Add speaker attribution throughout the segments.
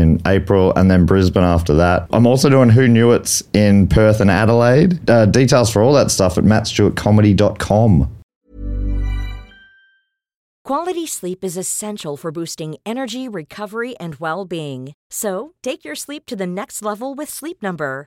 Speaker 1: in April, and then Brisbane after that. I'm also doing Who Knew It's in Perth and Adelaide. Uh, details for all that stuff at mattstewartcomedy.com.
Speaker 2: Quality sleep is essential for boosting energy, recovery, and well being. So, take your sleep to the next level with Sleep Number.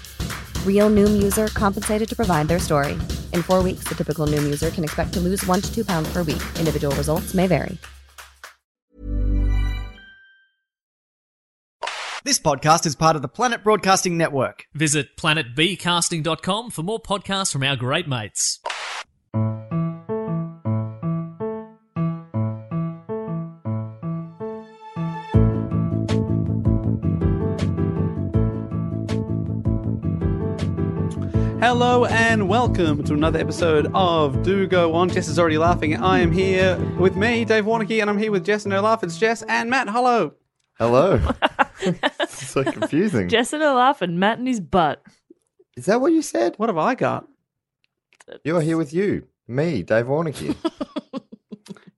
Speaker 3: Real Noom user compensated to provide their story. In four weeks, the typical Noom user can expect to lose one to two pounds per week. Individual results may vary.
Speaker 4: This podcast is part of the Planet Broadcasting Network.
Speaker 5: Visit planetbcasting.com for more podcasts from our great mates.
Speaker 6: Hello and welcome to another episode of Do Go On. Jess is already laughing. I am here with me, Dave Warnocky, and I'm here with Jess and her laugh. It's Jess and Matt. Hello.
Speaker 1: Hello. so confusing.
Speaker 7: Jess and her laugh and Matt and his butt.
Speaker 1: Is that what you said?
Speaker 6: What have I got?
Speaker 1: You're here with you, me, Dave Warnicky.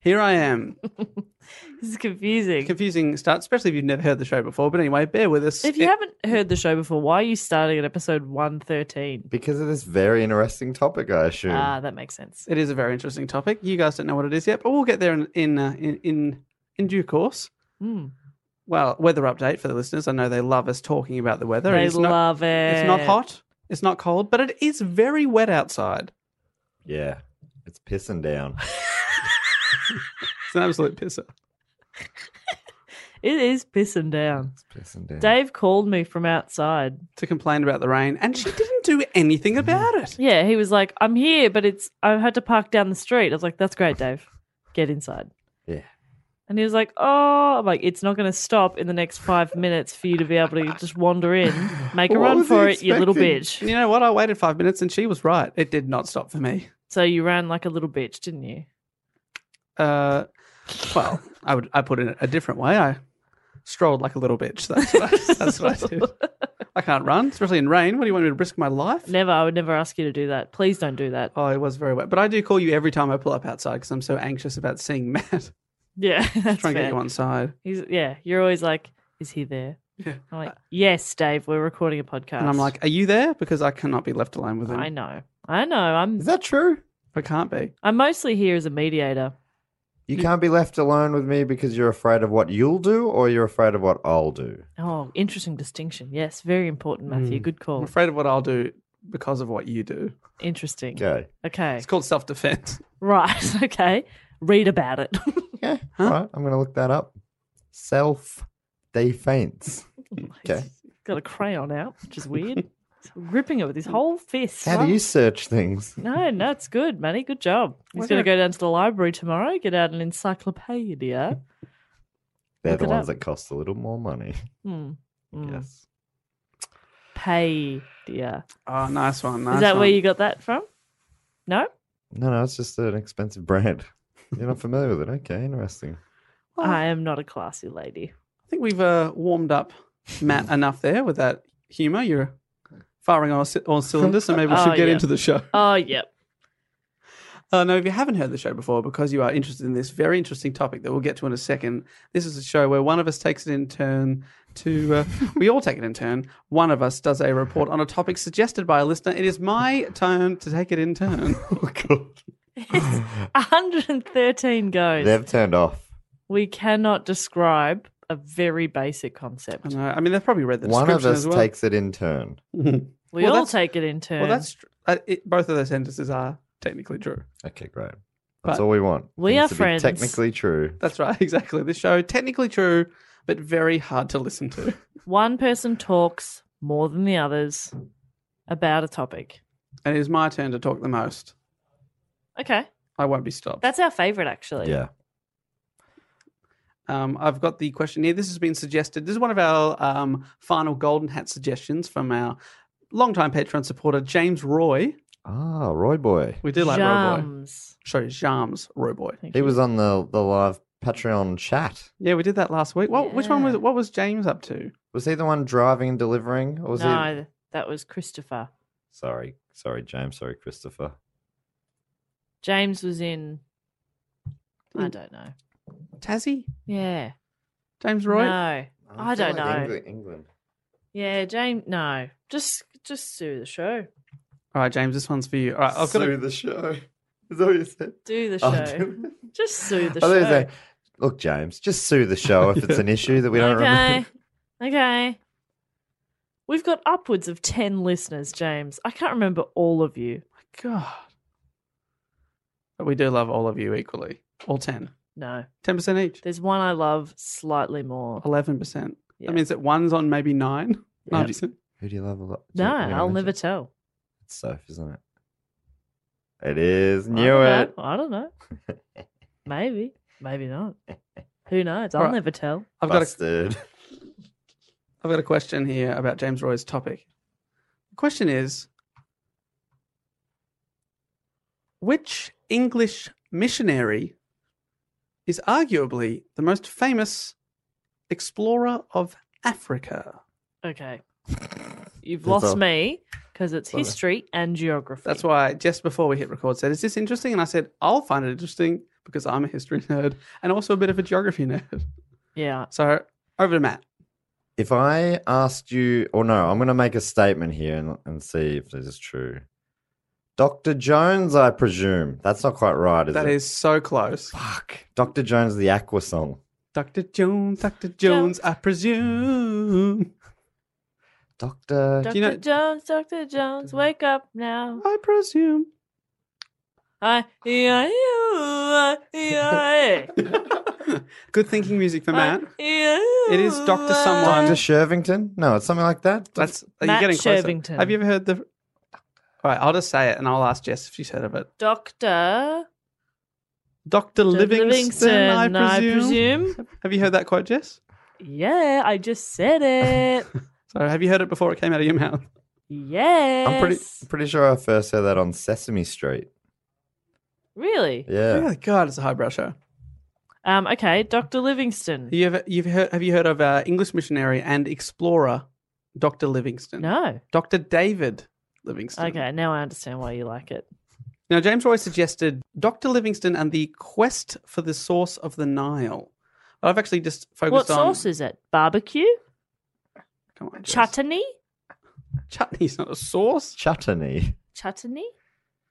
Speaker 6: Here I am.
Speaker 7: This is confusing.
Speaker 6: Confusing start, especially if you've never heard the show before. But anyway, bear with us.
Speaker 7: if you haven't heard the show before, why are you starting at episode 113?
Speaker 1: because of this very interesting topic, I assume.
Speaker 7: Ah, that makes sense.
Speaker 6: It is a very interesting topic. You guys don't know what it is yet, but we'll get there in in uh, in, in, in due course.
Speaker 7: Hmm.
Speaker 6: Well, weather update for the listeners. I know they love us talking about the weather.
Speaker 7: They
Speaker 6: It's not-
Speaker 7: love it.
Speaker 6: It's not hot. It's not cold, but it is very wet outside.
Speaker 1: yeah, it's pissing down.
Speaker 6: It's an absolute pisser.
Speaker 7: It is pissing down.
Speaker 1: It's pissing down.
Speaker 7: Dave called me from outside.
Speaker 6: to complain about the rain, and she didn't do anything about it.
Speaker 7: Yeah, he was like, I'm here, but it's I had to park down the street. I was like, That's great, Dave. Get inside.
Speaker 1: Yeah.
Speaker 7: And he was like, Oh I'm like, it's not gonna stop in the next five minutes for you to be able to just wander in. Make a
Speaker 1: What
Speaker 7: run
Speaker 1: was he
Speaker 7: for it, you little
Speaker 6: And
Speaker 7: bitch.
Speaker 6: you know what? I waited five minutes, and she was right. It did not stop for me.
Speaker 7: So you ran like a little bitch, didn't you?
Speaker 6: Uh, well, I would I put it a different way. I strolled like a little bitch. That's what I, that's what I did. I can't run, especially in rain. What do you want me to risk my life?
Speaker 7: Never, I would never ask you to do that. Please don't do that.
Speaker 6: Oh, it was very wet, but I do call you every time I pull up outside because I'm so anxious about seeing Matt. Try
Speaker 7: Yeah. That's
Speaker 6: and get
Speaker 7: fair.
Speaker 6: you on side,
Speaker 7: He's yeah, you're always like, Is he there?
Speaker 6: Yeah.
Speaker 7: I'm like, Yes, Dave, we're recording a podcast.
Speaker 6: and I'm like, "Are you there?" Because I cannot be left alone with him.
Speaker 7: I know. I know. I'm
Speaker 1: Is that true?
Speaker 6: I can't be.
Speaker 7: I'm mostly here as a mediator.
Speaker 1: You can't be left alone with me because you're afraid of what you'll do or you're afraid of what I'll do.
Speaker 7: Oh, interesting distinction. Yes, very important, Matthew.
Speaker 1: Hmm.
Speaker 7: Good
Speaker 6: I'm
Speaker 7: call.
Speaker 6: afraid of what I'll do because of what you do.
Speaker 7: Interesting.
Speaker 1: Okay.
Speaker 7: Okay.
Speaker 6: It's called self defense.
Speaker 7: Right. Okay. Read about it.
Speaker 1: Yeah. All right. I'm going to look that up. Self defense. okay.
Speaker 7: Got a crayon out, which is weird. He's ripping it with his whole fist.
Speaker 1: How do you search things?
Speaker 7: No, no, it's good, Matty. Good job. He's
Speaker 6: Why
Speaker 7: going to
Speaker 6: do I-
Speaker 7: go down to the library tomorrow, get out an encyclopedia.
Speaker 1: They're
Speaker 7: Look
Speaker 1: the
Speaker 7: it
Speaker 1: ones
Speaker 7: up.
Speaker 1: that cost a little more money.
Speaker 7: Hmm. Mm.
Speaker 1: Yes.
Speaker 7: Paidia.
Speaker 6: Oh, nice one. Nice
Speaker 7: is that
Speaker 6: one.
Speaker 7: where you got that from? No?
Speaker 1: No, no, it's just an expensive brand. You're not familiar with it. Okay, interesting.
Speaker 6: Well,
Speaker 7: I
Speaker 6: I
Speaker 7: am not a classy lady.
Speaker 6: think we've uh, warmed up Matt
Speaker 1: Hmm.
Speaker 6: enough there with that humour. You're firing on all, c- all cylinders, so maybe we
Speaker 7: Oh,
Speaker 6: should get
Speaker 7: yeah.
Speaker 6: into the show.
Speaker 7: Oh, yep.
Speaker 6: Uh, now, if you haven't heard the show before, because you are interested in this very interesting topic that we'll get to in a second, this is a show where one of us takes it in turn to. Uh, we all take it in turn. One of us does a report on a topic suggested by a listener. It is my turn to take it in turn.
Speaker 1: Oh, God.
Speaker 7: 113 goes.
Speaker 1: They've turned off.
Speaker 7: We cannot describe a very basic
Speaker 6: I,
Speaker 7: concept.
Speaker 6: know, I mean, they've probably read the
Speaker 1: One of
Speaker 6: description
Speaker 1: us
Speaker 6: as well.
Speaker 1: takes it in turn.
Speaker 7: We
Speaker 6: Well,
Speaker 7: all
Speaker 6: that's-
Speaker 7: take it in turn.
Speaker 6: well, that's tr- uh, it, both of those sentences are technically true.
Speaker 1: Okay, great.
Speaker 6: But-
Speaker 1: That's all we want.
Speaker 7: We
Speaker 1: Things
Speaker 7: are
Speaker 1: to be
Speaker 7: friends.
Speaker 1: Technically true.
Speaker 6: That's right, exactly. This show technically true, but very hard to listen to.
Speaker 7: One person talks more than the others about a topic.
Speaker 6: And it is my turn to talk the most.
Speaker 7: Okay.
Speaker 6: I won't be stopped.
Speaker 7: That's our favorite, actually.
Speaker 1: Yeah.
Speaker 6: Um, I've got the question here. This has been suggested. This is one of our um, final golden hat suggestions from our longtime Patreon supporter James Roy.
Speaker 1: Ah, Roy Boy.
Speaker 6: We do like Roy Boy.
Speaker 7: Jams.
Speaker 6: Sorry, James Roy Boy.
Speaker 7: Thank
Speaker 1: He
Speaker 7: you.
Speaker 1: was on the, the live Patreon chat.
Speaker 6: Yeah, we did that last week. Well, which one was
Speaker 7: Yeah.
Speaker 6: what was James up to?
Speaker 1: Was he the one driving and delivering? Or was he...
Speaker 7: no, that was Christopher.
Speaker 1: Sorry. Sorry, James. Sorry, Christopher.
Speaker 7: James was in. I
Speaker 6: Mm.
Speaker 7: don't know.
Speaker 6: Tassie?
Speaker 7: Yeah.
Speaker 6: James Roy?
Speaker 7: No. I
Speaker 1: feel
Speaker 7: don't
Speaker 1: like
Speaker 7: know.
Speaker 1: Engla- England.
Speaker 7: Yeah, James. No. Just, just do the show.
Speaker 6: All right, James, this one's for you. All right, I've got
Speaker 1: Sue
Speaker 6: a,
Speaker 1: the show. Is that what you said?
Speaker 7: Do the
Speaker 1: Oh,
Speaker 7: show.
Speaker 1: do-
Speaker 7: just sue the
Speaker 1: I thought you
Speaker 7: show.
Speaker 1: said, Look, James, just sue the show if it's an issue that we don't
Speaker 7: okay.
Speaker 1: remember.
Speaker 7: okay. We've got upwards of 10 listeners, James. I can't remember all of you.
Speaker 6: God. But we do love all of you equally. All 10.
Speaker 7: No.
Speaker 6: 10% each.
Speaker 7: There's one I love slightly more.
Speaker 6: 11%.
Speaker 7: Yeah.
Speaker 6: That means that one's on maybe nine.
Speaker 1: Yeah.
Speaker 6: Ninety cent.
Speaker 1: Who do you love a lot?
Speaker 7: No,
Speaker 1: Do you- we
Speaker 7: I'll
Speaker 1: don't
Speaker 7: never
Speaker 1: mention-
Speaker 7: tell.
Speaker 1: It's Soph, isn't it? It is.
Speaker 7: I
Speaker 1: Knew
Speaker 7: don't know.
Speaker 1: it.
Speaker 7: I don't know. Maybe. Maybe not. Who knows? I'll
Speaker 6: All right.
Speaker 7: never tell.
Speaker 6: I've got a
Speaker 1: Busted.
Speaker 6: I've got a question here about James Roy's topic. The question is Which English missionary is arguably the most famous explorer of Africa?
Speaker 7: Okay. You've
Speaker 1: That's
Speaker 7: lost
Speaker 1: all.
Speaker 7: me because it's
Speaker 1: Sorry.
Speaker 7: history and geography.
Speaker 6: That's why just before we hit record said, Is this interesting? And I said, I'll find it interesting because I'm a history nerd and also a bit of a geography nerd.
Speaker 7: Yeah.
Speaker 6: So over to Matt.
Speaker 1: If I asked you, or no, I'm going to make a statement here and, and see if this is true. Dr. Jones, I presume. That's not quite right, is
Speaker 6: that
Speaker 1: it?
Speaker 6: is so close.
Speaker 1: Fuck. Dr. Jones, the Aqua song.
Speaker 6: Dr. Jones, Dr. Jones, I presume.
Speaker 1: Doctor.
Speaker 7: Dr.
Speaker 6: you know-
Speaker 7: Jones, Dr. Jones, wake up now.
Speaker 6: I presume.
Speaker 7: I, yeah, yeah, yeah.
Speaker 6: Good thinking music for Matt.
Speaker 7: It
Speaker 6: is Dr. someone.
Speaker 1: Dr. Shervington? No, it's something like that.
Speaker 6: That's are you
Speaker 7: Matt
Speaker 6: getting closer.
Speaker 7: Shervington.
Speaker 6: Have you ever heard the? All right, I'll just say it, and I'll ask Jess if she's heard of it.
Speaker 7: Doctor
Speaker 6: Doctor Livingston, I, presume.
Speaker 7: presume.
Speaker 6: Have you heard that quote, Jess?
Speaker 7: Yeah, I just said it.
Speaker 6: So have you heard it before it came out of your mouth?
Speaker 7: yes.
Speaker 1: I'm pretty pretty sure I first heard that on Sesame Street.
Speaker 7: Really?
Speaker 1: Yeah.
Speaker 6: Oh, God, it's a highbrow show.
Speaker 7: Um, okay, Dr. Livingston.
Speaker 6: You ever, you've heard? Have you heard of uh, English missionary and explorer, Doctor Livingston?
Speaker 7: No.
Speaker 6: Doctor David Livingston.
Speaker 7: Okay, now I understand why you like it.
Speaker 6: Now, James Roy suggested Dr. Livingston and the quest for the source of the Nile. Well, I've actually just
Speaker 7: what
Speaker 6: focused on.
Speaker 7: sauce is it? Barbecue?
Speaker 6: Come on, Jess.
Speaker 7: Chutney?
Speaker 6: Chutney's not a sauce.
Speaker 1: Chutney.
Speaker 7: Chutney?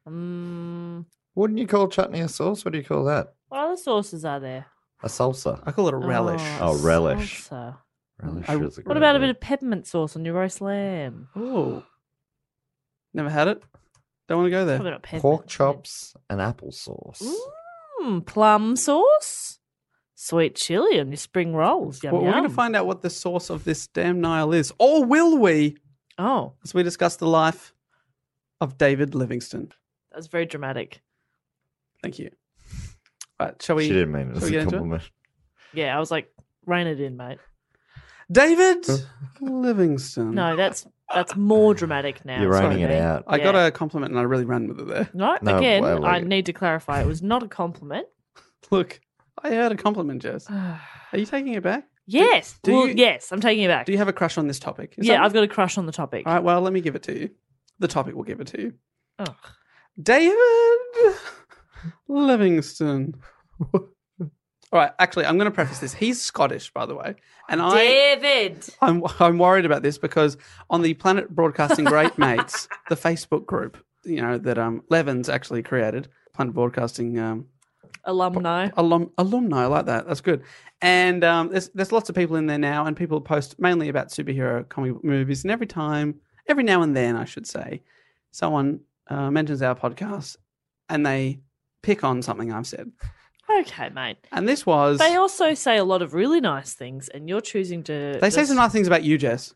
Speaker 7: Mm,
Speaker 1: Wouldn't you call chutney a sauce? What do you call that?
Speaker 7: what other sauces are there?
Speaker 1: A salsa.
Speaker 6: I call it a relish.
Speaker 1: Oh, relish.
Speaker 7: salsa.
Speaker 1: Relish
Speaker 6: I-
Speaker 1: is
Speaker 7: What
Speaker 1: great
Speaker 7: about a bit
Speaker 1: word.
Speaker 7: of peppermint sauce on your roast lamb?
Speaker 6: Oh. Never had it. Don't want to go
Speaker 7: Probably
Speaker 6: there.
Speaker 7: not peppermint.
Speaker 1: pork
Speaker 7: but-
Speaker 1: chops and apple sauce?
Speaker 7: Mm, plum sauce, sweet chili on your spring rolls. Yum,
Speaker 6: Well, we're going to
Speaker 7: yum.
Speaker 6: find out what the source of this damn Nile is. Or will we,
Speaker 7: Oh,
Speaker 6: as we discuss the life of David Livingston?
Speaker 7: that's very dramatic.
Speaker 6: Thank you. All right, shall
Speaker 1: She
Speaker 6: we?
Speaker 1: didn't mean it
Speaker 6: shall
Speaker 1: as
Speaker 6: we get
Speaker 1: a
Speaker 6: into it?
Speaker 1: compliment.
Speaker 7: Yeah, I was like, rein it in, mate.
Speaker 6: David Livingston.
Speaker 7: No, that's that's more dramatic now.
Speaker 1: You're
Speaker 7: Sorry,
Speaker 1: reining it
Speaker 7: mate.
Speaker 1: out.
Speaker 6: I got
Speaker 7: Yeah.
Speaker 6: a compliment and I really ran with it there.
Speaker 7: No,
Speaker 1: No,
Speaker 7: again,
Speaker 1: well,
Speaker 7: I
Speaker 1: like-
Speaker 7: need to clarify. It was not a compliment.
Speaker 6: Look, I heard a compliment, Jess. Are you taking it back?
Speaker 7: yes.
Speaker 6: do
Speaker 7: well,
Speaker 6: you-
Speaker 7: yes, I'm taking it back.
Speaker 6: Do you have a crush on this topic? Is
Speaker 7: yeah,
Speaker 6: that-
Speaker 7: I've got a crush on the topic.
Speaker 6: All right, well, let me give it to you. The topic will give it to you.
Speaker 7: Ugh.
Speaker 6: David Livingston. All right, actually, I'm going to preface this. He's Scottish, by the way, and I
Speaker 1: David.
Speaker 6: I'm, I'm worried about this because on the Planet Broadcasting Great Mates, the Facebook group, you know that um Levins actually created, Planet Broadcasting um,
Speaker 7: Alumni.
Speaker 6: alum, alumni. I like that. That's good. And um, there's there's lots of people in there now, and people post mainly about superhero comic book movies. And every time, every now and then, I should say, someone uh, mentions our podcast, and they pick on something I've said.
Speaker 7: Okay, mate.
Speaker 6: And this was
Speaker 7: They also say a lot of really nice things, and you're choosing to.
Speaker 6: they say
Speaker 7: just-
Speaker 6: some nice things about you, Jess.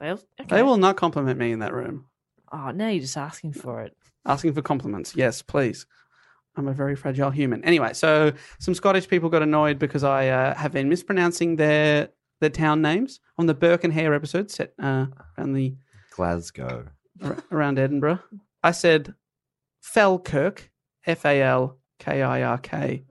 Speaker 7: Well, okay.
Speaker 6: They will not compliment me in that room.
Speaker 7: Oh, now you're just asking for it.
Speaker 6: Asking for compliments, yes, please. I'm a very fragile human. Anyway, so some Scottish people got annoyed because I uh, have been mispronouncing their their town names on the Burke and Hare episode set uh, around the
Speaker 8: Glasgow.
Speaker 6: ar- around Edinburgh. I said Falkirk, F A L K I R K,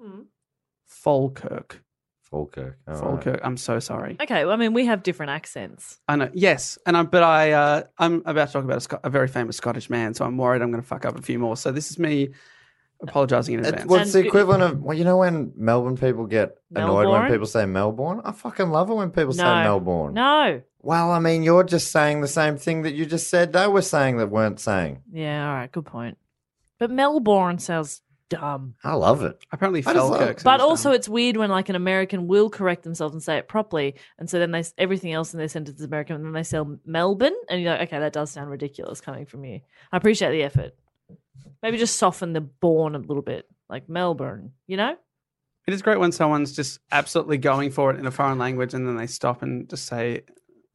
Speaker 6: Falkirk,
Speaker 8: Falkirk. All right.
Speaker 6: Falkirk. I'm so sorry.
Speaker 7: Okay, well, I mean, we have different accents.
Speaker 6: I know. Yes, and I but I uh, I'm about to talk about a, Sc- a very famous Scottish man, so I'm worried I'm going to fuck up a few more. So this is me apologising in
Speaker 8: It,
Speaker 6: advance.
Speaker 8: well, it's the
Speaker 7: And-
Speaker 8: equivalent of well, you know when Melbourne people get annoyed
Speaker 7: Melbourne?
Speaker 8: when people say Melbourne. I fucking love it when people say
Speaker 7: No.
Speaker 8: Melbourne.
Speaker 7: No.
Speaker 8: Well, I mean, you're just saying the same thing that you just said they were saying that weren't saying.
Speaker 7: Yeah, all right, good point. But Melbourne sounds dumb.
Speaker 8: I love it.
Speaker 6: Apparently,
Speaker 8: I just love-
Speaker 6: Falkirk.
Speaker 7: But also, it's weird when like an American will correct themselves and say it properly, and so then they everything else in their sentence is American, and then they say Melbourne, and you're like, okay, that does sound ridiculous coming from you. I appreciate the effort. Maybe just soften the born a little bit, like Melbourne. You know,
Speaker 6: it is great when someone's just absolutely going for it in a foreign language, and then they stop and just say.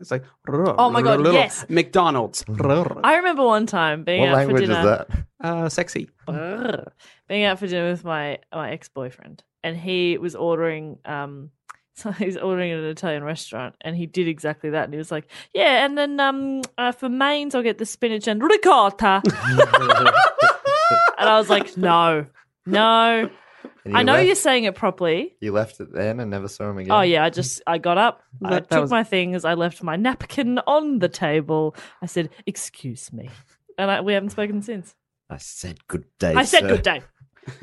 Speaker 6: It's like oh
Speaker 7: my God, yes.
Speaker 6: McDonald's
Speaker 7: I remember one time being
Speaker 8: what
Speaker 7: out for
Speaker 8: language is
Speaker 7: dinner.
Speaker 8: that?
Speaker 6: uh, sexy
Speaker 7: Brr. being out for dinner with my my ex boyfriend, and he was ordering um. So he's ordering at an Italian restaurant, and he did exactly that. And he was like, "Yeah, and then um, uh, for mains, I'll get the spinach and ricotta." and I was like, "No, no,
Speaker 8: And
Speaker 7: I know
Speaker 8: left,
Speaker 7: you're saying it properly."
Speaker 8: You left it then and never saw him again.
Speaker 7: Oh yeah, I just I got up, I
Speaker 6: That- that
Speaker 7: took
Speaker 6: was-
Speaker 7: my things, I left my napkin on the table. I said, "Excuse me," and I, we haven't spoken since.
Speaker 8: I said good day.
Speaker 7: I said
Speaker 8: sir.
Speaker 7: good day.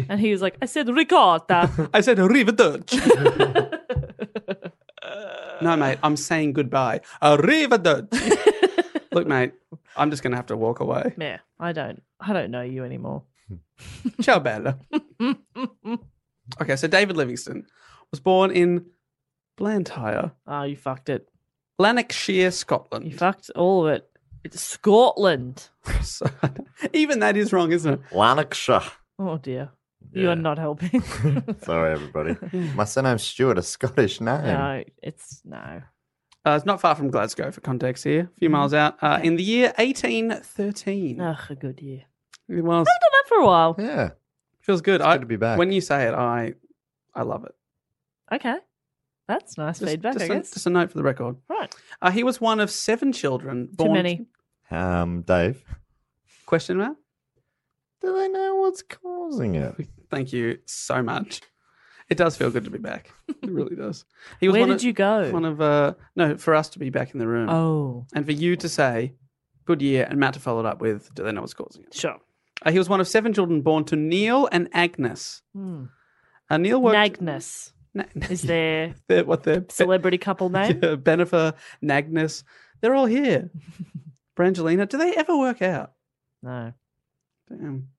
Speaker 7: And he was like, I said ricotta.
Speaker 6: I said arrivederci. no, mate, I'm saying goodbye. Arrivederci. Look, mate, I'm just going to have to walk away.
Speaker 7: yeah, I don't I don't know you anymore.
Speaker 6: Ciao, bella. okay, so David Livingston was born in Blantyre,
Speaker 7: Oh, you fucked it.
Speaker 6: Lanarkshire,
Speaker 7: You
Speaker 6: Scotland.
Speaker 7: fucked all of it. It's Scotland.
Speaker 6: So, even that is wrong, isn't it?
Speaker 8: Lanarkshire.
Speaker 7: Oh dear. You
Speaker 8: Yeah.
Speaker 7: are not helping.
Speaker 8: Sorry, everybody. My surname's Stewart, a Scottish name.
Speaker 7: no, it's no.
Speaker 6: Uh, it's not far from Glasgow, for context here, a few
Speaker 7: Mm.
Speaker 6: miles out. Uh, in the year 1813,
Speaker 7: Ugh, a good year.
Speaker 6: it was.
Speaker 7: I've done that for a while.
Speaker 8: Yeah.
Speaker 6: Feels good.
Speaker 8: It's
Speaker 6: I,
Speaker 8: good to be back.
Speaker 6: When you say it, I, I love it.
Speaker 7: Okay. That's nice
Speaker 6: Just,
Speaker 7: feedback,
Speaker 6: just
Speaker 7: I
Speaker 6: a,
Speaker 7: guess.
Speaker 6: just a note for the record.
Speaker 7: Right.
Speaker 6: Uh, he was one of seven children
Speaker 7: Too
Speaker 6: born.
Speaker 7: many.
Speaker 8: Um, Dave,
Speaker 6: Question mark.
Speaker 8: do they know what's causing it?
Speaker 6: Thank you so much. It does feel good to be back. It really does. He
Speaker 7: Where
Speaker 6: one
Speaker 7: did
Speaker 6: of,
Speaker 7: you go?
Speaker 6: One of uh, no, for us to be back in the room
Speaker 7: oh.
Speaker 6: and for you to say good year, and Matt to follow it up with, do they know what's causing it?
Speaker 7: Sure.
Speaker 6: Uh, he was one of seven children born to Neil and Agnes.
Speaker 7: Hmm.
Speaker 6: Uh, Neil worked.
Speaker 7: Nagnus
Speaker 6: Na-
Speaker 7: is their
Speaker 6: They're- what they're
Speaker 7: celebrity couple name.
Speaker 6: yeah, Benifer, Nagnus. They're all here. Brangelina. Do they ever work out?
Speaker 7: No.
Speaker 6: Damn.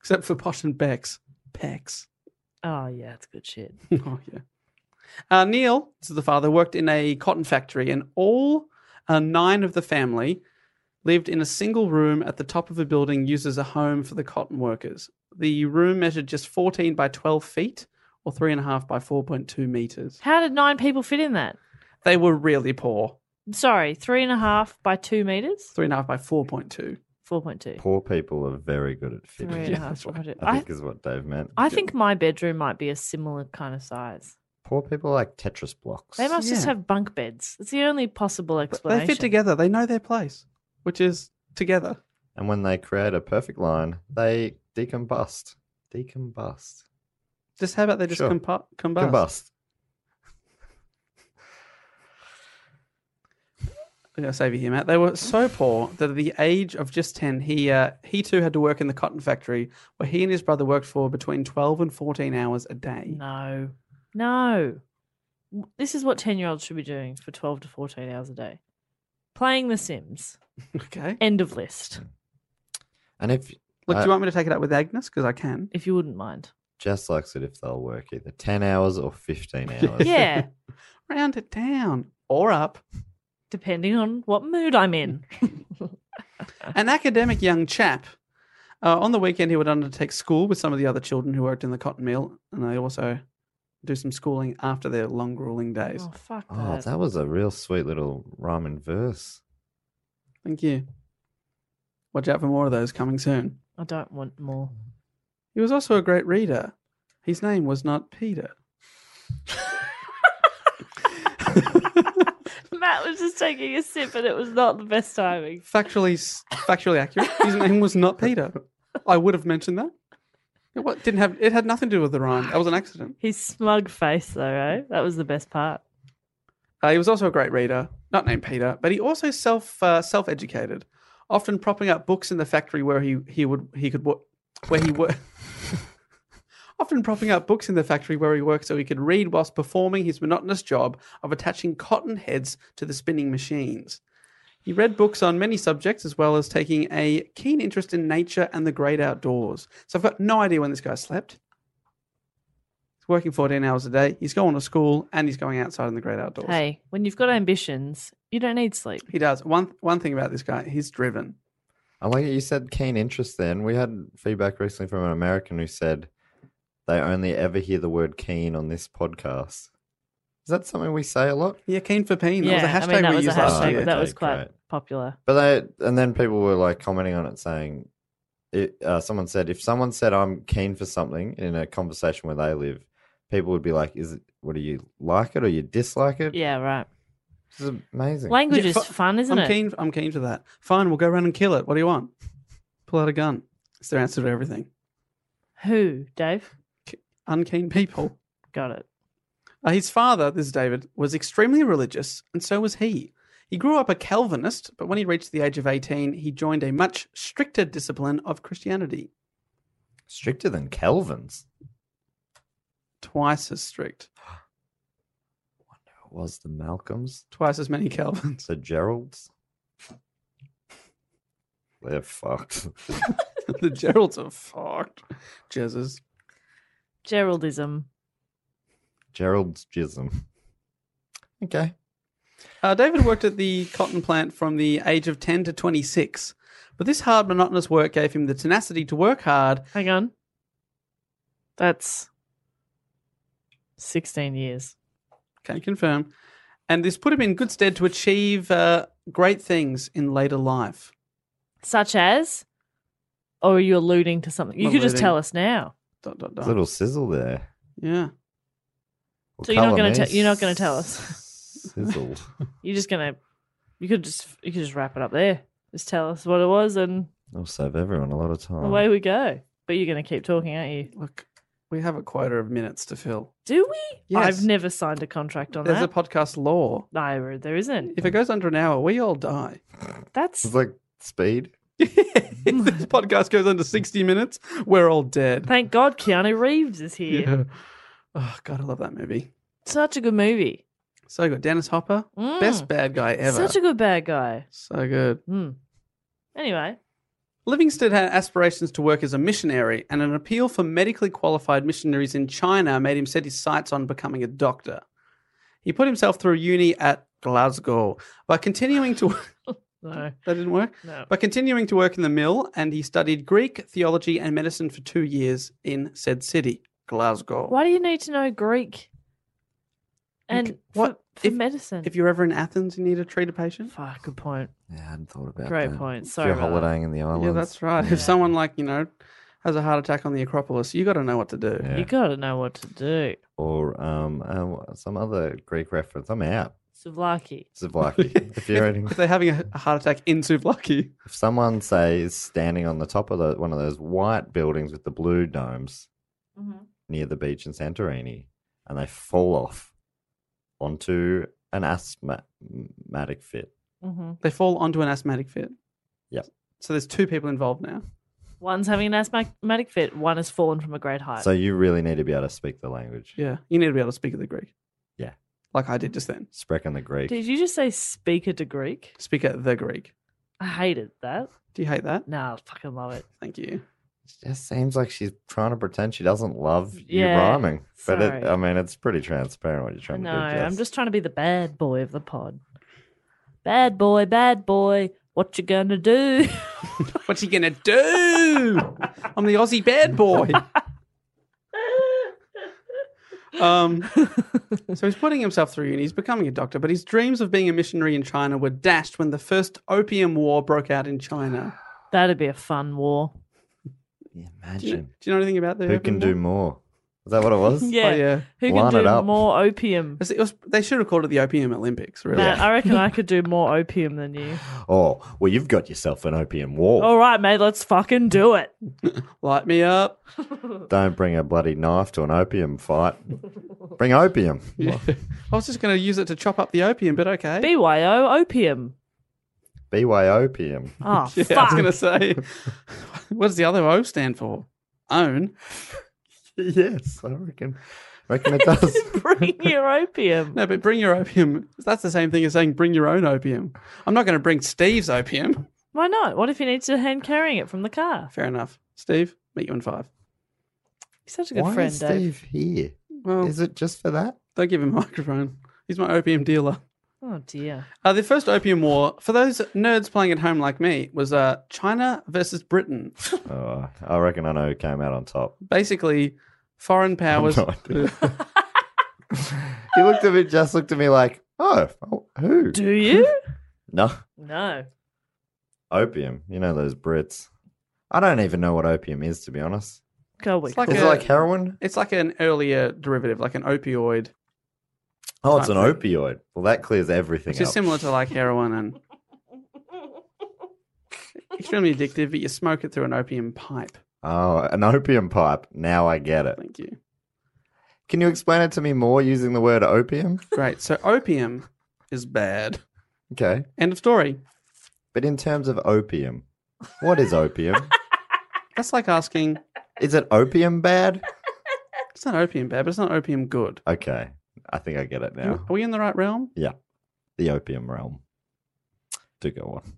Speaker 6: Except for Posh and Bex. Pex.
Speaker 7: Oh yeah, it's good shit.
Speaker 6: oh, yeah. Uh, Neil, this is the father, worked in a cotton factory, and all uh, nine of the family lived in a single room at the top of a building used as a home for the cotton workers. The room measured just 14 by 12 feet, or 3.5 by 4.2 meters.
Speaker 7: How did nine people fit in that?
Speaker 6: They were really poor.
Speaker 7: Sorry, three and a half by two meters,
Speaker 6: 3.5 by 4.2.
Speaker 7: four point two.
Speaker 8: Poor people are very good at
Speaker 7: Three
Speaker 8: fitting.
Speaker 7: and a
Speaker 8: in.
Speaker 7: half, four point two.
Speaker 8: I
Speaker 7: I,
Speaker 8: think is what Dave meant.
Speaker 7: I think my bedroom might be a similar kind of size.
Speaker 8: Poor people like Tetris blocks.
Speaker 7: They must just
Speaker 6: Yeah.
Speaker 7: have bunk beds. It's the only possible
Speaker 6: But
Speaker 7: explanation.
Speaker 6: they fit together. They know their place, which is together.
Speaker 8: And when they create a perfect line, they decombust. Decombust.
Speaker 6: Just how about they just
Speaker 8: Sure.
Speaker 6: compa- combust?
Speaker 8: Combust.
Speaker 6: I'm gonna save you here, Matt. They were so poor that at the age of just ten, he uh, he too had to work in the cotton factory, where he and his brother worked for between twelve and fourteen hours a day.
Speaker 7: No. No. W- This is what 10 year olds should be doing for 12 to 14 hours a day playing The Sims.
Speaker 6: Okay.
Speaker 7: End of list,
Speaker 1: And if
Speaker 6: Look, do
Speaker 1: Uh,
Speaker 6: you want me to take it up with Agnes because I can?
Speaker 7: if you wouldn't mind.
Speaker 1: Jess likes it if they'll work either 10 hours or 15 hours.
Speaker 7: Yeah.
Speaker 6: Round it down or up.
Speaker 7: Depending on what mood I'm in.
Speaker 6: An academic young chap. Uh, on the weekend, he would undertake school with some of the other children who worked in the cotton mill, and they also do some schooling after their long, grueling days.
Speaker 7: Oh, fuck that.
Speaker 1: Oh, that was a real sweet little rhyme and verse.
Speaker 6: Thank you. Watch out for more of those coming soon.
Speaker 7: I don't want more.
Speaker 6: Mm. He was also a great reader. His name was not Peter.
Speaker 7: Matt was just taking a sip and it was not the best timing.
Speaker 6: Factually, s- factually accurate. His name was not Peter. I would have mentioned that. It wa- didn't have. It had nothing to do with the rhyme. That was an accident.
Speaker 7: His smug face, though, right? That was the best part.
Speaker 6: Uh, he was also a great reader, not named Peter, but he also self uh, self educated, often propping up books in the factory where he he would he could wo- where he worked. often propping up books in the factory where he worked so he could read whilst performing his monotonous job of attaching cotton heads to the spinning machines. He read books on many subjects as well as taking a keen interest in nature and the great outdoors. So I've got no idea when this guy slept. He's working 14 hours a day, he's going to school, and he's going outside in the great outdoors.
Speaker 7: Hey, when you've got ambitions, you don't need sleep.
Speaker 6: He does. One one thing about this guy, he's driven.
Speaker 1: I like it. You said keen interest then. We had feedback recently from an American who said they only ever hear the word keen on this podcast. Is that something we say a lot?
Speaker 6: Yeah, keen for peen.
Speaker 7: yeah,
Speaker 6: that was a hashtag
Speaker 7: I mean, that
Speaker 6: we
Speaker 7: was a
Speaker 6: used last
Speaker 7: hashtag.
Speaker 6: year.
Speaker 7: that was
Speaker 1: Okay,
Speaker 7: quite
Speaker 1: great.
Speaker 7: popular.
Speaker 1: But they, and then people were like commenting on it saying, it, uh, someone said, if someone said I'm keen for something in a conversation where they live, people would be like, is it, what do you like it or you dislike it?
Speaker 7: Yeah, right.
Speaker 1: This is amazing.
Speaker 7: Language
Speaker 6: Yeah,
Speaker 7: is
Speaker 6: fu-
Speaker 7: fun, isn't
Speaker 6: I'm
Speaker 7: it?
Speaker 6: keen. I'm keen for that. Fine, we'll go around and kill it. What do you want? Pull out a gun. It's their answer to everything.
Speaker 7: Who, Dave?
Speaker 6: Unkeen people.
Speaker 7: Got it.
Speaker 6: Uh, his father, this is David, was extremely religious, and so was he. He grew up a Calvinist, but when he reached the age of 18, he joined a much stricter discipline of Christianity.
Speaker 1: Stricter than Kelvin's.
Speaker 6: Twice as strict,
Speaker 1: It was the Malcolms,
Speaker 6: twice as many Calvins.
Speaker 1: the Geralds. They're fucked.
Speaker 6: the Geralds are fucked. Jesus.
Speaker 7: Geraldism.
Speaker 1: Gerald's jism. Okay.
Speaker 6: Uh, David worked at the cotton plant from the age of 10 to 26, but this hard, monotonous work gave him the tenacity to work hard.
Speaker 7: Hang on. That's 16 years.
Speaker 6: Can confirm. And this put him in good stead to achieve uh, great things in later life.
Speaker 7: Such as? Or are you alluding to something? You
Speaker 6: Not
Speaker 7: could just
Speaker 6: alluding.
Speaker 7: tell us now.
Speaker 6: Dot, dot, dot.
Speaker 1: Little sizzle there.
Speaker 6: Yeah.
Speaker 1: Well,
Speaker 7: So you're not
Speaker 1: colour
Speaker 7: gonna
Speaker 1: me
Speaker 7: te- you're not gonna tell us?
Speaker 1: Sizzled.
Speaker 7: You're just gonna. You could just. You could just wrap it up there. Just tell us what it was, and
Speaker 1: I'll save everyone a lot of
Speaker 6: Oh.
Speaker 1: time.
Speaker 7: away we go. But you're gonna keep talking, aren't you?
Speaker 6: Look, we have a quota of minutes to fill.
Speaker 7: Do we?
Speaker 6: Yes.
Speaker 7: I've never signed a contract on
Speaker 6: There's
Speaker 7: that.
Speaker 6: a podcast law.
Speaker 7: no, there isn't.
Speaker 6: If it goes under an hour, we all die.
Speaker 7: That's
Speaker 1: It's like speed.
Speaker 6: if this podcast goes under 60 minutes, we're all dead.
Speaker 7: thank God Keanu Reeves is here.
Speaker 6: Yeah. Oh, God, I love that movie.
Speaker 7: Such a good movie.
Speaker 6: So good. Dennis Hopper,
Speaker 7: Mm.
Speaker 6: best bad guy ever.
Speaker 7: Such a good bad guy.
Speaker 6: so good.
Speaker 7: Hmm. Anyway,
Speaker 6: Livingston had aspirations to work as a missionary, and an appeal for medically qualified missionaries in China made him set his sights on becoming a doctor. He put himself through uni at Glasgow by continuing to
Speaker 7: no,
Speaker 6: that didn't work
Speaker 7: no.
Speaker 6: by continuing to work in the mill, and he studied Greek theology and medicine for two years in said city, Glasgow.
Speaker 7: Why do you need to know Greek? And
Speaker 6: what-
Speaker 7: what for,
Speaker 6: if-
Speaker 7: medicine?
Speaker 6: If you're ever in Athens, you need to treat a patient.
Speaker 7: Fuck, good point.
Speaker 1: Yeah, I hadn't thought about
Speaker 7: Great
Speaker 1: that.
Speaker 7: point.
Speaker 1: If
Speaker 7: Sorry
Speaker 1: you're
Speaker 7: about that.
Speaker 1: holidaying in the islands.
Speaker 6: Yeah, that's right. If someone like you know has a heart attack on the Acropolis, you got to know what to do.
Speaker 1: Yeah.
Speaker 7: You gotta know what to do.
Speaker 1: Or um, um, some other Greek reference. I'm out.
Speaker 7: Souvlaki.
Speaker 1: Souvlaki. if you're eating,
Speaker 6: If they're having a a heart attack in Souvlaki,
Speaker 1: if someone say is standing on the top of the, one of those white buildings with the blue domes
Speaker 7: Mm-hmm.
Speaker 1: near the beach in Santorini, and they fall off onto an asthmatic fit,
Speaker 7: hmm
Speaker 6: They fall onto an asthmatic fit.
Speaker 1: Yep.
Speaker 6: So there's two people involved now.
Speaker 7: One's having an asthmatic fit. One has fallen from a great height.
Speaker 1: So you really need to be able to speak the language.
Speaker 6: Yeah. You need to be able to speak the Greek.
Speaker 1: Yeah.
Speaker 6: Like I did just then.
Speaker 1: Sprechen the Greek.
Speaker 7: Did you just say speaker to Greek?
Speaker 6: Speak at the Greek.
Speaker 7: I hated that.
Speaker 6: Do you hate that?
Speaker 7: Nah, I fucking love it.
Speaker 6: Thank you.
Speaker 1: It just seems like she's trying to pretend she doesn't love you
Speaker 7: Yeah,
Speaker 1: rhyming. But it,
Speaker 7: sorry.
Speaker 1: I mean, it's pretty transparent what you're trying
Speaker 7: No,
Speaker 1: to do.
Speaker 7: I'm
Speaker 1: Jess.
Speaker 7: just trying to be the bad boy of the pod. Bad boy, bad boy. What you gonna do?
Speaker 6: What's he gonna do? I'm the Aussie bad boy. Um, so he's putting himself through uni. He's becoming a doctor, but his dreams of being a missionary in China were dashed when the first opium war broke out in China.
Speaker 7: That'd be a fun war.
Speaker 6: Do you,
Speaker 1: Imagine.
Speaker 6: do you know anything about the
Speaker 1: Who
Speaker 6: opium
Speaker 1: can
Speaker 6: war?
Speaker 1: do more? Is that what it was?
Speaker 7: Yeah.
Speaker 6: Oh, yeah.
Speaker 7: Who can
Speaker 1: Line it
Speaker 7: do
Speaker 1: up.
Speaker 7: more opium?
Speaker 6: It was, they should have called it the Opium Olympics, really.
Speaker 7: Matt, I reckon I could do more opium than you.
Speaker 1: Oh, well, you've got yourself an opium wall.
Speaker 7: All right, mate, let's fucking do it.
Speaker 6: Light me up.
Speaker 7: Oh.
Speaker 1: Don't bring a bloody knife to an opium fight. bring opium.
Speaker 6: I was just going to use it to chop up the opium, but okay.
Speaker 7: BYO opium.
Speaker 1: BY opium.
Speaker 7: Oh,
Speaker 6: yeah, I
Speaker 7: fuck.
Speaker 6: was going to say, what does the other O stand for? Own.
Speaker 1: yes, I reckon. reckon it does.
Speaker 7: Bring your opium.
Speaker 6: No, but bring your opium. That's the same thing as saying bring your own opium. I'm not going to bring Steve's opium.
Speaker 7: Why not? What if he needs to hand carrying it from the car?
Speaker 6: Fair enough. Steve, meet you in five.
Speaker 7: He's such a good
Speaker 1: Why
Speaker 7: friend,
Speaker 1: is
Speaker 7: Dave. Oh.
Speaker 1: Steve here?
Speaker 6: Well,
Speaker 1: Is it just for that?
Speaker 6: don't give him a microphone. He's my opium dealer.
Speaker 7: Oh dear.
Speaker 6: Uh, the first opium war, for those nerds playing at home like me, was uh, China versus Britain.
Speaker 1: Oh, I reckon I know who came out on top.
Speaker 6: Basically, foreign powers.
Speaker 1: no He looked at me, just looked at me like, oh, who?
Speaker 7: Do you?
Speaker 1: No,
Speaker 7: no.
Speaker 1: opium. You know those Brits. I don't even know what opium is, to be honest.
Speaker 7: Go we.
Speaker 6: It's like
Speaker 1: Is
Speaker 6: a-
Speaker 1: it like heroin?
Speaker 6: it's like an earlier derivative, like an opioid.
Speaker 1: Oh, it's an
Speaker 6: Can't
Speaker 1: opioid. Well, that clears everything
Speaker 6: Which is
Speaker 1: up.
Speaker 6: similar to like heroin and extremely addictive, but you smoke it through an opium pipe.
Speaker 1: Oh, an opium pipe. Now I get it.
Speaker 6: Thank you.
Speaker 1: Can you explain it to me more using the word opium?
Speaker 6: Great. So opium is bad.
Speaker 1: Okay.
Speaker 6: End of story.
Speaker 1: But in terms of opium, what is opium?
Speaker 6: That's like asking,
Speaker 1: is it opium bad?
Speaker 6: it's not opium bad, but it's not opium good.
Speaker 1: Okay. I think I get it
Speaker 6: Am-
Speaker 1: now.
Speaker 6: Are we in the right realm?
Speaker 1: The opium realm. Do go on.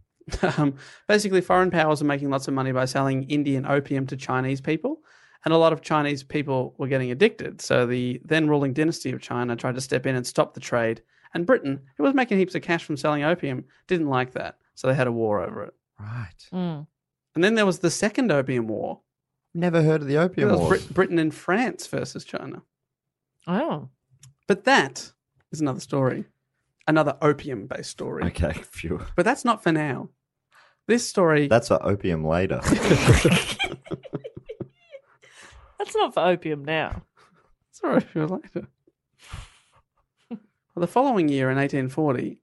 Speaker 6: Um, basically, foreign powers were making lots of money by selling Indian opium to Chinese people, and a lot of Chinese people were getting addicted. So the then ruling dynasty of China tried to step in and stop the trade. And Britain, who was making heaps of cash from selling opium, didn't like that, so they had a war over it.
Speaker 1: Right.
Speaker 7: Mm.
Speaker 6: And then there was the second opium war.
Speaker 1: Never heard of the
Speaker 6: That
Speaker 1: opium
Speaker 6: was
Speaker 1: war.
Speaker 6: Brit- Britain and France versus China.
Speaker 7: Oh.
Speaker 6: But that is another story, another opium-based story.
Speaker 1: Okay, phew.
Speaker 6: But that's not for now. This story.
Speaker 1: That's for opium later.
Speaker 7: That's not for opium now.
Speaker 6: Sorry, if you're later. Well, the following year, in 1840,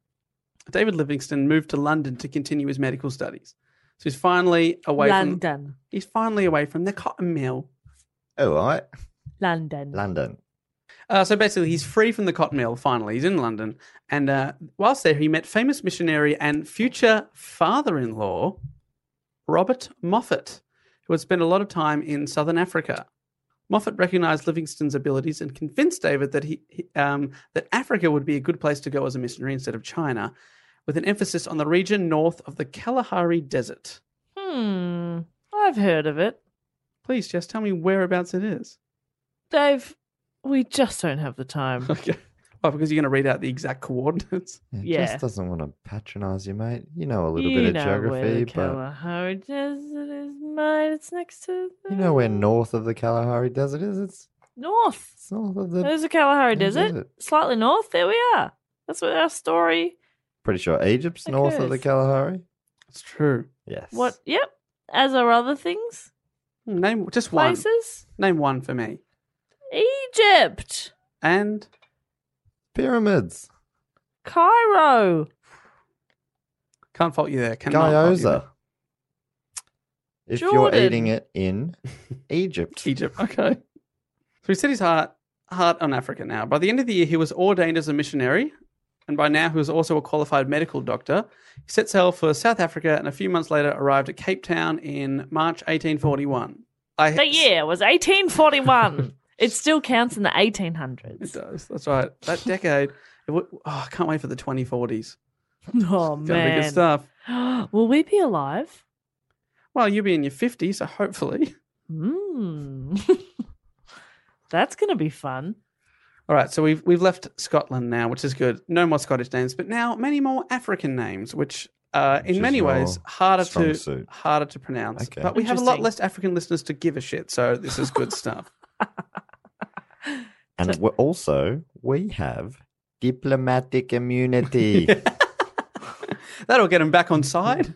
Speaker 6: David Livingstone moved to London to continue his medical studies. So he's finally away from
Speaker 7: London.
Speaker 6: he's finally away from the cotton mill.
Speaker 1: All right.
Speaker 7: London.
Speaker 1: London.
Speaker 6: Uh, so basically, he's free from the cotton mill. Finally, he's in London, and uh, whilst there, he met famous missionary and future father-in-law Robert Moffat, who had spent a lot of time in southern Africa. Moffat recognized Livingstone's abilities and convinced David that he, he- um, that Africa would be a good place to go as a missionary instead of China, with an emphasis on the region north of the Kalahari Desert.
Speaker 7: Hmm. I've heard of it.
Speaker 6: Please, just tell me whereabouts it is.
Speaker 7: Dave, we just don't have the time.
Speaker 6: Okay. Oh, because you're going to read out the exact coordinates.
Speaker 1: It
Speaker 7: Yeah.
Speaker 1: just doesn't want to patronise you, mate. You know a little
Speaker 7: you
Speaker 1: bit of
Speaker 7: know where
Speaker 1: geography,
Speaker 7: the
Speaker 1: but
Speaker 7: Kalahari Desert is, mate. It's next to
Speaker 1: you know where
Speaker 7: the-
Speaker 1: north of the Kalahari Desert is? It's,
Speaker 7: north.
Speaker 1: it's north of the.
Speaker 7: There's a Kalahari
Speaker 1: There's
Speaker 7: Desert,
Speaker 1: it.
Speaker 7: slightly north. There we are. That's what our story.
Speaker 1: Pretty sure Egypt's north of the
Speaker 7: Occurs.
Speaker 1: Kalahari.
Speaker 6: It's true.
Speaker 1: Yes.
Speaker 7: What? Yep. As are other things,
Speaker 6: Hmm, Name just one.
Speaker 7: places.
Speaker 6: Name one for me.
Speaker 7: Egypt,
Speaker 6: And
Speaker 1: Pyramids.
Speaker 7: Cairo.
Speaker 6: can't fault you there. Cannot fault you
Speaker 1: Gyoza. If you're
Speaker 7: Jordan.
Speaker 1: eating it in Egypt.
Speaker 6: there. Egypt. Okay. So he set his heart heart on Africa now. By the end of the year, he was ordained as a missionary and by now he was also a qualified medical doctor. He set sail for South Africa and a few months later arrived at Cape Town in March 1841. I,
Speaker 7: The year was 1841. it still counts in the 1800s.
Speaker 6: It does. That's right. That decade. It would, oh, I can't wait for the 2040s.
Speaker 7: Oh
Speaker 6: It's going to be good
Speaker 7: man.
Speaker 6: stuff.
Speaker 7: Will we be alive?
Speaker 6: Well, you'll be in your 50s, so hopefully.
Speaker 7: Hmm. That's gonna be fun.
Speaker 6: All right, so we've we've left Scotland now, which is good. No more Scottish names, but now many more African names, which uh, in
Speaker 1: is
Speaker 6: many
Speaker 1: your
Speaker 6: ways harder
Speaker 1: strong
Speaker 6: to
Speaker 1: suit.
Speaker 6: harder to pronounce.
Speaker 1: Okay.
Speaker 6: But we have a lot
Speaker 7: Interesting.
Speaker 6: less African listeners to give a shit, so this is good stuff.
Speaker 1: And we're also, we have diplomatic immunity.
Speaker 6: That'll get him back on side.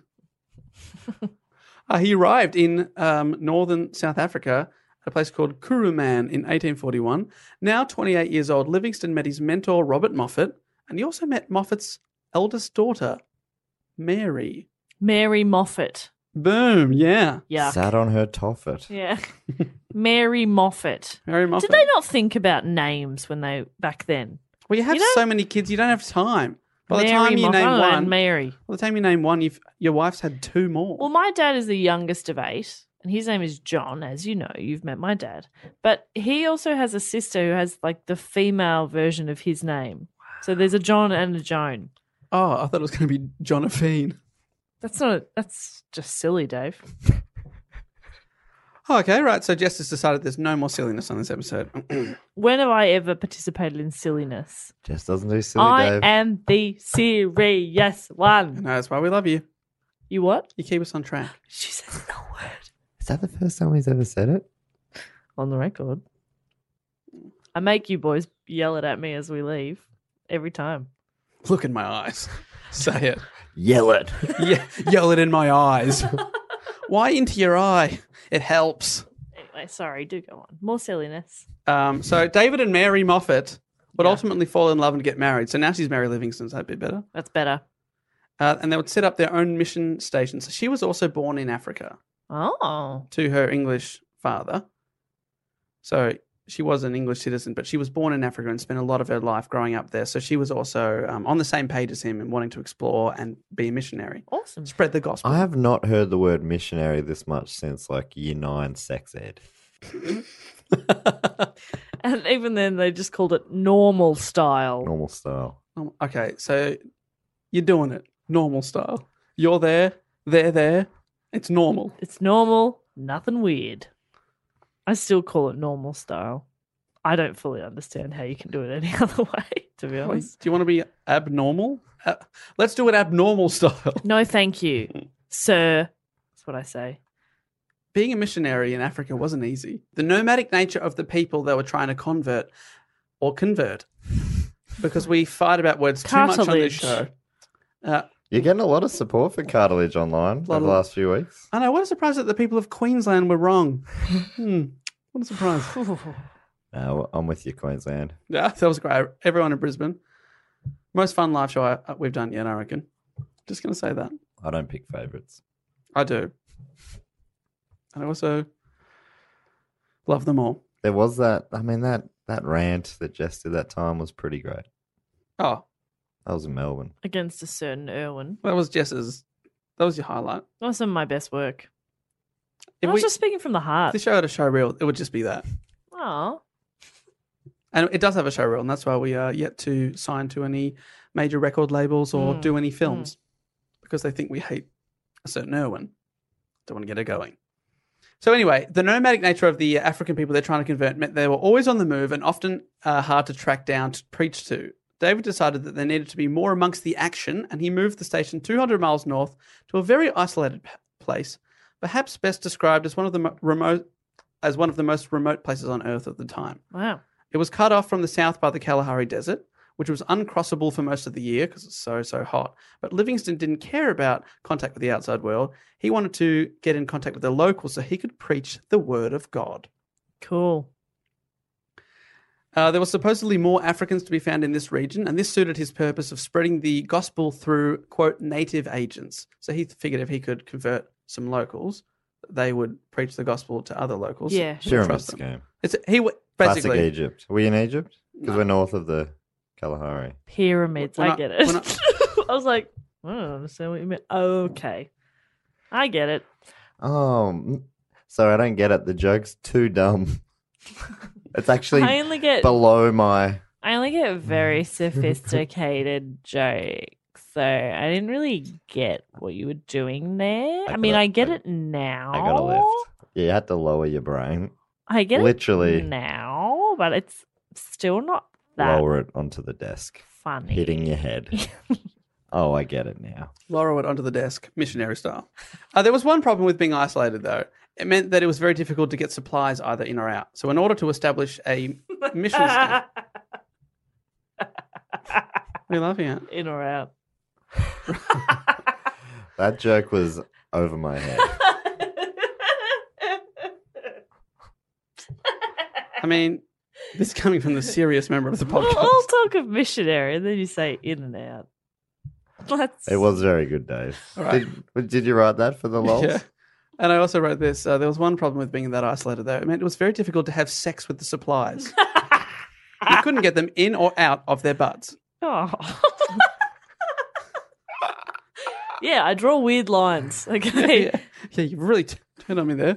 Speaker 6: uh, he arrived in um, northern South Africa at a place called Kuruman in 1841. Now 28 years old, Livingston met his mentor, Robert Moffat, and he also met Moffat's eldest daughter, Mary.
Speaker 7: Mary Moffat.
Speaker 6: Boom, yeah.
Speaker 7: Yeah.
Speaker 1: Sat on her toffet.
Speaker 7: Yeah. Mary Moffat.
Speaker 6: Mary Moffat.
Speaker 7: Did they not think about names when they back then?
Speaker 6: Well, you have
Speaker 7: you know-
Speaker 6: so many kids, you don't have time. By the
Speaker 7: Mary
Speaker 6: time you
Speaker 7: Moffat
Speaker 6: name
Speaker 7: Oh, and
Speaker 6: one,
Speaker 7: Mary.
Speaker 6: by the time you name one, you've, your wife's had two more.
Speaker 7: Well, my dad is the youngest of eight, and his name is John, as you know. You've met my dad. But he also has a sister who has like the female version of his name. So there's a John and a Joan.
Speaker 6: oh, I thought it was going to be Jonaphine.
Speaker 7: That's not, that's just silly, Dave.
Speaker 6: Oh, okay, right. So Jess has decided there's no more silliness on this episode.
Speaker 7: When have I ever participated in silliness?
Speaker 1: Just doesn't do silly,
Speaker 7: I
Speaker 1: Dave.
Speaker 7: am the serious one.
Speaker 6: No, that's why we love you.
Speaker 7: You what?
Speaker 6: You keep us on track.
Speaker 7: She says no word
Speaker 1: Is that the first time he's ever said it?
Speaker 7: on the record. I make you boys yell it at me as we leave every time.
Speaker 6: Look in my eyes. Say it.
Speaker 1: Yell it.
Speaker 6: Ye- yell it in my eyes. Why into your eye? It helps.
Speaker 7: Anyway, sorry, do go on. More silliness.
Speaker 6: Um, so David and Mary Moffat would
Speaker 7: Yeah.
Speaker 6: ultimately fall in love and get married. So now she's Mary Livingston, so that'd be better.
Speaker 7: That's better.
Speaker 6: Uh, and they would set up their own mission station. So she was also born in Africa
Speaker 7: Oh,
Speaker 6: to her English father. So she was an English citizen, but she was born in Africa and spent a lot of her life growing up there. So she was also um, on the same page as him and wanting to explore and be a missionary.
Speaker 7: awesome.
Speaker 6: Spread the gospel.
Speaker 1: I have not heard the word missionary this much since like year nine sex ed.
Speaker 7: And even then, they just called it normal style.
Speaker 1: Normal style.
Speaker 6: Um, okay, so you're doing it normal style. You're there, they're there. It's normal.
Speaker 7: It's normal, nothing weird. I still call it normal style. I don't fully understand how you can do it any other way, to be
Speaker 6: Wait,
Speaker 7: honest.
Speaker 6: do you want to be abnormal? Uh, let's do it abnormal style.
Speaker 7: No, thank you, sir. That's what I say.
Speaker 6: Being a missionary in Africa wasn't easy. The nomadic nature of the people they were trying to convert or convert, because we fight about words too much on this
Speaker 7: Cartilage.
Speaker 6: show. Uh,
Speaker 1: You're getting a lot of support for cartilage online
Speaker 6: Lot
Speaker 1: over
Speaker 6: of-
Speaker 1: the last few weeks.
Speaker 6: I know. What a surprise that the people of Queensland were wrong. hmm, what a surprise.
Speaker 1: No, I'm with you, Queensland.
Speaker 6: Yeah, that was great. Everyone in Brisbane. Most fun live show I, uh, we've done yet, I reckon. Just going to say that.
Speaker 1: I don't pick favourites.
Speaker 6: I do. And I also love them all.
Speaker 1: There was that. I mean that that rant that Jess did that time was pretty great.
Speaker 6: Oh,
Speaker 1: That was in Melbourne.
Speaker 7: Against a certain Irwin.
Speaker 6: that was Jess's. That was your highlight.
Speaker 7: That was some of my best work.
Speaker 6: If
Speaker 7: I was
Speaker 6: we,
Speaker 7: just speaking from the
Speaker 6: if
Speaker 7: heart.
Speaker 6: the show had a show reel, it would just be that.
Speaker 7: Oh,
Speaker 6: And it does have a show reel, and that's why we are yet to sign to any major record labels or
Speaker 7: Mm,
Speaker 6: do any films because they think we hate a certain Irwin. Don't want to get her going. So, anyway, the nomadic nature of the African people they're trying to convert meant they were always on the move and often uh, hard to track down to preach to. David decided that there needed to be more amongst the action, and he moved the station 200 miles north to a very isolated p- place, perhaps best described as one of the mo- remote, as one of the most remote places on Earth at the time.
Speaker 7: wow.
Speaker 6: It was cut off from the south by the Kalahari Desert, which was uncrossable for most of the year because it's so, so hot. But Livingston didn't care about contact with the outside world. He wanted to get in contact with the locals so he could preach the word of God.
Speaker 7: Cool.
Speaker 6: Uh, there were supposedly more Africans to be found in this region, and this suited his purpose of spreading the gospel through, quote, native agents. So he figured if he could convert some locals, they would preach the gospel to other locals.
Speaker 7: Yeah.
Speaker 6: and
Speaker 1: Pyramid
Speaker 6: trust them.
Speaker 1: scheme.
Speaker 6: It's, he w-
Speaker 1: Classic
Speaker 6: basically
Speaker 1: Egypt. Are we in Egypt? Because
Speaker 6: No.
Speaker 1: we're north of the Kalahari.
Speaker 7: Pyramids.
Speaker 6: When
Speaker 7: I
Speaker 6: I-
Speaker 7: get
Speaker 6: when
Speaker 7: it. I was like, "Hmm, I don't understand what you mean. Okay. I get it.
Speaker 1: Oh, m- sorry, I don't get it. The joke's too dumb. it's actually
Speaker 7: I only get
Speaker 1: below my.
Speaker 7: I only get very sophisticated jokes. So I didn't really get what you were doing there.
Speaker 1: I
Speaker 7: I, mean,
Speaker 1: got-
Speaker 7: I get
Speaker 1: I-
Speaker 7: it now.
Speaker 1: I got a lift. Yeah, you had to lower your brain.
Speaker 7: I get
Speaker 1: Literally.
Speaker 7: it now, but it's still not that
Speaker 1: Lower it onto the desk,
Speaker 7: funny.
Speaker 1: hitting your head. oh, I get it now.
Speaker 6: Laura went onto the desk, missionary style. Uh, there was one problem with being isolated, though. It meant that it was very difficult to get supplies either in or out. So, in order to establish a mission, sta- we laughing at.
Speaker 7: In or out.
Speaker 1: That joke was over my head.
Speaker 6: I mean, this is coming from the serious member of the
Speaker 7: We'll
Speaker 6: podcast.
Speaker 7: all talk of missionary, and then you say in and out. That's
Speaker 1: It was very good, Dave.
Speaker 6: All right.
Speaker 1: Did, did you write that for the lols?
Speaker 6: Yeah. And I also wrote this. Uh, there was one problem with being that isolated, though. It meant it was very difficult to have sex with the supplies. you couldn't get them in or out of their butts.
Speaker 7: Oh. yeah, I draw weird lines. Okay.
Speaker 6: yeah. yeah, you really t- turned on me there.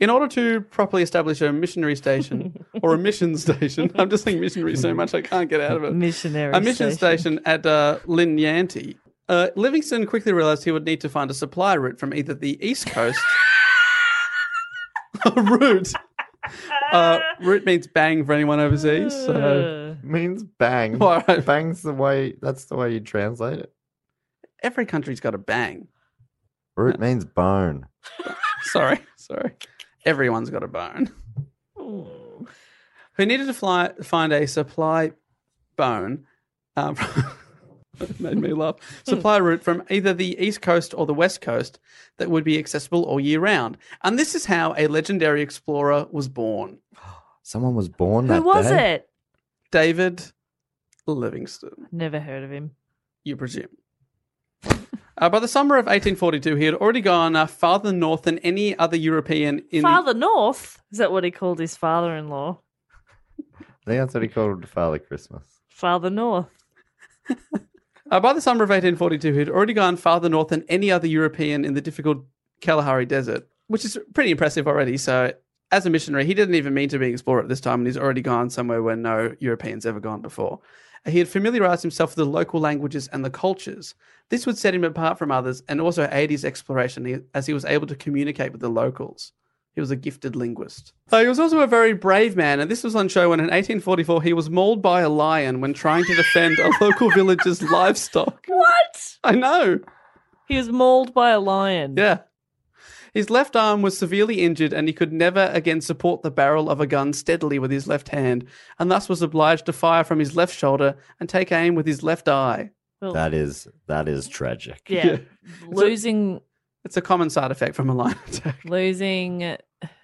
Speaker 6: In order to properly establish a missionary station or a mission station, I'm just saying missionary so much I can't get out of it.
Speaker 7: Missionary.
Speaker 6: a mission station, at uh, Lin Yanti. Uh, Livingston quickly realized he would need to find a supply route from either the east coast. a route. Uh, route means bang for anyone overseas. So
Speaker 7: Uh,
Speaker 1: Means bang.
Speaker 6: All right.
Speaker 1: Bang's the way. That's the way you translate it.
Speaker 6: every country's got a bang.
Speaker 1: Root means bone.
Speaker 6: Sorry, sorry. Everyone's got a bone.
Speaker 7: Ooh.
Speaker 6: Who needed to fly, find a supply bone. Um, that made me laugh. Supply route from either the east coast or the west coast that would be accessible all year round. And this is how a legendary explorer was born.
Speaker 1: Someone was born
Speaker 7: Who
Speaker 1: that
Speaker 7: was
Speaker 1: day.
Speaker 7: it?
Speaker 6: David Livingstone,
Speaker 7: Never heard of him.
Speaker 6: you presume. Uh, by the summer of 1842, he had already gone uh, farther north than any other European in
Speaker 7: Father North. Is that what he called his father in law?
Speaker 1: I think that's what he called Father Christmas.
Speaker 7: Father North.
Speaker 6: Uh, by the summer of 1842, he'd already gone farther north than any other European in the difficult Kalahari Desert, which is pretty impressive already. So, as a missionary, he didn't even mean to be an explorer at this time, and he's already gone somewhere where no European's ever gone before. He had familiarized himself with the local languages and the cultures. This would set him apart from others and also aid his exploration he- as he was able to communicate with the locals. He was a gifted linguist. Uh, he was also a very brave man, and this was on show when in 1844 he was mauled by a lion when trying to defend a local village's livestock.
Speaker 7: What?
Speaker 6: I know.
Speaker 7: He was mauled by a lion.
Speaker 6: Yeah. His left arm was severely injured and he could never again support the barrel of a gun steadily with his left hand, and thus was obliged to fire from his left shoulder and take aim with his left eye.
Speaker 7: Well,
Speaker 1: That is that is tragic.
Speaker 7: yeah.
Speaker 6: Yeah.
Speaker 7: Losing
Speaker 6: It's a common side effect from a lion attack.
Speaker 7: losing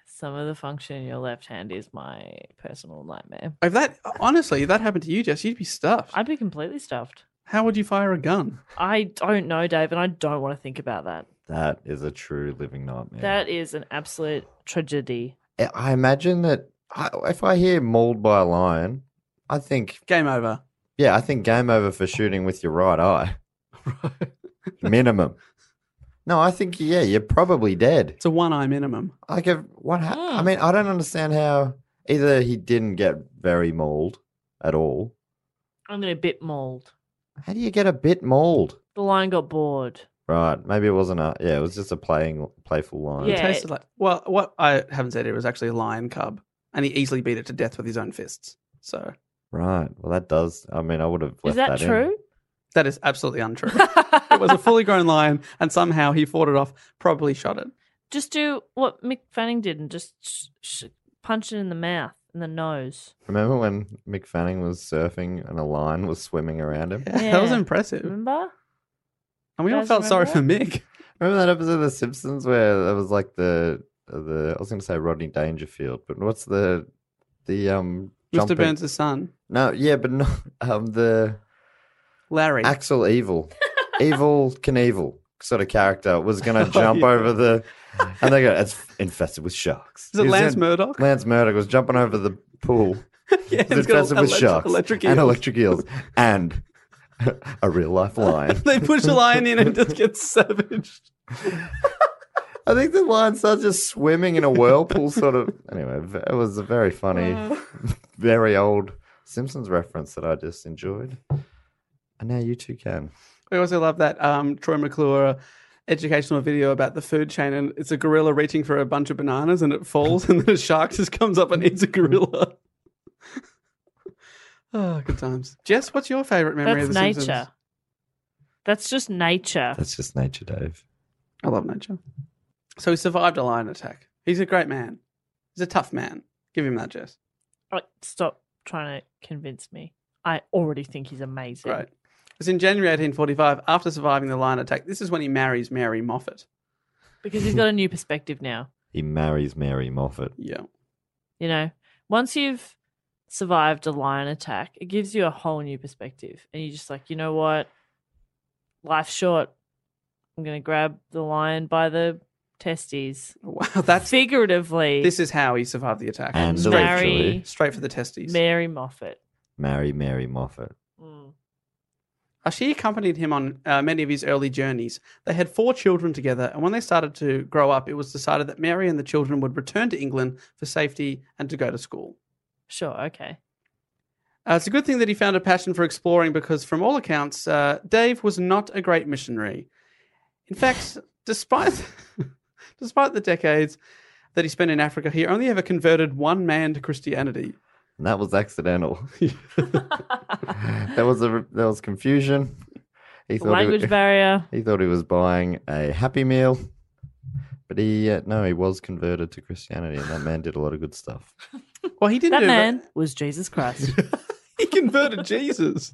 Speaker 7: some of the function in your left hand is my personal nightmare.
Speaker 6: If that honestly, if that happened to you, Jess, you'd be stuffed.
Speaker 7: I'd be completely stuffed.
Speaker 6: How would you fire a gun?
Speaker 7: I don't know, Dave, and I don't want to think about that.
Speaker 1: That is a true living nightmare.
Speaker 7: That is an absolute tragedy.
Speaker 1: I I imagine that I, if I hear mauled by a lion, I think
Speaker 6: Game over.
Speaker 1: yeah, I think game over for shooting with your right eye. Minimum. No, I think yeah, you're probably dead.
Speaker 6: It's a one eye minimum.
Speaker 1: Like if what ha- I
Speaker 7: Mm.
Speaker 1: mean, I don't understand how either he didn't get very mauled at all.
Speaker 7: I'm going to bit mauled.
Speaker 1: How do you get a bit mauled?
Speaker 7: The lion got bored.
Speaker 1: Right, maybe it wasn't a yeah, it was just a playing playful line.
Speaker 7: Yeah.
Speaker 6: It tasted like well, what I haven't said here was actually a lion cub, and he easily beat it to death with his own fists. So
Speaker 1: Right. Well, that does. I mean, I would have. Left
Speaker 7: is that,
Speaker 1: in.
Speaker 7: true?
Speaker 6: that is absolutely untrue. it was a fully grown lion, and somehow he fought it off. Probably shot it.
Speaker 7: Just do what Mick Fanning did and just sh- sh- punch it in the mouth and the nose.
Speaker 1: Remember when Mick Fanning was surfing and a lion was swimming around him?
Speaker 6: That was
Speaker 7: Yeah. Mm-hmm.
Speaker 6: impressive, and
Speaker 7: Remember?
Speaker 6: we all
Speaker 7: Guys,
Speaker 6: felt sorry for
Speaker 7: remember
Speaker 6: Mick.
Speaker 1: Remember that episode of The Simpsons where there was like the the I was going to say Rodney Dangerfield, but what's the the um
Speaker 6: Mr.
Speaker 1: jumping-
Speaker 6: Burns' son,
Speaker 1: No, yeah, but no, um the
Speaker 6: Larry.
Speaker 1: Axel Evil, Evil Knievel sort of character was going to
Speaker 6: Oh,
Speaker 1: jump
Speaker 6: yeah.
Speaker 1: over the, and they go, it's infested with sharks.
Speaker 6: is it
Speaker 1: He was
Speaker 6: Lance
Speaker 1: in-
Speaker 6: Murdoch?
Speaker 1: Lance Murdoch was jumping over the pool
Speaker 6: yeah,
Speaker 1: It's
Speaker 6: got
Speaker 1: infested with
Speaker 6: elec-
Speaker 1: sharks
Speaker 6: Electric
Speaker 1: and
Speaker 6: eels.
Speaker 1: electric eels and a real life lion.
Speaker 6: they push a lion in and it just gets savaged.
Speaker 1: I think the lion starts just swimming in a whirlpool, sort of. Anyway, v- it was a very funny,
Speaker 7: Mm.
Speaker 1: very old Simpsons reference that I just enjoyed. And now you two can.
Speaker 6: We also love that um, Troy McClure educational video about the food chain, and it's a gorilla reaching for a bunch of bananas, and it falls, and then a shark just comes up and eats a gorilla. oh, good times. Jess, what's your favorite memory
Speaker 7: That's
Speaker 6: of the
Speaker 7: nature.
Speaker 6: Simpsons?
Speaker 7: That's just nature.
Speaker 1: That's just nature, Dave.
Speaker 6: I love nature. So he survived a lion attack. He's a great man. He's a tough man. Give him that, Jess.
Speaker 7: Oh, stop trying to convince me. I already think he's amazing.
Speaker 6: Right. It's in January 1845, after surviving the lion attack. This is when he marries Mary Moffat.
Speaker 7: Because he's got a new perspective now.
Speaker 1: He marries Mary Moffat.
Speaker 6: Yeah.
Speaker 7: You know, once you've survived a lion attack, it gives you a whole new perspective. And you're just like, you know what? Life's short. I'm going to grab the lion by the testes.
Speaker 6: Wow, that's
Speaker 7: Figuratively,
Speaker 6: this is how he survived the attack.
Speaker 1: And
Speaker 7: Mary-
Speaker 1: literally,
Speaker 6: Straight for the testes.
Speaker 7: Mary Moffat.
Speaker 1: marry Mary Moffat.
Speaker 7: Mm.
Speaker 6: Uh, She accompanied him on uh, many of his early journeys. They had four children together, and when they started to grow up, it was decided that Mary and the children would return to England for safety and to go to school.
Speaker 7: Sure, okay.
Speaker 6: Uh, it's a good thing that he found a passion for exploring because, from all accounts, uh, Dave was not a great missionary. In fact, despite despite the decades that he spent in Africa, he only ever converted one man to Christianity.
Speaker 1: And that was accidental. there was a there was confusion. He thought he,
Speaker 7: Language barrier.
Speaker 1: he thought he was buying a Happy Meal, but he uh, no, he was converted to Christianity, and that man did a lot of good stuff.
Speaker 6: Well, he didn't.
Speaker 7: That
Speaker 6: do
Speaker 7: man was Jesus Christ.
Speaker 6: he converted Jesus.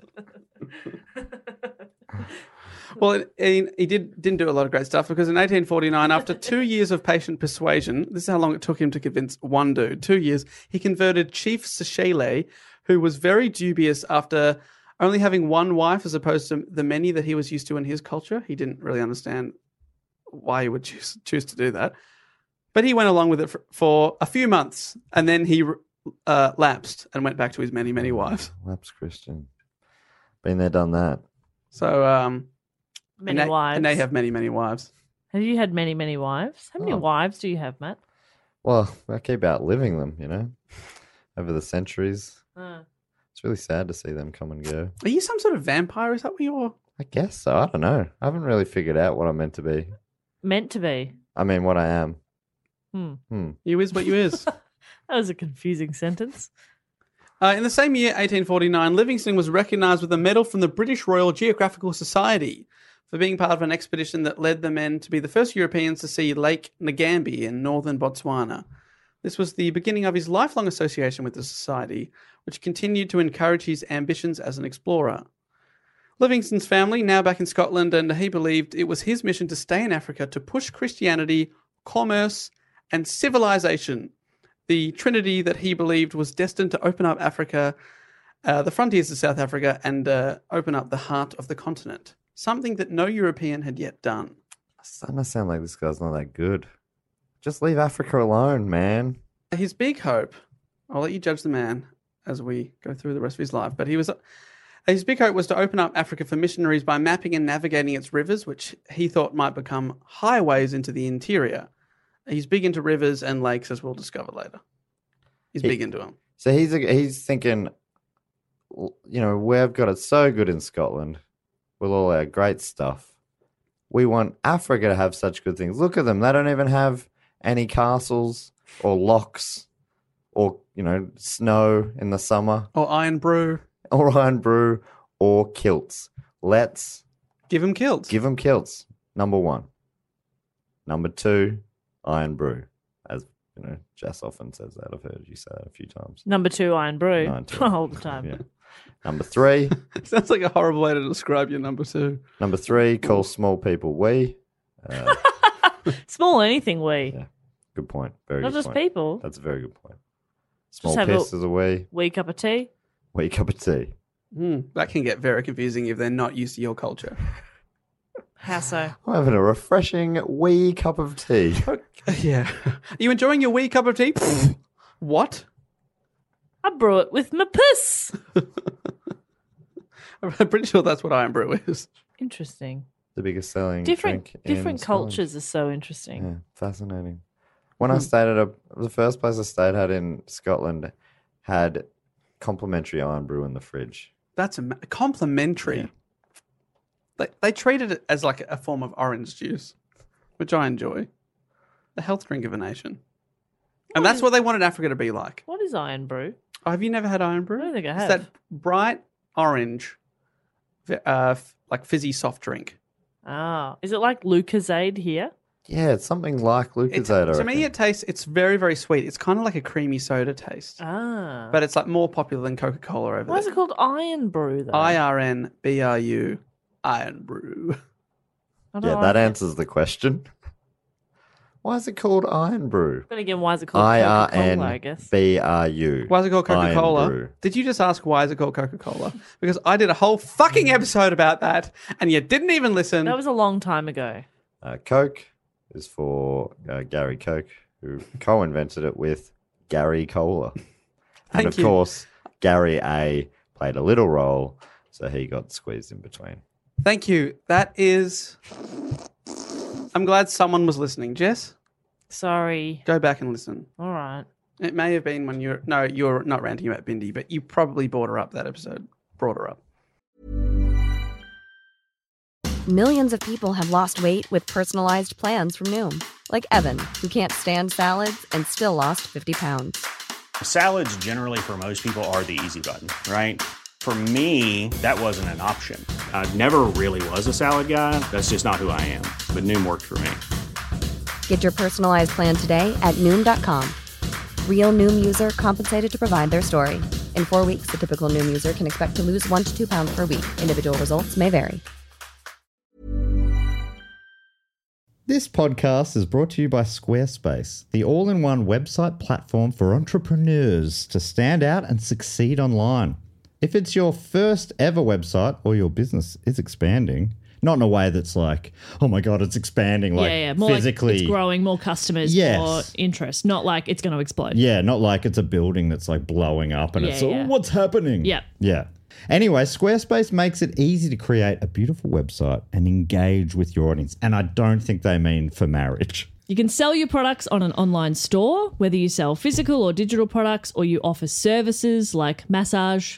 Speaker 6: well, it, it- he did didn't do a lot of great stuff because in 1849, after two years of patient persuasion, this is how long it took him to convince one dude. Two years, he converted Chief Sechele, who was very dubious after only having one wife as opposed to the many that he was used to in his culture. He didn't really understand why he would choose choose to do that. But he went along with it for, for a few months, and then he uh, lapsed and went back to his many many wives.
Speaker 1: Lapsed Christian, been there, done that.
Speaker 6: So um,
Speaker 7: Many
Speaker 6: and they,
Speaker 7: wives.
Speaker 6: and they have many many wives.
Speaker 7: Have you had many, many wives? How many
Speaker 1: Oh.
Speaker 7: wives do you have, Matt?
Speaker 1: Well, I keep outliving them, you know, over the centuries. It's really sad to see them come and go.
Speaker 6: Are you some sort of vampire? Is that what you're?
Speaker 1: I guess so. I don't know. I haven't really figured out what I'm meant to be.
Speaker 7: Meant to be.
Speaker 1: I mean, what I am.
Speaker 7: Hmm.
Speaker 1: Hmm.
Speaker 6: You is what you is.
Speaker 7: That was a confusing sentence.
Speaker 6: uh, in the same year, 1849, Livingston was recognised with a medal from the British Royal Geographical Society for being part of an expedition that led the men to be the first Europeans to see Lake Ngambi in northern Botswana. This was the beginning of his lifelong association with the society, which continued to encourage his ambitions as an explorer. Livingston's family, now back in Scotland, and he believed it was his mission to stay in Africa to push Christianity, commerce, and civilization, the trinity that he believed was destined to open up Africa, uh, the frontiers of South Africa, and uh, open up the heart of the continent, something that no European had yet done.
Speaker 1: Starting to sound like this guy's not that good. Just leave Africa alone, man.
Speaker 6: his big hope i'll let you judge the man as we go through the rest of his life but he was uh, his big hope was to open up africa for missionaries by mapping and navigating its rivers which he thought might become highways into the interior he's big into rivers and lakes as we'll discover later he's
Speaker 1: He-
Speaker 6: big into them
Speaker 1: So he's he's thinking, "Well, you know, we've got it so good in Scotland with all our great stuff. We want Africa to have such good things. Look at them; they don't even have any castles or locks or you know snow in the summer
Speaker 6: or iron brew
Speaker 1: or iron brew or kilts. Let's
Speaker 6: give him kilts
Speaker 1: give them kilts. Number one. Number two, iron brew, as you know, Jess often says that. I've heard you say that a few times.
Speaker 7: Number two, Iron Brew.
Speaker 1: Nine to-
Speaker 7: All the time.
Speaker 1: Yeah. Number three,
Speaker 6: sounds like a horrible way to describe your number two
Speaker 1: number three, call small people we. Uh,
Speaker 7: Small anything, we.
Speaker 1: Yeah, good point. Very
Speaker 7: Not
Speaker 1: good
Speaker 7: just
Speaker 1: point.
Speaker 7: people.
Speaker 1: That's a very good point. Small
Speaker 7: have a-
Speaker 1: piss is a wee.
Speaker 7: Wee cup of tea.
Speaker 1: Wee cup of tea.
Speaker 6: Hmm, that can get very confusing if they're not used to your culture
Speaker 7: How so?
Speaker 1: I'm having a refreshing wee cup of tea.
Speaker 6: yeah are you enjoying your wee cup of tea what
Speaker 5: I brew it with my piss.
Speaker 6: I'm pretty sure that's what iron brew is.
Speaker 5: Interesting.
Speaker 4: The biggest selling
Speaker 5: Different
Speaker 4: drink in
Speaker 5: different
Speaker 4: Scotland.
Speaker 5: cultures are so interesting.
Speaker 4: Yeah, fascinating. When I
Speaker 7: Hmm.
Speaker 4: stayed at a, the first place I stayed at in Scotland had complimentary iron brew in the fridge.
Speaker 6: That's a complimentary. They, they treated it as like a form of orange juice, which I enjoy. The health drink of a nation. And that's what they wanted Africa to be like.
Speaker 5: What is iron brew?
Speaker 6: Oh, have you never had iron brew?
Speaker 5: I don't think I
Speaker 6: It's
Speaker 5: have.
Speaker 6: that bright orange, fi- uh, f- like fizzy soft drink.
Speaker 5: Ah, is it like Lucasade here?
Speaker 4: Yeah, it's something like
Speaker 6: It,
Speaker 4: Lucas.
Speaker 6: to me, it tastes. It's very, very sweet. It's kind of like a creamy soda taste,
Speaker 5: Ah,
Speaker 6: but it's like more popular than Coca Cola over
Speaker 5: why is
Speaker 6: there.
Speaker 5: it called iron brew though?
Speaker 6: I R N B R U, iron brew.
Speaker 5: I don't
Speaker 4: yeah,
Speaker 5: like
Speaker 4: that
Speaker 5: it.
Speaker 4: answers the question. Why is it called iron brew?
Speaker 5: But again, why is it called
Speaker 4: I R
Speaker 5: Coca-Cola, I
Speaker 4: N
Speaker 5: guess.
Speaker 4: B R U.
Speaker 6: Why is it called Coca
Speaker 4: Iron
Speaker 6: Cola?
Speaker 4: brew.
Speaker 6: Did you just ask why is it called Coca Cola? Because I did a whole
Speaker 4: Mm.
Speaker 6: fucking episode about that, and you didn't even listen.
Speaker 5: That was a long time ago.
Speaker 4: Uh, Coke is for uh, Gary Coke, who co-invented it with Gary Cola, and
Speaker 6: Thank
Speaker 4: of
Speaker 6: you.
Speaker 4: course Gary A played a little role, so he got squeezed in between.
Speaker 6: Thank you. That is. I'm glad someone was listening. Jess,
Speaker 5: Sorry.
Speaker 6: go back and listen.
Speaker 5: All right.
Speaker 6: It may have been when you're no, you're not ranting about Bindi, but you probably brought her up that episode. Brought her up.
Speaker 3: Millions of people have lost weight with personalized plans from Noom, like Evan, who can't stand salads and still lost 50 pounds.
Speaker 9: Salads, generally, for most people, are the easy button, right? For me, that wasn't an option. I never really was a salad guy. That's just not who I am. But Noom worked for me.
Speaker 3: Get your personalized plan today at Noom.com. Real Noom user compensated to provide their story. In four weeks, the typical Noom user can expect to lose one to two pounds per week. Individual results may vary.
Speaker 1: This podcast is brought to you by Squarespace, the all in one website platform for entrepreneurs to stand out and succeed online. If it's your first ever website or your business is expanding, not in a way that's like, oh my God, it's expanding, like
Speaker 7: yeah, yeah. More
Speaker 1: physically.
Speaker 7: like it's growing, more customers,
Speaker 1: Yes.
Speaker 7: more interest. Not like it's going to explode.
Speaker 1: Yeah, not like it's a building that's like blowing up and
Speaker 7: Yeah,
Speaker 1: it's, oh,
Speaker 7: yeah.
Speaker 1: what's happening?
Speaker 7: Yep.
Speaker 1: Yeah. Anyway, Squarespace makes it easy to create a beautiful website and engage with your audience. And I don't think they mean for marriage.
Speaker 7: You can sell your products on an online store, whether you sell physical or digital products, or you offer services like massage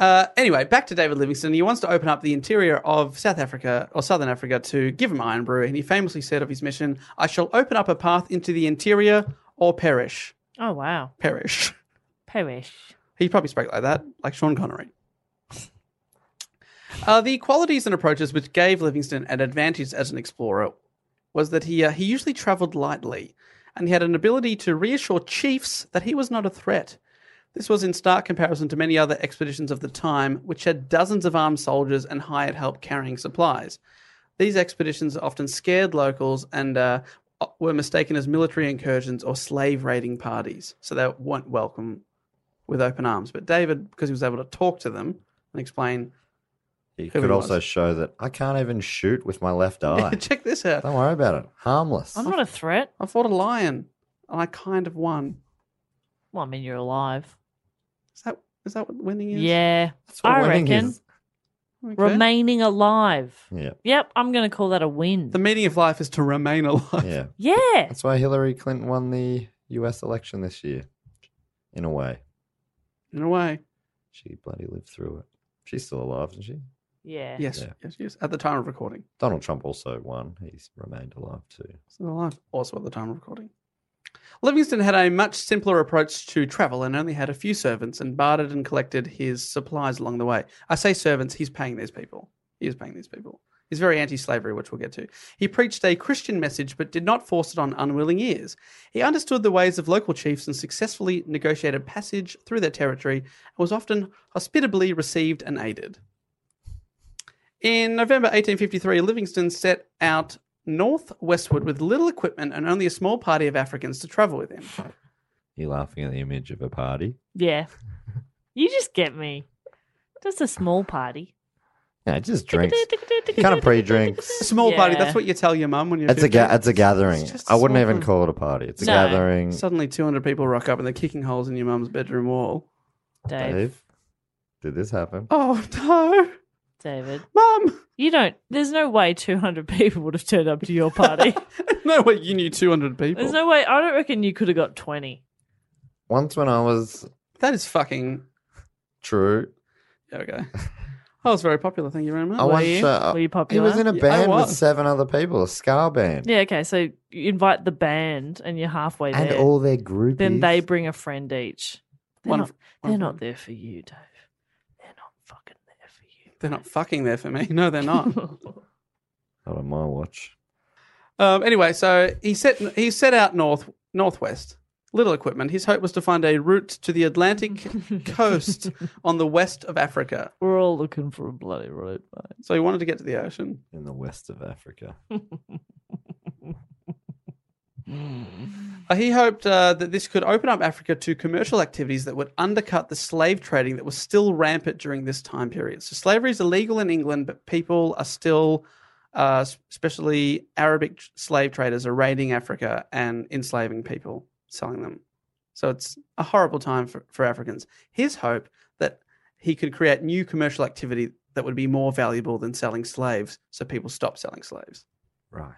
Speaker 6: Uh, anyway, back to David Livingston. He wants to open up the interior of South Africa or Southern Africa to give him iron brew, and he famously said of his mission, "I shall open up a path into the interior or perish."
Speaker 5: Oh wow.
Speaker 6: Perish.
Speaker 5: Perish.
Speaker 6: He probably spoke like that, like Sean Connery. Uh, the qualities and approaches which gave Livingston an advantage as an explorer was that he uh, he usually travelled lightly, and he had an ability to reassure chiefs that he was not a threat. This was in stark comparison to many other expeditions of the time, which had dozens of armed soldiers and hired help carrying supplies. These expeditions often scared locals and uh, were mistaken as military incursions or slave raiding parties, so they weren't welcome with open arms. But David, because he was able to talk to them and explain,
Speaker 4: He
Speaker 6: Who
Speaker 4: could
Speaker 6: it
Speaker 4: also
Speaker 6: was.
Speaker 4: show that I can't even shoot with my left eye.
Speaker 6: check this out.
Speaker 4: Don't worry about it. Harmless.
Speaker 5: I'm not a threat.
Speaker 6: I fought a lion and I kind of won.
Speaker 5: Well, I mean you're alive.
Speaker 6: Is that is that what winning is?
Speaker 5: Yeah.
Speaker 4: That's what
Speaker 5: I
Speaker 4: winning
Speaker 5: reckon
Speaker 4: is.
Speaker 6: Okay.
Speaker 5: remaining alive.
Speaker 4: Yeah,
Speaker 5: Yep, I'm going to call that a win.
Speaker 6: The meaning of life is to remain alive.
Speaker 4: yeah.
Speaker 5: yeah.
Speaker 4: That's why Hillary Clinton won the U.S. election this year.
Speaker 1: in a way.
Speaker 6: In a way.
Speaker 1: She bloody lived through it. She's still alive, isn't she?
Speaker 7: Yeah.
Speaker 6: Yes,
Speaker 1: Yeah.
Speaker 6: yes, yes. At the time of recording.
Speaker 1: Donald Trump also won. He's remained alive too.
Speaker 6: Still alive. Also at the time of recording. Livingston had a much simpler approach to travel and only had a few servants and bartered and collected his supplies along the way. I say servants, he's paying these people. He is paying these people. He's very anti slavery, which we'll get to. He preached a Christian message but did not force it on unwilling ears. He understood the ways of local chiefs and successfully negotiated passage through their territory and was often hospitably received and aided. In November 1853, Livingston set out north westward with little equipment and only a small party of Africans to travel with him.
Speaker 1: You laughing at the image of a party?
Speaker 7: Yeah. You just get me. Just a small party.
Speaker 1: Yeah, just drinks. kind of pre-drinks.
Speaker 6: A small party,
Speaker 7: Yeah.
Speaker 6: that's what you tell your mum when you're
Speaker 1: It's a
Speaker 6: 50.
Speaker 1: ga- it's a gathering.
Speaker 6: just a
Speaker 1: I wouldn't
Speaker 6: small
Speaker 1: even
Speaker 6: party.
Speaker 1: call it a party. It's a
Speaker 7: No.
Speaker 1: gathering.
Speaker 6: Suddenly 200 people rock up and they're kicking holes in your mum's bedroom wall.
Speaker 7: Dave.
Speaker 1: Dave, did this happen?
Speaker 6: Oh, no.
Speaker 7: David.
Speaker 6: Mum!
Speaker 7: You don't there's no way two hundred people would have turned up to your party.
Speaker 6: No way you knew 200 people.
Speaker 7: there's no way I don't reckon you could have got twenty.
Speaker 1: Once when I was
Speaker 6: that is fucking...
Speaker 1: true.
Speaker 6: Okay. I was very popular, thank you very much.
Speaker 1: I
Speaker 7: were
Speaker 1: once
Speaker 7: you?
Speaker 1: uh,
Speaker 7: Were you
Speaker 1: he
Speaker 7: popular?
Speaker 1: was in a
Speaker 6: Yeah, I
Speaker 1: band with
Speaker 6: was.
Speaker 1: seven other people, a ska band,
Speaker 7: Yeah, okay. So you invite the band and you're halfway
Speaker 1: and
Speaker 7: there.
Speaker 1: all their groupies.
Speaker 7: then they bring a friend each. They're,
Speaker 6: One
Speaker 7: not,
Speaker 6: of- one
Speaker 7: they're
Speaker 6: of
Speaker 7: not
Speaker 6: them.
Speaker 7: there for you, Dave. They're not fucking there for you.
Speaker 6: They're not fucking there for me. No, they're not.
Speaker 1: Not on my watch.
Speaker 6: Um, anyway, so he set he set out north northwest. Little equipment. His hope was to find a route to the Atlantic coast on the west of Africa.
Speaker 7: We're all looking for a bloody road, mate.
Speaker 6: So he wanted to get to the ocean.
Speaker 1: in the west of Africa.
Speaker 6: Uh, he hoped uh, that this could open up Africa to commercial activities that would undercut the slave trading that was still rampant during this time period. So slavery is illegal in England, but people are still, uh, s- especially Arabic tr- slave traders, are raiding Africa and enslaving people, selling them. So it's a horrible time for, for Africans. His hope that he could create new commercial activity that would be more valuable than selling slaves, so people stop selling slaves.
Speaker 1: Right.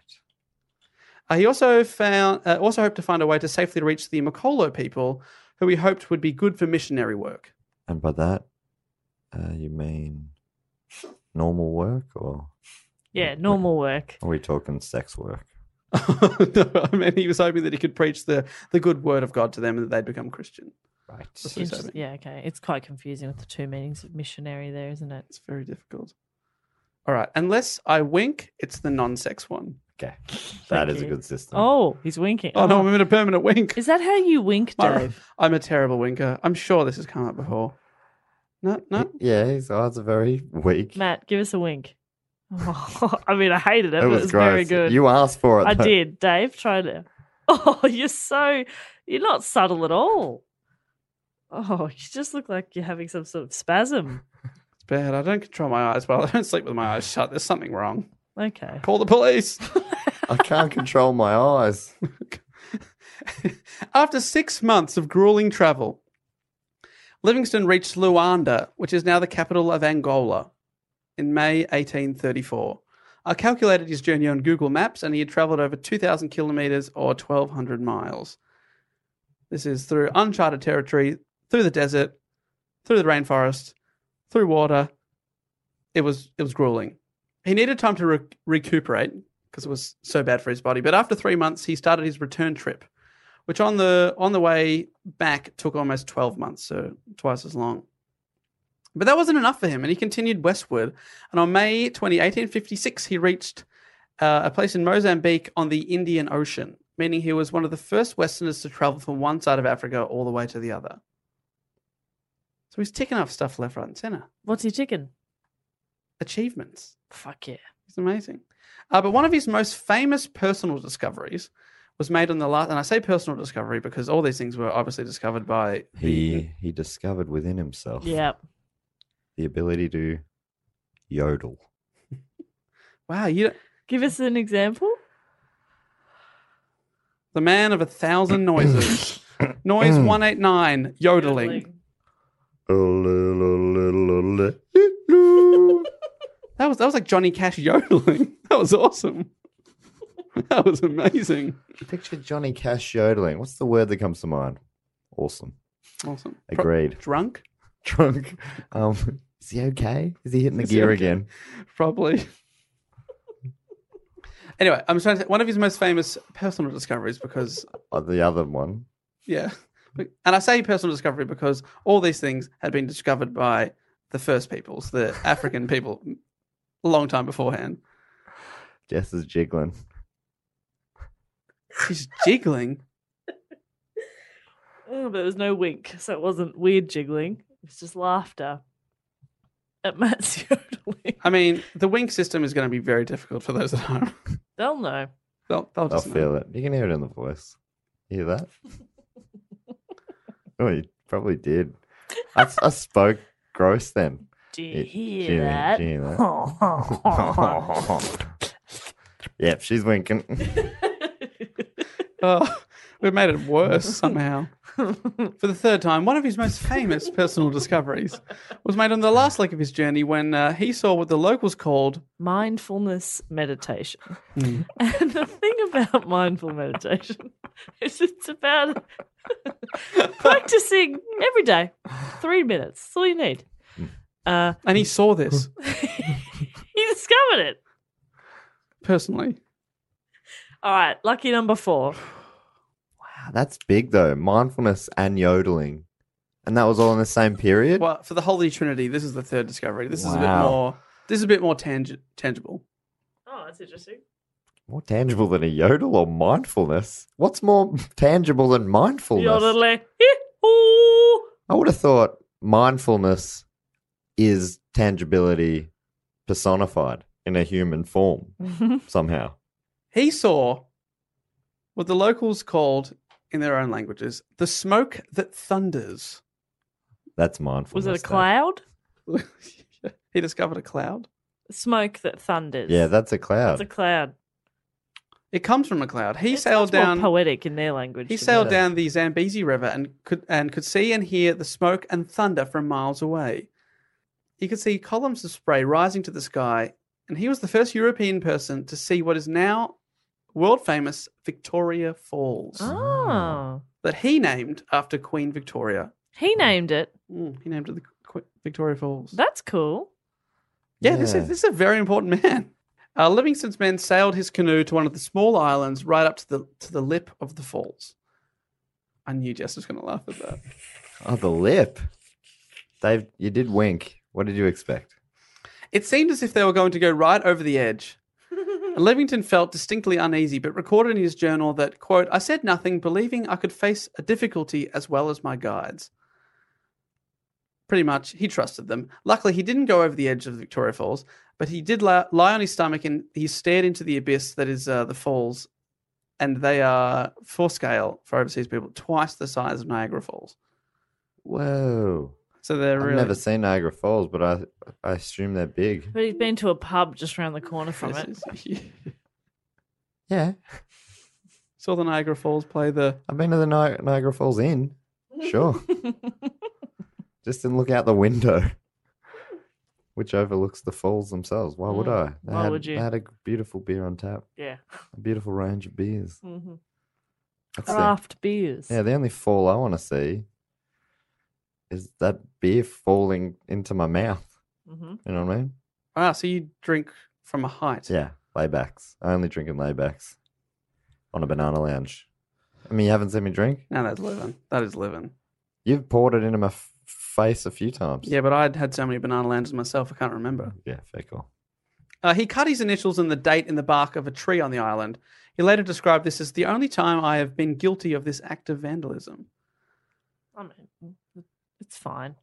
Speaker 6: Uh, he also found uh, also hoped to find a way to safely reach the Makolo people, who he hoped would be good for missionary work.
Speaker 1: And by that, uh, you mean normal work, or
Speaker 7: Yeah, normal work.
Speaker 1: are we talking sex work?
Speaker 6: no, I mean, he was hoping that he could preach the, the good word of God to them and that they'd become Christian.
Speaker 1: Right.
Speaker 6: That's what he's
Speaker 7: Interest-
Speaker 6: hoping.
Speaker 7: yeah, okay. It's quite confusing with the two meanings of missionary there, isn't it?
Speaker 6: It's very difficult. All right, unless I wink, it's the non-sex one.
Speaker 1: Okay, that is a
Speaker 7: you.
Speaker 1: good system.
Speaker 7: Oh, he's winking.
Speaker 6: Oh no, I'm in a permanent wink.
Speaker 7: Is that how you wink,
Speaker 6: All right,
Speaker 7: Dave?
Speaker 6: I'm a terrible winker. I'm sure this has come up before. No, no.
Speaker 1: yeah, his eyes are very weak.
Speaker 7: Matt, give us a wink. I mean, I hated it,
Speaker 1: it
Speaker 7: but
Speaker 1: was,
Speaker 7: it was
Speaker 1: gross.
Speaker 7: very good.
Speaker 1: You asked for it.
Speaker 7: I
Speaker 1: though.
Speaker 7: did, Dave. Try to. Oh, you're so. You're not subtle at all. Oh, you just look like you're having some sort of spasm.
Speaker 6: It's bad. I don't control my eyes well. I don't sleep with my eyes shut. There's something wrong.
Speaker 7: Okay.
Speaker 6: Call the police.
Speaker 1: I can't control my eyes.
Speaker 6: After six months of grueling travel, Livingston reached Luanda, which is now the capital of Angola, in May 1834. I calculated his journey on Google Maps and he had traveled over 2,000 kilometers or 1,200 miles. This is through uncharted territory, through the desert, through the rainforest, through water. It was, it was grueling. He needed time to re- recuperate because it was so bad for his body. But after three months, he started his return trip which on the on the way back took almost 12 months so twice as long but that wasn't enough for him and he continued westward and on may 20 1856 he reached uh, a place in mozambique on the indian ocean meaning he was one of the first westerners to travel from one side of africa all the way to the other so he's ticking off stuff left right and center
Speaker 7: What's your chicken?
Speaker 6: achievements
Speaker 7: Fuck yeah.
Speaker 6: it's amazing. Uh, but one of his most famous personal discoveries was made on the last, and I say personal discovery because all these things were obviously discovered by the-
Speaker 1: He he discovered within himself
Speaker 7: Yeah.
Speaker 1: the ability to yodel.
Speaker 6: wow, you don't-
Speaker 7: Give us an example.
Speaker 6: the man of a thousand noises. Noise one eight nine yodeling. That was that was like Johnny Cash yodeling. That was awesome. That was amazing.
Speaker 1: Picture Johnny Cash yodeling. What's the word that comes to mind? Awesome.
Speaker 6: Awesome. Pro-
Speaker 1: Agreed.
Speaker 6: drunk?
Speaker 1: Drunk. Um, is he okay? Is he hitting the
Speaker 6: Is he
Speaker 1: gear
Speaker 6: okay?
Speaker 1: again?
Speaker 6: Probably. anyway, I'm trying to. One of his most famous personal discoveries because
Speaker 1: Or Oh, the other one.
Speaker 6: Yeah. And I say personal discovery because all these things had been discovered by the first peoples, the African people, a long time beforehand.
Speaker 1: Jess is jiggling.
Speaker 6: She's jiggling.
Speaker 7: Oh, but there was no wink, so it wasn't weird jiggling. It was just laughter at Matt's yodeling.
Speaker 6: I mean, the wink system is going to be very difficult for those at home.
Speaker 7: They'll know.
Speaker 6: They'll, they'll
Speaker 1: I'll
Speaker 6: just know.
Speaker 1: feel it. You can hear it in the voice. You hear that? oh, you probably did. I, s- I spoke gross then.
Speaker 7: Do you
Speaker 1: It-
Speaker 7: hear
Speaker 1: do you-
Speaker 7: that?
Speaker 1: do you hear that? yep, she's winking.
Speaker 6: Oh, we've made it worse somehow. For the third time, one of his most famous personal discoveries was made on the last leg of his journey when uh, he saw what the locals called
Speaker 7: Mindfulness meditation.
Speaker 6: Hmm.
Speaker 7: And the thing about mindful meditation is it's about practicing every day, three minutes. That's all you need. Uh,
Speaker 6: And he saw this
Speaker 7: he discovered it.
Speaker 6: personally.
Speaker 7: All right, lucky number four.
Speaker 1: Wow, That's big though. Mindfulness and yodeling. And that was all in the same period?
Speaker 6: Well, for the Holy Trinity, this is the third discovery. This is a bit
Speaker 1: Wow.
Speaker 6: more. This is a bit more tangi- tangible.
Speaker 7: Oh, that's interesting.
Speaker 1: More tangible than a yodel or mindfulness? What's more tangible than mindfulness?
Speaker 7: Yodeling. Hee-haw.
Speaker 1: I would have thought mindfulness is tangibility personified in a human form somehow.
Speaker 6: He saw what the locals called, in their own languages, the smoke that thunders.
Speaker 1: That's
Speaker 7: Was
Speaker 1: mindfulness.
Speaker 7: it a
Speaker 1: though.
Speaker 7: cloud?
Speaker 6: he discovered a cloud.
Speaker 7: Smoke that thunders.
Speaker 1: Yeah, that's a cloud.
Speaker 7: It's a cloud.
Speaker 6: It comes from a cloud. He
Speaker 7: It's
Speaker 6: sailed
Speaker 7: much more
Speaker 6: down.
Speaker 7: poetic in their language.
Speaker 6: He
Speaker 7: to me.
Speaker 6: sailed down the Zambezi River and could and could see and hear the smoke and thunder from miles away. He could see columns of spray rising to the sky, and he was the first European person to see what is now world famous Victoria Falls
Speaker 7: Ah. Oh.
Speaker 6: that he named after Queen Victoria.
Speaker 7: He named it.
Speaker 6: Mm, he named it the Qu- Victoria Falls.
Speaker 7: That's cool.
Speaker 6: Yeah, This,
Speaker 1: Yeah.
Speaker 6: is, this is a very important man. Uh, Livingston's men sailed his canoe to one of the small islands right up to the to the lip of the falls. I knew Jess was going to laugh at that.
Speaker 1: Oh, the lip. Dave, you did wink. What did you expect?
Speaker 6: It seemed as if they were going to go right over the edge. And Levington felt distinctly uneasy, but recorded in his journal that, quote, I said nothing, believing I could face a difficulty as well as my guides. Pretty much, he trusted them. Luckily, he didn't go over the edge of the Victoria Falls, but he did lie, lie on his stomach and he stared into the abyss that is uh, the falls, and they are, for scale, for overseas people, twice the size of Niagara Falls.
Speaker 1: Whoa.
Speaker 6: So they're
Speaker 1: I've
Speaker 6: really.
Speaker 1: never seen Niagara Falls, but I I assume they're big.
Speaker 7: But he's been to a pub just around the corner from it.
Speaker 1: Yeah.
Speaker 6: Saw the Niagara Falls play the
Speaker 1: I've been to the Ni- Niagara Falls Inn. Sure. Just didn't look out the window, which overlooks the falls themselves. Why would
Speaker 7: Mm,
Speaker 1: I?
Speaker 7: why
Speaker 1: had,
Speaker 7: would you?
Speaker 1: They had a beautiful beer on tap,
Speaker 7: Yeah.
Speaker 1: a beautiful range of beers.
Speaker 7: Mhm.
Speaker 1: That's the-
Speaker 7: Craft beers.
Speaker 1: yeah, the only fall I want to see is that beer falling into my mouth.
Speaker 7: Mhm.
Speaker 1: You know what I mean?
Speaker 6: Ah, so you drink from a height.
Speaker 1: Yeah, laybacks. I only drink in laybacks on a banana lounge. I mean, you haven't seen me drink.
Speaker 6: No, that's living. That is living.
Speaker 1: You've poured it into my f- face a few times.
Speaker 6: Yeah, but I'd had so many banana lands myself, I can't remember.
Speaker 1: Yeah, fair call.
Speaker 6: Uh, he cut his initials and the date in the bark of a tree on the island. He later described this as the only time I have been guilty of this act of vandalism.
Speaker 7: I mean, it's fine.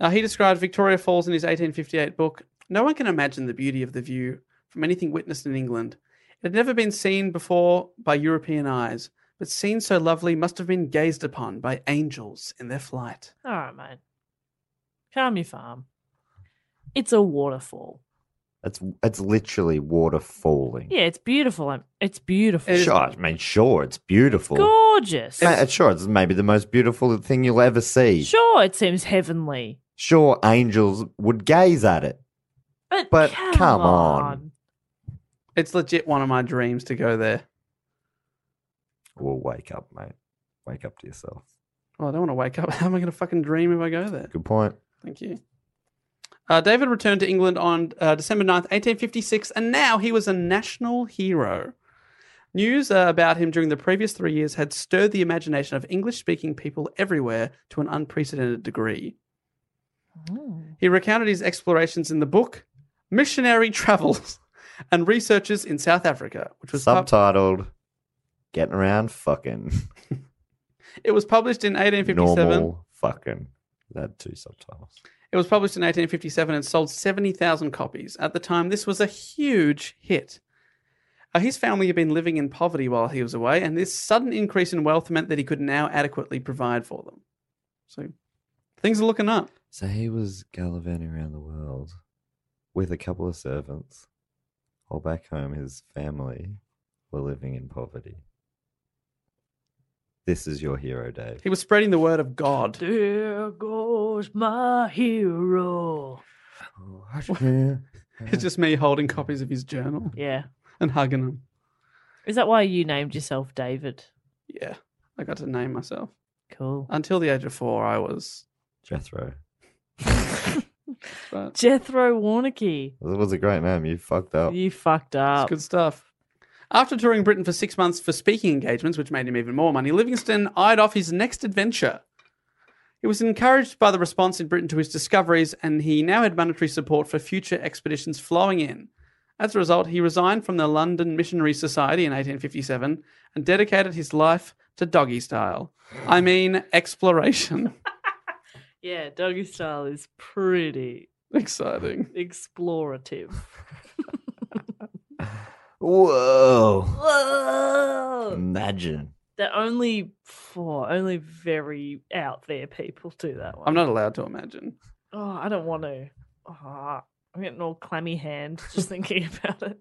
Speaker 6: Uh, he described Victoria Falls in his 1858 book. No one can imagine the beauty of the view from anything witnessed in England. It had never been seen before by European eyes, but seen so lovely must have been gazed upon by angels in their flight.
Speaker 7: All right, mate. Calm your farm. It's a waterfall.
Speaker 1: It's it's literally water falling.
Speaker 7: Yeah, it's beautiful. I'm- It's beautiful.
Speaker 6: It is-
Speaker 1: sure, I mean, sure, it's beautiful.
Speaker 7: Gorgeous.
Speaker 1: Ma- sure, it's maybe the most beautiful thing you'll ever see. Sure,
Speaker 7: Sure, it seems heavenly.
Speaker 1: angels would gaze at it.
Speaker 7: But,
Speaker 1: But
Speaker 7: come,
Speaker 1: come
Speaker 7: on.
Speaker 1: on.
Speaker 6: It's legit one of my dreams to go there.
Speaker 1: Well, wake up, mate. Wake up to yourself.
Speaker 6: Well, Oh, I don't want to wake up. How am I going to fucking dream if I go there?
Speaker 1: Good point.
Speaker 6: Thank you. Uh, David returned to England on uh, December 9th, 1856, and now he was a national hero. News uh, about him during the previous three years had stirred the imagination of English speaking people everywhere to an unprecedented degree. He recounted his explorations in the book Missionary Travels and Researches in South Africa, which was pub-
Speaker 1: Subtitled Getting Around Fucking.
Speaker 6: it was published in 1857.
Speaker 1: Normal Fucking. That two subtitles.
Speaker 6: It was published in 1857 and sold 70,000 copies. At the time, this was a huge hit. Uh, his family had been living in poverty while he was away, and this sudden increase in wealth meant that he could now adequately provide for them. So things are looking up.
Speaker 1: So he was gallivanting around the world with a couple of servants, while back home his family were living in poverty. This is your hero, Dave.
Speaker 6: He was spreading the word of God.
Speaker 7: There goes my hero.
Speaker 6: It's just me holding copies of his journal
Speaker 7: Yeah.
Speaker 6: and hugging them.
Speaker 7: Is that why you named yourself David?
Speaker 6: Yeah, I got to name myself.
Speaker 7: Cool.
Speaker 6: Until the age of four, I was.
Speaker 1: Jethro.
Speaker 6: But it's
Speaker 7: Jethro Warnicky.
Speaker 1: That was a great name. You fucked up.
Speaker 7: You fucked up.
Speaker 6: good stuff. After touring Britain for six months for speaking engagements, which made him even more money, Livingston eyed off his next adventure. He was encouraged by the response in Britain to his discoveries, and he now had monetary support for future expeditions flowing in. As a result, he resigned from the London Missionary Society in 1857 and dedicated his life to doggy style. I mean, exploration.
Speaker 7: Yeah, doggy style is pretty
Speaker 6: Exciting.
Speaker 7: explorative.
Speaker 1: Whoa.
Speaker 7: Whoa!
Speaker 1: Imagine.
Speaker 7: They're only four, only very out there people do that one.
Speaker 6: I'm not allowed to imagine.
Speaker 7: Oh, I don't want to. Ah, I'm getting all clammy hand just thinking about it.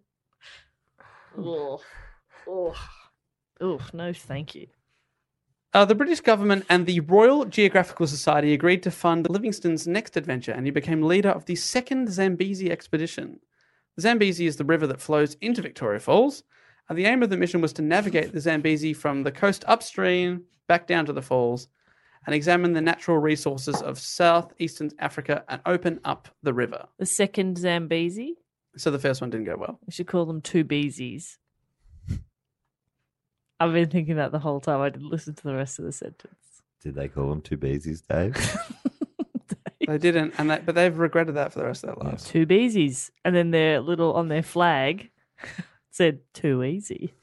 Speaker 7: Oh, oh, oh, no, thank you.
Speaker 6: Uh, the British government and the Royal Geographical Society agreed to fund Livingstone's next adventure, and he became leader of the second Zambezi expedition. The Zambezi is the river that flows into Victoria Falls, and the aim of the mission was to navigate the Zambezi from the coast upstream back down to the falls and examine the natural resources of southeastern Africa and open up the river.
Speaker 7: The second Zambezi.
Speaker 6: So the first one didn't go well.
Speaker 7: We should call them two beesies. I've been thinking that the whole time. I didn't listen to the rest of the sentence.
Speaker 1: Did they call him two beesies, Dave?
Speaker 6: They didn't, and they, but they've regretted that for the rest of their lives.
Speaker 7: two beesies, and then their little on their flag said too easy.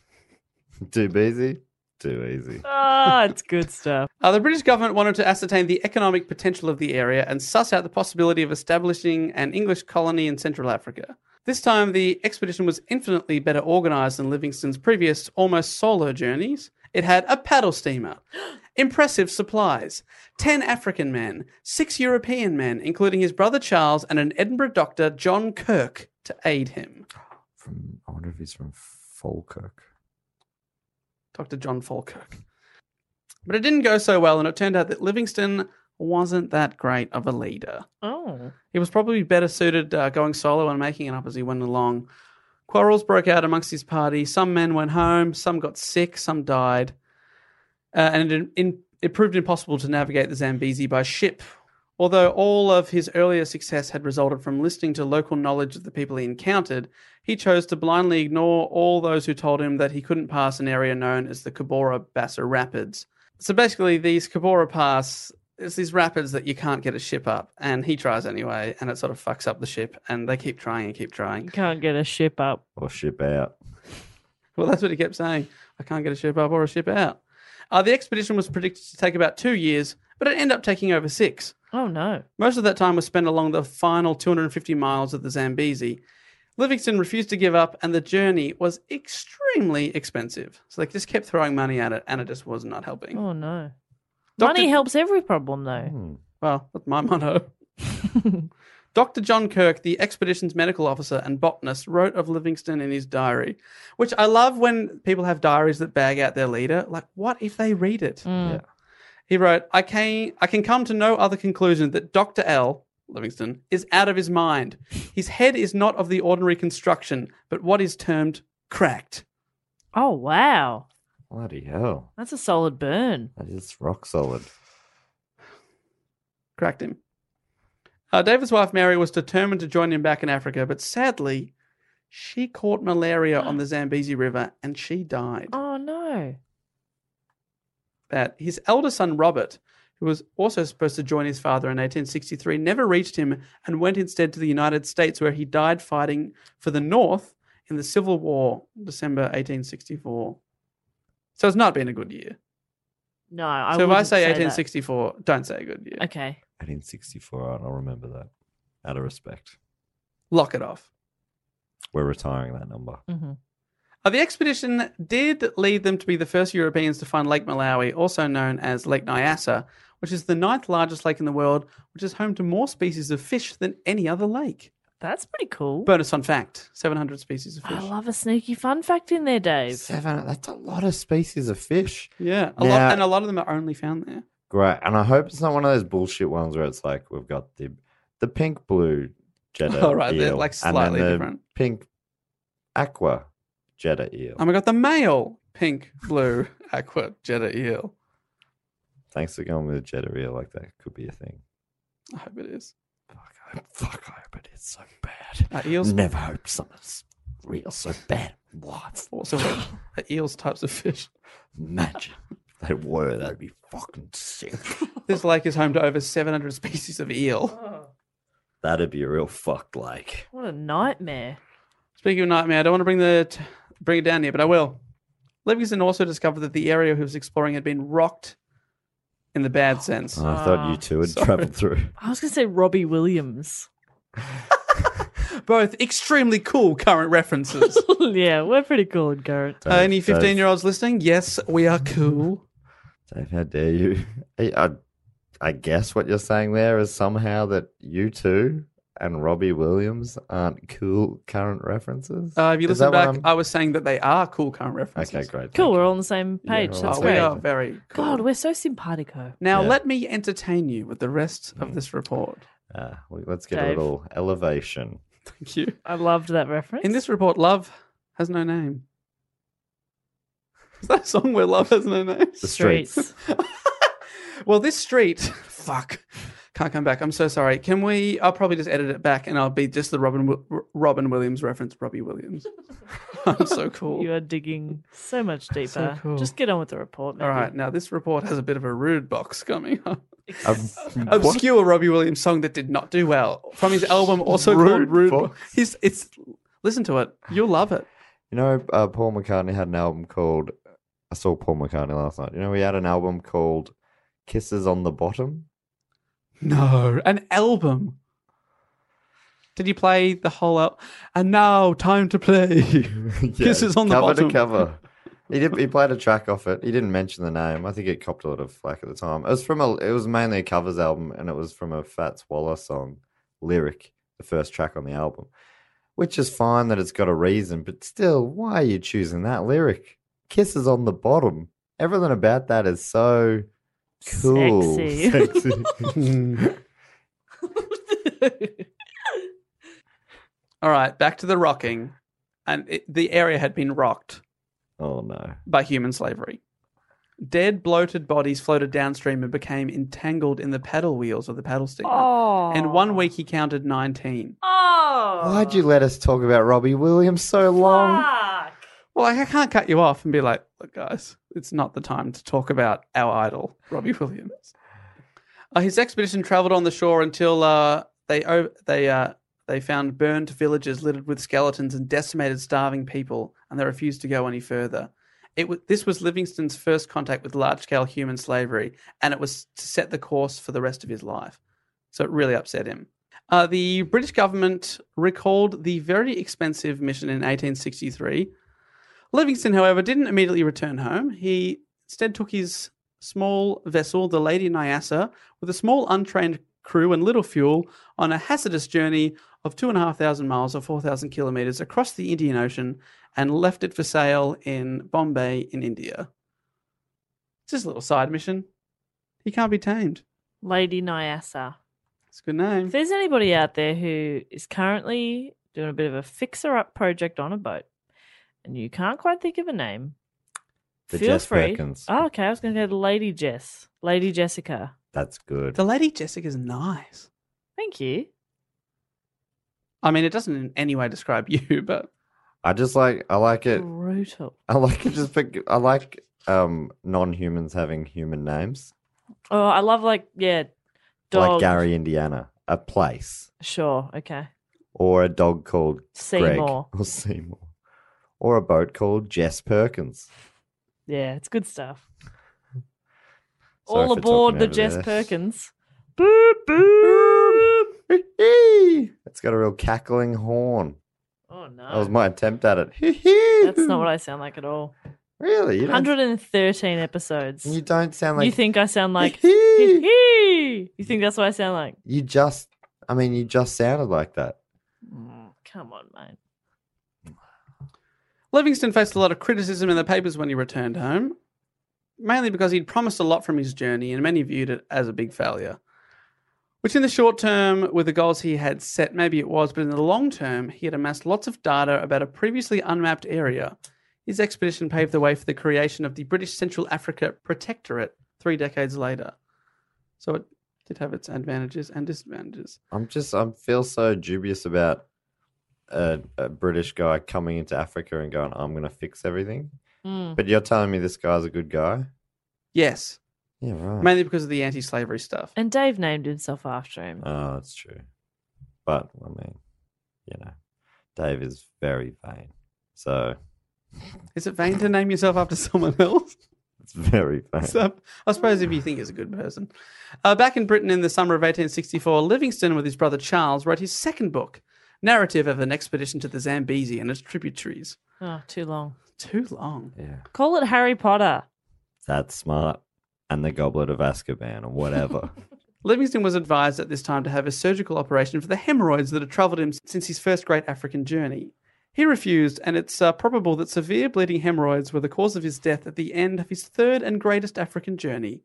Speaker 1: too busy? Too easy.
Speaker 7: Ah, it's good stuff.
Speaker 6: Uh, the British government wanted to ascertain the economic potential of the area and suss out the possibility of establishing an English colony in Central Africa. This time, the expedition was infinitely better organised than Livingston's previous almost solo journeys. It had a paddle steamer, impressive supplies, 10 African men, 6 European men, including his brother Charles, and an Edinburgh doctor, John Kirk, to aid him.
Speaker 1: From I wonder if he's from Falkirk.
Speaker 6: Dr. John Falkirk. But it didn't go so well, and it turned out that Livingston wasn't that great of a leader.
Speaker 7: Oh,
Speaker 6: He was probably better suited uh, going solo and making it up as he went along. Quarrels broke out amongst his party. Some men went home, some got sick, some died. Uh, and it, in, it proved impossible to navigate the Zambezi by ship. Although all of his earlier success had resulted from listening to local knowledge of the people he encountered, he chose to blindly ignore all those who told him that he couldn't pass an area known as the Kabora Bassa Rapids. So basically, these Kabora Pass it's these rapids that you can't get a ship up, and he tries anyway, and it sort of fucks up the ship, and they keep trying and keep trying.
Speaker 7: you can't get a ship up.
Speaker 1: Or ship out.
Speaker 6: Well, that's what he kept saying. I can't get a ship up or a ship out. Uh, the expedition was predicted to take about two years, but it ended up taking over six.
Speaker 7: Oh no.
Speaker 6: Most of that time was spent along the final 250 miles of the Zambezi. Livingston refused to give up, and the journey was extremely expensive. So they just kept throwing money at it, and it just was not helping.
Speaker 7: Oh no.
Speaker 6: Doctor-
Speaker 7: Money helps every problem though.
Speaker 1: Hmm.
Speaker 6: Well, that's my motto. Dr. John Kirk, the expedition's medical officer and botanist, wrote of Livingstone in his diary, which I love when people have diaries that bag out their leader. Like, what if they read it?
Speaker 7: Mm.
Speaker 1: Yeah.
Speaker 6: He wrote, I can, I can come to no other conclusion that Dr. L, Livingston, is out of his mind. His head is not of the ordinary construction, but what is termed cracked.
Speaker 7: Oh wow.
Speaker 1: Bloody hell.
Speaker 7: That's a solid burn.
Speaker 1: That is rock solid.
Speaker 6: Cracked him. Uh, David's wife Mary was determined to join him back in Africa, but sadly, she caught malaria on the Zambezi River and she died.
Speaker 7: Oh no.
Speaker 6: That his elder son Robert, who was also supposed to join his father in 1863, never reached him and went instead to the United States, where he died fighting for the North in the Civil War, December 1864. So it's not been a good year.
Speaker 7: No, I
Speaker 6: so if I
Speaker 7: wouldn't
Speaker 6: say,
Speaker 7: that.
Speaker 6: 1864, don't say a good year.
Speaker 7: Okay.
Speaker 1: 1864. I'll remember that out of respect.
Speaker 6: Lock it off.
Speaker 1: We're retiring that number.
Speaker 7: mm-hmm.
Speaker 6: Uh, the expedition did lead them to be the first Europeans to find Lake Malawi, also known as Lake Nyassa, which is the ninth largest lake in the world, which is home to more species of fish than any other lake.
Speaker 7: That's pretty cool.
Speaker 6: Bonus fun fact 700 species of fish.
Speaker 7: I love a sneaky fun fact in there, Dave.
Speaker 1: Seven. That's a lot of species of fish.
Speaker 6: yeah, a
Speaker 1: Now-
Speaker 6: lot, and a lot of them are only found there.
Speaker 1: Great. And I hope it's not one of those bullshit ones where it's like we've got the the pink blue jetta.
Speaker 6: All right, they're,
Speaker 1: eel,
Speaker 6: like,
Speaker 1: and then
Speaker 6: slightly
Speaker 1: the
Speaker 6: different.
Speaker 1: Pink aqua jetta eel.
Speaker 6: Oh my god, the male pink, blue, aqua, jetta eel.
Speaker 1: Thanks for going with jetta eel. Like that could be a thing.
Speaker 6: I hope it is.
Speaker 1: Fuck, I hope it is so bad.
Speaker 6: Are eels-
Speaker 1: Never hoped something's real so bad. What?
Speaker 6: Also, are eels types of fish.
Speaker 1: Imagine if they were. That'd be fucking sick.
Speaker 6: This lake is home to over 700 species of eel.
Speaker 1: That'd be a real fucked like.
Speaker 7: What a nightmare.
Speaker 6: Speaking of nightmare, I don't want to bring the t- bring it down here, but I will. Livingston also discovered that the area he was exploring had been rocked in the
Speaker 7: Oh,
Speaker 6: bad sense.
Speaker 1: I thought
Speaker 6: Ah,
Speaker 1: you two had traveled through.
Speaker 7: I was gonna say Robbie Williams.
Speaker 6: Both extremely cool current references.
Speaker 7: yeah, we're pretty cool in current.
Speaker 6: Uh, any
Speaker 1: Dave.
Speaker 6: 15 year olds listening? Yes, we are cool.
Speaker 1: Dave, how dare you? I, I, I guess what you're saying there is somehow that you two and Robbie Williams aren't cool current references.
Speaker 6: Uh, if you
Speaker 1: Is
Speaker 6: listen
Speaker 1: that what
Speaker 6: back, uh, I
Speaker 1: I'm-
Speaker 6: was saying that they are cool current references.
Speaker 1: Okay, great.
Speaker 7: Cool, we're all on the same
Speaker 1: Yeah,
Speaker 7: page.
Speaker 1: we're all
Speaker 7: That's
Speaker 6: Oh,
Speaker 1: on the
Speaker 6: we
Speaker 7: great.
Speaker 1: same
Speaker 6: are very cool.
Speaker 7: God, we're so simpatico.
Speaker 6: Now,
Speaker 1: Yeah. Mm.
Speaker 6: let me entertain you with the rest of this report.
Speaker 1: Uh, well, let's get a
Speaker 7: Dave.
Speaker 1: little elevation.
Speaker 6: Thank you.
Speaker 7: I loved that reference.
Speaker 6: In this report, love has no name. Is that a song where love has no name?
Speaker 1: The streets.
Speaker 6: Well, this street, fuck, can't come back. I'm so sorry. Can we? I'll probably just edit it back, and I'll be just the Robin Wi- Robin Williams reference, Robbie Williams. I'm so cool.
Speaker 7: you are digging so much deeper.
Speaker 6: cool.
Speaker 7: Just get on with the report. maybe.
Speaker 6: All right, now this report has a bit of a rude box coming up.
Speaker 1: Um, what?
Speaker 6: Obscure Robbie Williams song that did not do well from his album, also
Speaker 1: Rude
Speaker 6: called Rude
Speaker 1: Box.
Speaker 6: Box. He's, it's listen to it. You'll love it.
Speaker 1: You know, uh, Paul McCartney had an album called. I saw Paul McCartney last night. You know, he had an album called Kisses on the Bottom.
Speaker 6: No, an album. Did you play the whole album? And now, time to play.
Speaker 1: Yeah,
Speaker 6: Kisses on the
Speaker 1: cover
Speaker 6: bottom.
Speaker 1: To cover. He did. He played a track off it. He didn't mention the name. I think it copped a lot of flack at the time. It was from a. It was mainly a covers album, and it was from a Fats Waller song, lyric, the first track on the album, which is fine that it's got a reason, but still, why are you choosing that lyric? Kisses on the bottom. Everything about that is so cool.
Speaker 7: Sexy.
Speaker 1: Sexy.
Speaker 6: All right, back to the rocking. And it, the area had been rocked
Speaker 1: oh no.
Speaker 6: by human slavery. Dead, bloated bodies floated downstream and became entangled in the paddle wheels of the paddle steamer.
Speaker 7: Oh.
Speaker 6: And one week he counted 19.
Speaker 7: Oh. Ah.
Speaker 1: Why'd you let us talk about Robbie Williams so long?
Speaker 7: Fuck.
Speaker 6: Well, like, I can't cut you off and be like, look, guys, it's not the time to talk about our idol, Robbie Williams. Uh, his expedition travelled on the shore until uh, they o- they uh, they found burned villages littered with skeletons and decimated, starving people, and they refused to go any further. It wa this was Livingston's first contact with large scale human slavery, and it was to set the course for the rest of his life. So it really upset him. Uh, the British government recalled the very expensive mission in 1863. Livingston, however, didn't immediately return home. He instead took his small vessel, the Lady Nyassa, with a small untrained crew and little fuel on a hazardous journey of 2,500 miles or 4,000 kilometres across the Indian Ocean and left it for sale in Bombay in India. It's just a little side mission. He can't be tamed.
Speaker 7: Lady Nyassa.
Speaker 6: It's a good name.
Speaker 7: If there's anybody out there who is currently doing a bit of a fixer up project on a boat and you can't quite think of a name,
Speaker 1: The
Speaker 7: feel
Speaker 1: Jess
Speaker 7: free.
Speaker 1: Perkins.
Speaker 7: Oh, okay. I was going to go to Lady Jess. Lady Jessica.
Speaker 1: That's good.
Speaker 6: The Lady Jessica's nice.
Speaker 7: Thank you.
Speaker 6: I mean, it doesn't in any way describe you, but
Speaker 1: I just like I like it.
Speaker 7: Brutal.
Speaker 1: I like it. Just pick, I like um non-humans having human names,
Speaker 7: Oh, I love like yeah,
Speaker 1: like
Speaker 7: dog.
Speaker 1: Gary, Indiana, a place,
Speaker 7: Sure. Okay.
Speaker 1: or a dog called Greg
Speaker 7: Seymour.
Speaker 1: or Seymour, or a boat called Jess Perkins.
Speaker 7: Yeah, it's good stuff.
Speaker 1: Sorry
Speaker 7: All
Speaker 1: for
Speaker 7: aboard the
Speaker 1: talking
Speaker 7: Jess
Speaker 1: over there.
Speaker 7: Perkins. Boop boop.
Speaker 1: It's got a real cackling horn.
Speaker 7: Oh no.
Speaker 1: That was my attempt at it.
Speaker 7: That's not what I sound like at all.
Speaker 1: Really? You don't,
Speaker 7: 113 episodes.
Speaker 1: you don't sound like
Speaker 7: you think I sound like hee hee. You think that's what I sound like?
Speaker 1: you just. I mean, you just sounded like that.
Speaker 7: Mm, Come on, mate.
Speaker 6: Livingston faced a lot of criticism in the papers when he returned home, mainly because he'd promised a lot from his journey and many viewed it as a big failure. Which, in the short term, with the goals he had set, maybe it was, but in the long term, he had amassed lots of data about a previously unmapped area. His expedition paved the way for the creation of the British Central Africa Protectorate three decades later. So it did have its advantages and disadvantages.
Speaker 1: I'm just. I feel so dubious about a, a British guy coming into Africa and going, "I'm going to fix everything."
Speaker 7: Mm.
Speaker 1: But you're telling me this guy's a good guy?
Speaker 6: Yes,
Speaker 1: Yeah, right.
Speaker 6: mainly because of the anti slavery stuff.
Speaker 7: And Dave named himself after him.
Speaker 1: Oh, that's true. But I mean, you know, Dave is very vain, so
Speaker 6: Is it vain to name yourself after someone else?
Speaker 1: it's very vain.
Speaker 6: So, I suppose if you think he's a good person. Uh, back in Britain in the summer of 1864, Livingstone, with his brother Charles, wrote his second book, Narrative of an Expedition to the Zambezi and its Tributaries.
Speaker 7: Oh, too long.
Speaker 6: Too long.
Speaker 1: yeah,
Speaker 7: Call it Harry Potter.
Speaker 1: that's smart. And the Goblet of Azkaban or whatever.
Speaker 6: Livingstone was advised at this time to have a surgical operation for the hemorrhoids that had troubled him since his first great African journey. He refused, and it's uh, probable that severe bleeding hemorrhoids were the cause of his death at the end of his third and greatest African journey,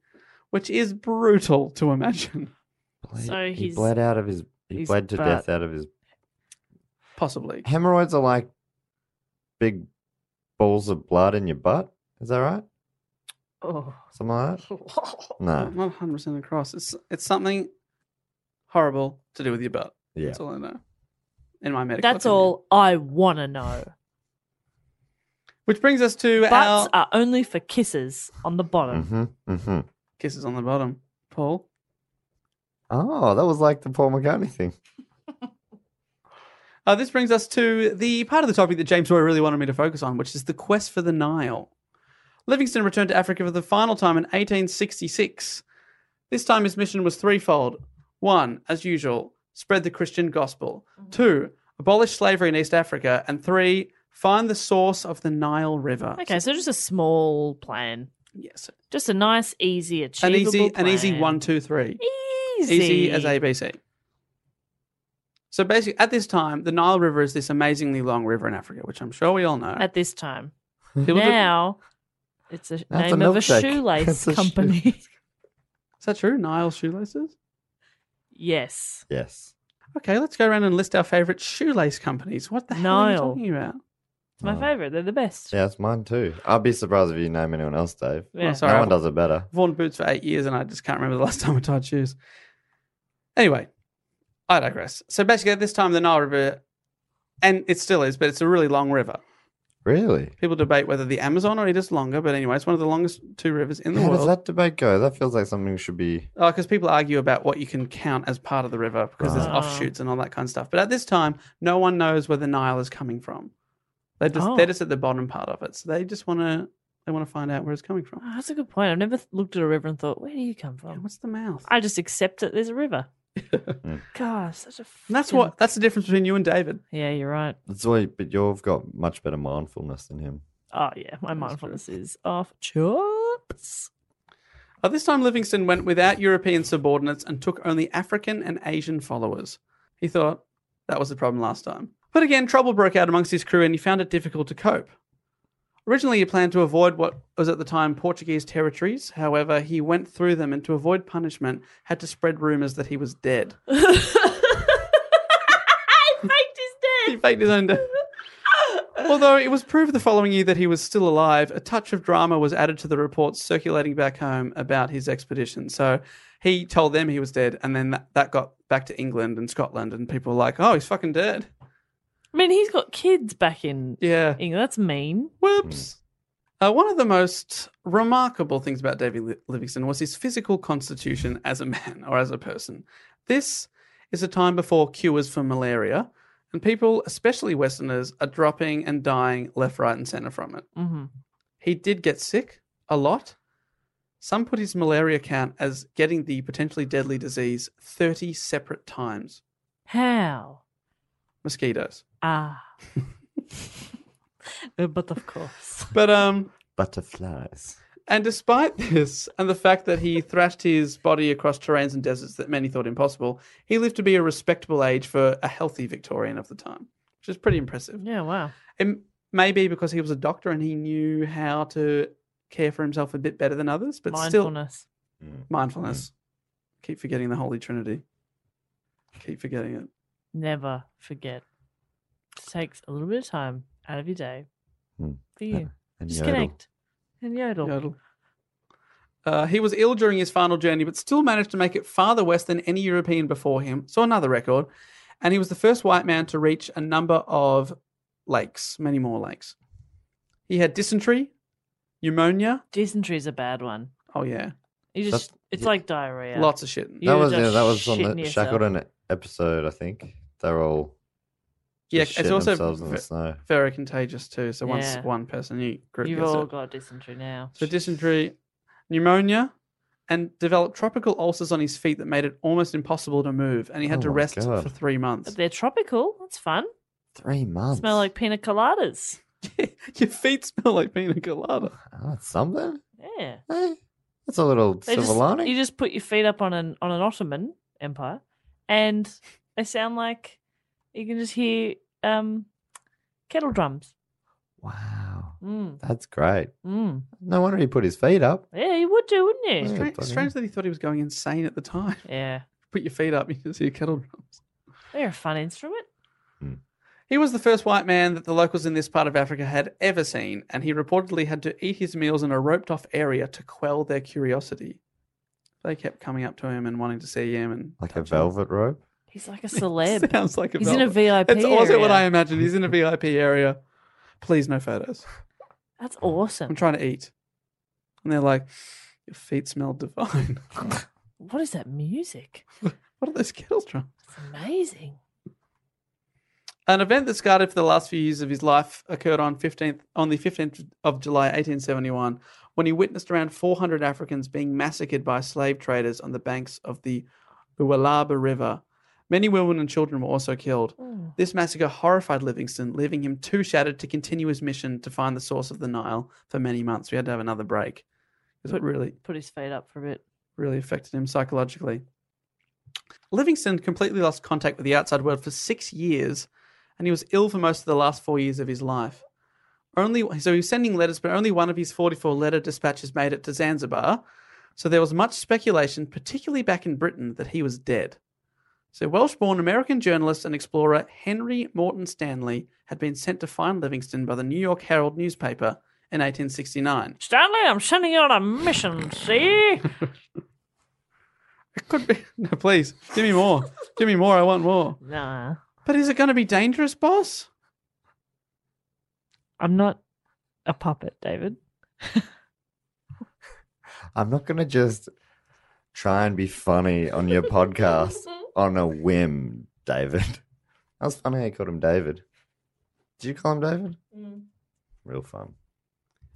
Speaker 6: which is brutal to imagine,
Speaker 1: Bled-
Speaker 7: So
Speaker 1: he
Speaker 7: he's-
Speaker 1: bled out of his. He
Speaker 7: he's
Speaker 1: bled to
Speaker 7: butt.
Speaker 1: death out of his.
Speaker 6: possibly.
Speaker 1: Hemorrhoids are like big balls of blood in your butt. Is that right?
Speaker 7: Oh.
Speaker 1: Something like that? No.
Speaker 6: I'm not 100 percent across. It's it's something horrible to do with your butt.
Speaker 1: Yeah.
Speaker 6: That's all I know. In my medical.
Speaker 7: That's
Speaker 6: opinion.
Speaker 7: all I want to know.
Speaker 6: Which brings us to
Speaker 7: Butts
Speaker 6: our
Speaker 7: are only for kisses on the bottom.
Speaker 1: Mm-hmm. Mm-hmm.
Speaker 6: kisses on the bottom. Paul.
Speaker 1: Oh, that was like the Paul McCartney thing.
Speaker 6: Uh, this brings us to the part of the topic that James Roy really wanted me to focus on, which is the quest for the Nile. Livingstone returned to Africa for the final time in 1866. This time his mission was threefold. One, as usual, spread the Christian gospel.
Speaker 7: Mm-hmm.
Speaker 6: Two, abolish slavery in East Africa. And three, find the source of the Nile River.
Speaker 7: Okay, so just a small plan.
Speaker 6: Yes.
Speaker 7: Just a nice, easy,
Speaker 6: An
Speaker 7: achievable
Speaker 6: easy, an easy
Speaker 7: plan.
Speaker 6: one, two, three.
Speaker 7: Easy.
Speaker 6: Easy as ABC. So basically, at this time, the Nile River is this amazingly long river in Africa, which I'm sure we all know.
Speaker 7: At this time.
Speaker 6: People do-
Speaker 7: now, it's a
Speaker 1: That's
Speaker 7: name
Speaker 1: a
Speaker 7: of a
Speaker 1: milkshake.
Speaker 7: shoelace
Speaker 1: That's a shoe-
Speaker 7: company.
Speaker 6: is that true? Nile shoelaces?
Speaker 7: yes.
Speaker 1: Yes.
Speaker 6: Okay, let's go around and list our favorite shoelace companies. What the hell are you
Speaker 7: Nile.
Speaker 6: talking about?
Speaker 7: It's my
Speaker 1: Oh.
Speaker 7: favorite. They're the best.
Speaker 1: Yeah, it's mine too. I'd be surprised if you name anyone else, Dave.
Speaker 7: Yeah.
Speaker 6: Oh, sorry,
Speaker 1: no
Speaker 6: I've
Speaker 1: one does it better.
Speaker 6: worn boots for eight years and I just can't remember the last time I tied shoes. Anyway, I digress. So basically, at this time, the Nile River, and it still is, but it's a really long river.
Speaker 1: Really?
Speaker 6: People debate whether the Amazon or it is longer, but anyway, it's one of the longest two rivers in the
Speaker 1: How does
Speaker 6: world.
Speaker 1: that debate go? That feels like something should be.
Speaker 6: because people argue about what you can count as part of the river because there's
Speaker 1: Right.
Speaker 7: Ah.
Speaker 6: offshoots and all that kind of stuff. But at this time, no one knows where the Nile is coming from. They just
Speaker 7: Oh.
Speaker 6: they're just at the bottom part of it, so they just want to they want to find out where it's coming from.
Speaker 7: Oh, that's a good point. I've never th- looked at a river and thought, where do you come
Speaker 6: Yeah,
Speaker 7: from?
Speaker 6: what's the mouth?
Speaker 7: Oh. I just accept that there's a river. God, such a.
Speaker 6: Hmm. And that's
Speaker 7: fucking-
Speaker 6: what that's the difference between you and David.
Speaker 7: Yeah, you're right.
Speaker 1: That's why, but you've got much better mindfulness than him.
Speaker 7: Oh yeah, my
Speaker 6: That's
Speaker 7: mindfulness is off chops.
Speaker 6: At this time, Livingston went without European subordinates and took only African and Asian followers. He thought that was the problem last time. But again, trouble broke out amongst his crew and he found it difficult to cope. Originally, he planned to avoid what was at the time Portuguese territories. However, he went through them and to avoid punishment, had to spread rumours that he was dead.
Speaker 7: I faked his
Speaker 6: He faked his own death.
Speaker 7: death.
Speaker 6: Although it was proved the following year that he was still alive, a touch of drama was added to the reports circulating back home about his expedition. So he told them he was dead, and then that, that got back to England and Scotland, and people were like, oh, he's fucking dead.
Speaker 7: I mean, he's got kids back in
Speaker 6: Yeah.
Speaker 7: England. That's mean.
Speaker 6: Whoops. Uh, one of the most remarkable things about David Li- Livingstone was his physical constitution as a man or as a person. This is a time before cures for malaria, and people, especially Westerners, are dropping and dying left, right, and center from it.
Speaker 7: hmm
Speaker 6: He did get sick a lot. Some put his malaria count as getting the potentially deadly disease 30 separate times
Speaker 7: How?
Speaker 6: mosquitoes.
Speaker 7: Ah. Uh, but of course.
Speaker 6: But um,
Speaker 1: Butterflies.
Speaker 6: And despite this, and the fact that he thrashed his body across terrains and deserts that many thought impossible, he lived to be a respectable age for a healthy Victorian of the time, which is pretty impressive.
Speaker 7: Yeah, wow.
Speaker 6: It may be because he was a doctor and he knew how to care for himself a bit better than others, but still
Speaker 7: Mindfulness. Mm.
Speaker 6: mindfulness. Keep forgetting the Holy Trinity. Keep forgetting it.
Speaker 7: Never forget. It takes a little bit of time out of your day
Speaker 1: Mm.
Speaker 7: for you.
Speaker 1: And
Speaker 7: Just
Speaker 1: yodel.
Speaker 7: connect and yodel.
Speaker 6: Yodel. Uh, he was ill during his final journey, but still managed to make it farther west than any European before him. So another record. And he was the first white man to reach a number of lakes, many more lakes. He had dysentery, pneumonia.
Speaker 7: Dysentery is a bad one.
Speaker 6: Oh yeah,
Speaker 7: You just
Speaker 1: That's-
Speaker 7: it's
Speaker 1: yeah.
Speaker 7: like diarrhea.
Speaker 6: lots of shit.
Speaker 7: You
Speaker 1: That was
Speaker 7: just
Speaker 1: yeah, that was on
Speaker 7: shitting
Speaker 1: the
Speaker 7: yourself.
Speaker 1: Shackleton episode, I think. They're all
Speaker 6: Yeah,
Speaker 1: just
Speaker 6: it's
Speaker 1: shitting
Speaker 6: also
Speaker 1: themselves in the
Speaker 6: ve-
Speaker 1: snow.
Speaker 6: very contagious too. So once
Speaker 7: Yeah.
Speaker 6: one person, you group
Speaker 7: You've
Speaker 6: gets
Speaker 7: all
Speaker 6: it.
Speaker 7: got dysentery now.
Speaker 6: So dysentery, pneumonia, and developed tropical ulcers on his feet that made it almost impossible to move. And he had
Speaker 1: Oh
Speaker 6: to
Speaker 1: my
Speaker 6: rest
Speaker 1: God.
Speaker 6: for three months.
Speaker 7: But They're tropical. That's fun.
Speaker 1: Three months.
Speaker 7: Smell like pina coladas.
Speaker 6: Your feet smell like pina colada.
Speaker 1: oh, that's something.
Speaker 7: Yeah.
Speaker 1: Eh, that's a little
Speaker 7: They
Speaker 1: silver
Speaker 7: just-
Speaker 1: lining.
Speaker 7: You just put your feet up on an on an Ottoman Empire, and they sound like you can just hear um, kettle drums.
Speaker 1: Wow.
Speaker 7: Mm,
Speaker 1: That's great.
Speaker 7: mm.
Speaker 1: No wonder he put his feet up.
Speaker 7: Yeah, you would do, wouldn't you?
Speaker 1: Yeah.
Speaker 6: Strange,
Speaker 1: bloody
Speaker 6: strange
Speaker 1: hell.
Speaker 6: that he thought he was going insane at the time.
Speaker 7: Yeah,
Speaker 6: Put your feet up, you can see kettle drums.
Speaker 7: they're a fun instrument.
Speaker 6: He was the first white man that the locals in this part of Africa had ever seen, and he reportedly had to eat his meals in a roped off area to quell their curiosity. They kept coming up to him and wanting to see him and
Speaker 1: Like a velvet rope.
Speaker 7: He's like a celeb.
Speaker 6: sounds like a
Speaker 7: He's in a
Speaker 6: velvet-
Speaker 7: VIP
Speaker 6: It's also what
Speaker 7: area.
Speaker 6: I imagine. He's in a VIP area. Please no photos.
Speaker 7: That's
Speaker 6: I'm
Speaker 7: awesome.
Speaker 6: trying to eat. And they're like, Your feet smell divine.
Speaker 7: What is that music?
Speaker 6: what are those kettle drums?
Speaker 7: It's amazing.
Speaker 6: An event that scarred him for the last few years of his life occurred on 15th, on the 15th of July 1871 when he witnessed around 400 Africans being massacred by slave traders on the banks of the Uwalaba River. Many women and children were also killed. This massacre horrified Livingston, leaving him too shattered to continue his mission to find the source of the Nile for many months. We had to have another break because it really
Speaker 7: Put his feet up for a bit.
Speaker 6: really affected him psychologically. Livingston completely lost contact with the outside world for six years, and he was ill for most of the last four years of his life. Only so he was sending letters, but only one of his forty-four letter dispatches made it to Zanzibar. So there was much speculation, particularly back in Britain, that he was dead. So Welsh-born American journalist and explorer Henry Morton Stanley had been sent to find Livingston by the New York Herald newspaper in 1869.
Speaker 7: Stanley, I'm sending you on a mission. See,
Speaker 6: It could be. No, please. Give me more. Give me more. I want more.
Speaker 7: nah,
Speaker 6: But is it going to be dangerous, boss?
Speaker 7: I'm not a puppet, David.
Speaker 1: I'm not gonna just try and be funny on your podcast on a whim, David. That was funny how you called him David. Did you call him David?
Speaker 7: Mm.
Speaker 1: Real fun.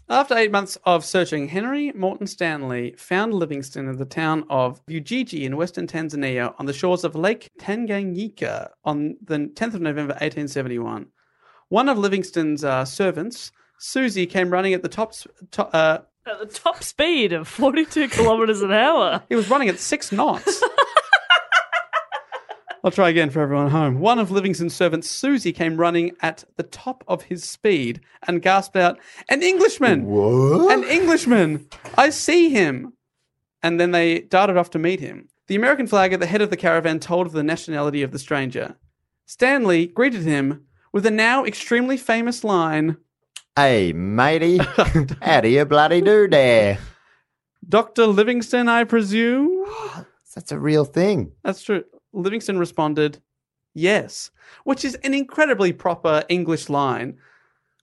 Speaker 6: After eight months of searching, Henry Morton Stanley found Livingston in the town of Ujiji in western Tanzania on the shores of Lake Tanganyika on the 10th of November 1871. One of Livingston's uh, servants, Susie, came running at the top. s- to uh,
Speaker 7: At the top speed of 42 kilometers an hour.
Speaker 6: He was running at six knots. I'll try again for everyone at home. One of Livingston's servants, Susie, came running at the top of his speed and gasped out, An Englishman!
Speaker 1: What?
Speaker 6: An Englishman! I see him! And then they darted off to meet him. The American flag at the head of the caravan told of the nationality of the stranger. Stanley greeted him with the now extremely famous line
Speaker 1: Hey, matey, how do you bloody do there?
Speaker 6: Dr. Livingston, I presume?
Speaker 1: That's a real thing.
Speaker 6: That's true. Livingston responded, Yes, which is an incredibly proper English line.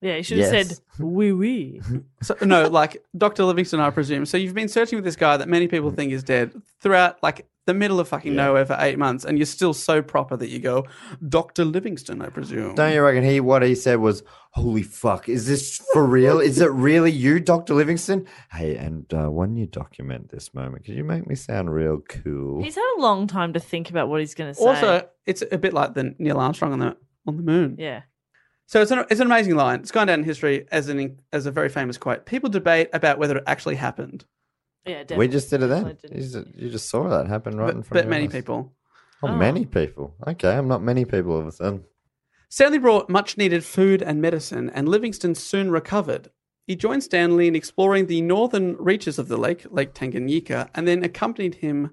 Speaker 7: Yeah, you should have
Speaker 6: Yes.
Speaker 7: said wee wee.
Speaker 6: So, no, like Dr. Livingston, I presume. So you've been searching with this guy that many people think is dead throughout like the middle of fucking nowhere for eight months, and you're still so proper that you go, Dr. Livingston, I presume.
Speaker 1: Don't you reckon he what he said was, "Holy fuck, is this for real? is it really you, Doctor Livingston?" Hey, and uh, when you document this moment, could you make me sound real cool?
Speaker 7: He's had a long time to think about what he's going to say.
Speaker 6: Also, it's a bit like the Neil Armstrong on the on the moon.
Speaker 7: yeah.
Speaker 6: So it's an, it's an amazing line. It's gone down in history as an as a very famous quote. People debate about whether it actually happened,
Speaker 7: Yeah,
Speaker 1: we
Speaker 7: definitely.
Speaker 1: just did it then.
Speaker 7: Definitely
Speaker 1: You just, you just saw that happen right in
Speaker 6: but,
Speaker 1: front
Speaker 6: but
Speaker 1: of
Speaker 6: many
Speaker 1: us.
Speaker 6: people.
Speaker 1: Oh,
Speaker 7: Oh.
Speaker 1: many people. Okay, I'm not many people all of a sudden.
Speaker 6: Stanley brought much needed food and medicine, and Livingston soon recovered. He joined Stanley in exploring the northern reaches of the lake, Lake Tanganyika, and then accompanied him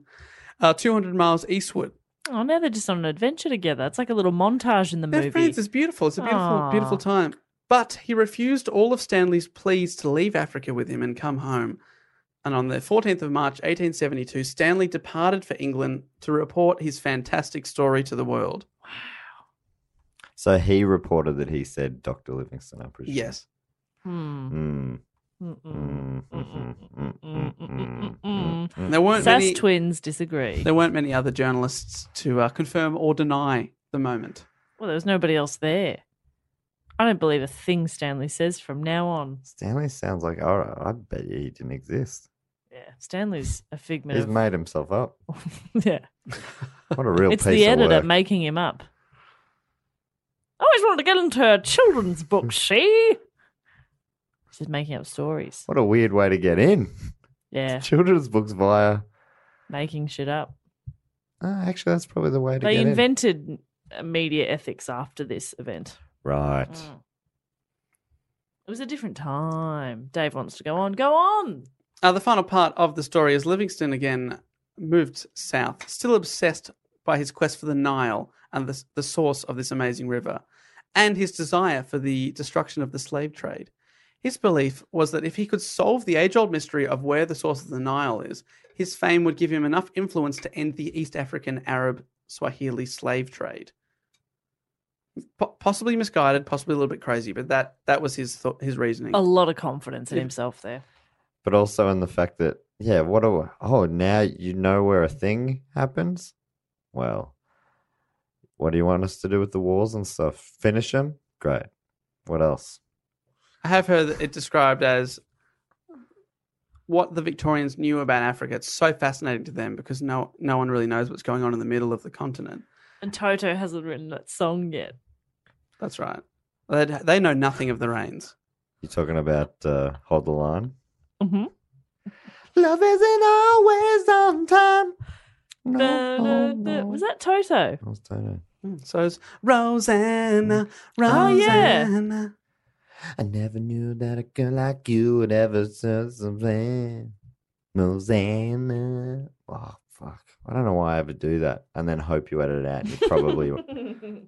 Speaker 6: uh, 200 miles eastward.
Speaker 7: Oh, now they're just on an adventure together. It's like a little montage in the
Speaker 6: They're
Speaker 7: movie.
Speaker 6: friends. It's beautiful. It's a beautiful,
Speaker 7: Aw.
Speaker 6: beautiful time. But he refused all of Stanley's pleas to leave Africa with him and come home. And on the 14th of March, 1872, Stanley departed for England to report his fantastic story to the world.
Speaker 1: So he reported that he said, "Doctor Livingston, I presume."
Speaker 6: Yes.
Speaker 7: Hmm.
Speaker 1: Mm.
Speaker 7: Mm-mm.
Speaker 1: Mm-mm.
Speaker 7: Mm.
Speaker 6: And there weren't
Speaker 7: Sass
Speaker 6: many,
Speaker 7: twins disagree.
Speaker 6: there weren't many other journalists to uh, confirm or deny the moment.
Speaker 7: Well, there was nobody else there. I don't believe a thing Stanley says from now on.
Speaker 1: Stanley sounds like, all right, I bet you he didn't exist.
Speaker 7: Yeah, Stanley's a figment.
Speaker 1: He's
Speaker 7: of...
Speaker 1: made himself up.
Speaker 7: yeah,
Speaker 1: What a real
Speaker 7: it's
Speaker 1: piece
Speaker 7: the
Speaker 1: of
Speaker 7: editor
Speaker 1: work.
Speaker 7: making him up. I always wanted to get into children's books. She, she's making up stories.
Speaker 1: What a weird way to get in.
Speaker 7: Yeah,
Speaker 1: Children's books via.
Speaker 7: making shit up.
Speaker 1: Ah, actually, that's probably the way to
Speaker 7: They
Speaker 1: get in.
Speaker 7: invented uh media ethics after this event.
Speaker 1: Right.
Speaker 7: Mm. It was a different time. Dave wants to go on. Go on.
Speaker 6: Uh, the final part of the story is Livingston again moved south, still obsessed by his quest for the Nile and the, the source of this amazing river, and his desire for the destruction of the slave trade. His belief was that if he could solve the age old mystery of where the source of the Nile is, his fame would give him enough influence to end the East African Arab Swahili slave trade. Po- possibly misguided, possibly a little bit crazy, but that, that was his, thought his reasoning.
Speaker 7: A lot of confidence in
Speaker 6: Yeah.
Speaker 7: himself there.
Speaker 1: But also in the fact that, yeah, what a. Oh, now you know where a thing happens? Well, what do you want us to do with the wars and stuff? Finish them? Great. What else?
Speaker 6: I have heard it described as what the Victorians knew about Africa. It's so fascinating to them because no no one really knows what's going on in the middle of the continent.
Speaker 7: And Toto hasn't written that song yet.
Speaker 6: That's right. They they know nothing of the rains.
Speaker 1: You talking about uh, Hold the Line?
Speaker 7: Mhm.
Speaker 1: Love isn't always on time. No,
Speaker 7: Da- da- da- Was that Toto?
Speaker 1: I don't know.
Speaker 6: Hmm. So it's Rosanna, Rosanna.
Speaker 7: Oh, yeah.
Speaker 1: I never knew that a girl like you would ever say something. Rosanna. Oh, fuck. I don't know why I ever do that. And then hope you edit it out. You probably.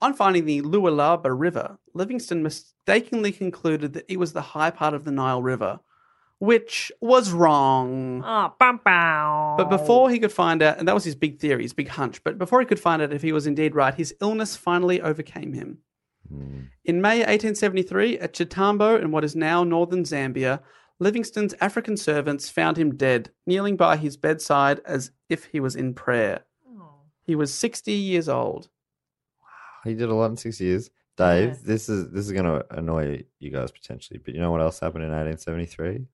Speaker 6: On finding the Lualaba River, Livingston mistakenly concluded that it was the high part of the Nile River, which was wrong.
Speaker 2: Uh,
Speaker 7: Oh, bum, bum.
Speaker 6: But before he could find out, and that was his big theory, his big hunch, but before he could find out if he was indeed right, his illness finally overcame him.
Speaker 1: Mm.
Speaker 6: In May 1873, at Chitambo in what is now northern Zambia, Livingston's African servants found him dead, kneeling by his bedside as if he was in prayer. He was 60 years old.
Speaker 1: he did a lot in six years. Dave,
Speaker 7: Yeah.
Speaker 1: this is this is going to annoy you guys potentially. But you know what else happened in 1873?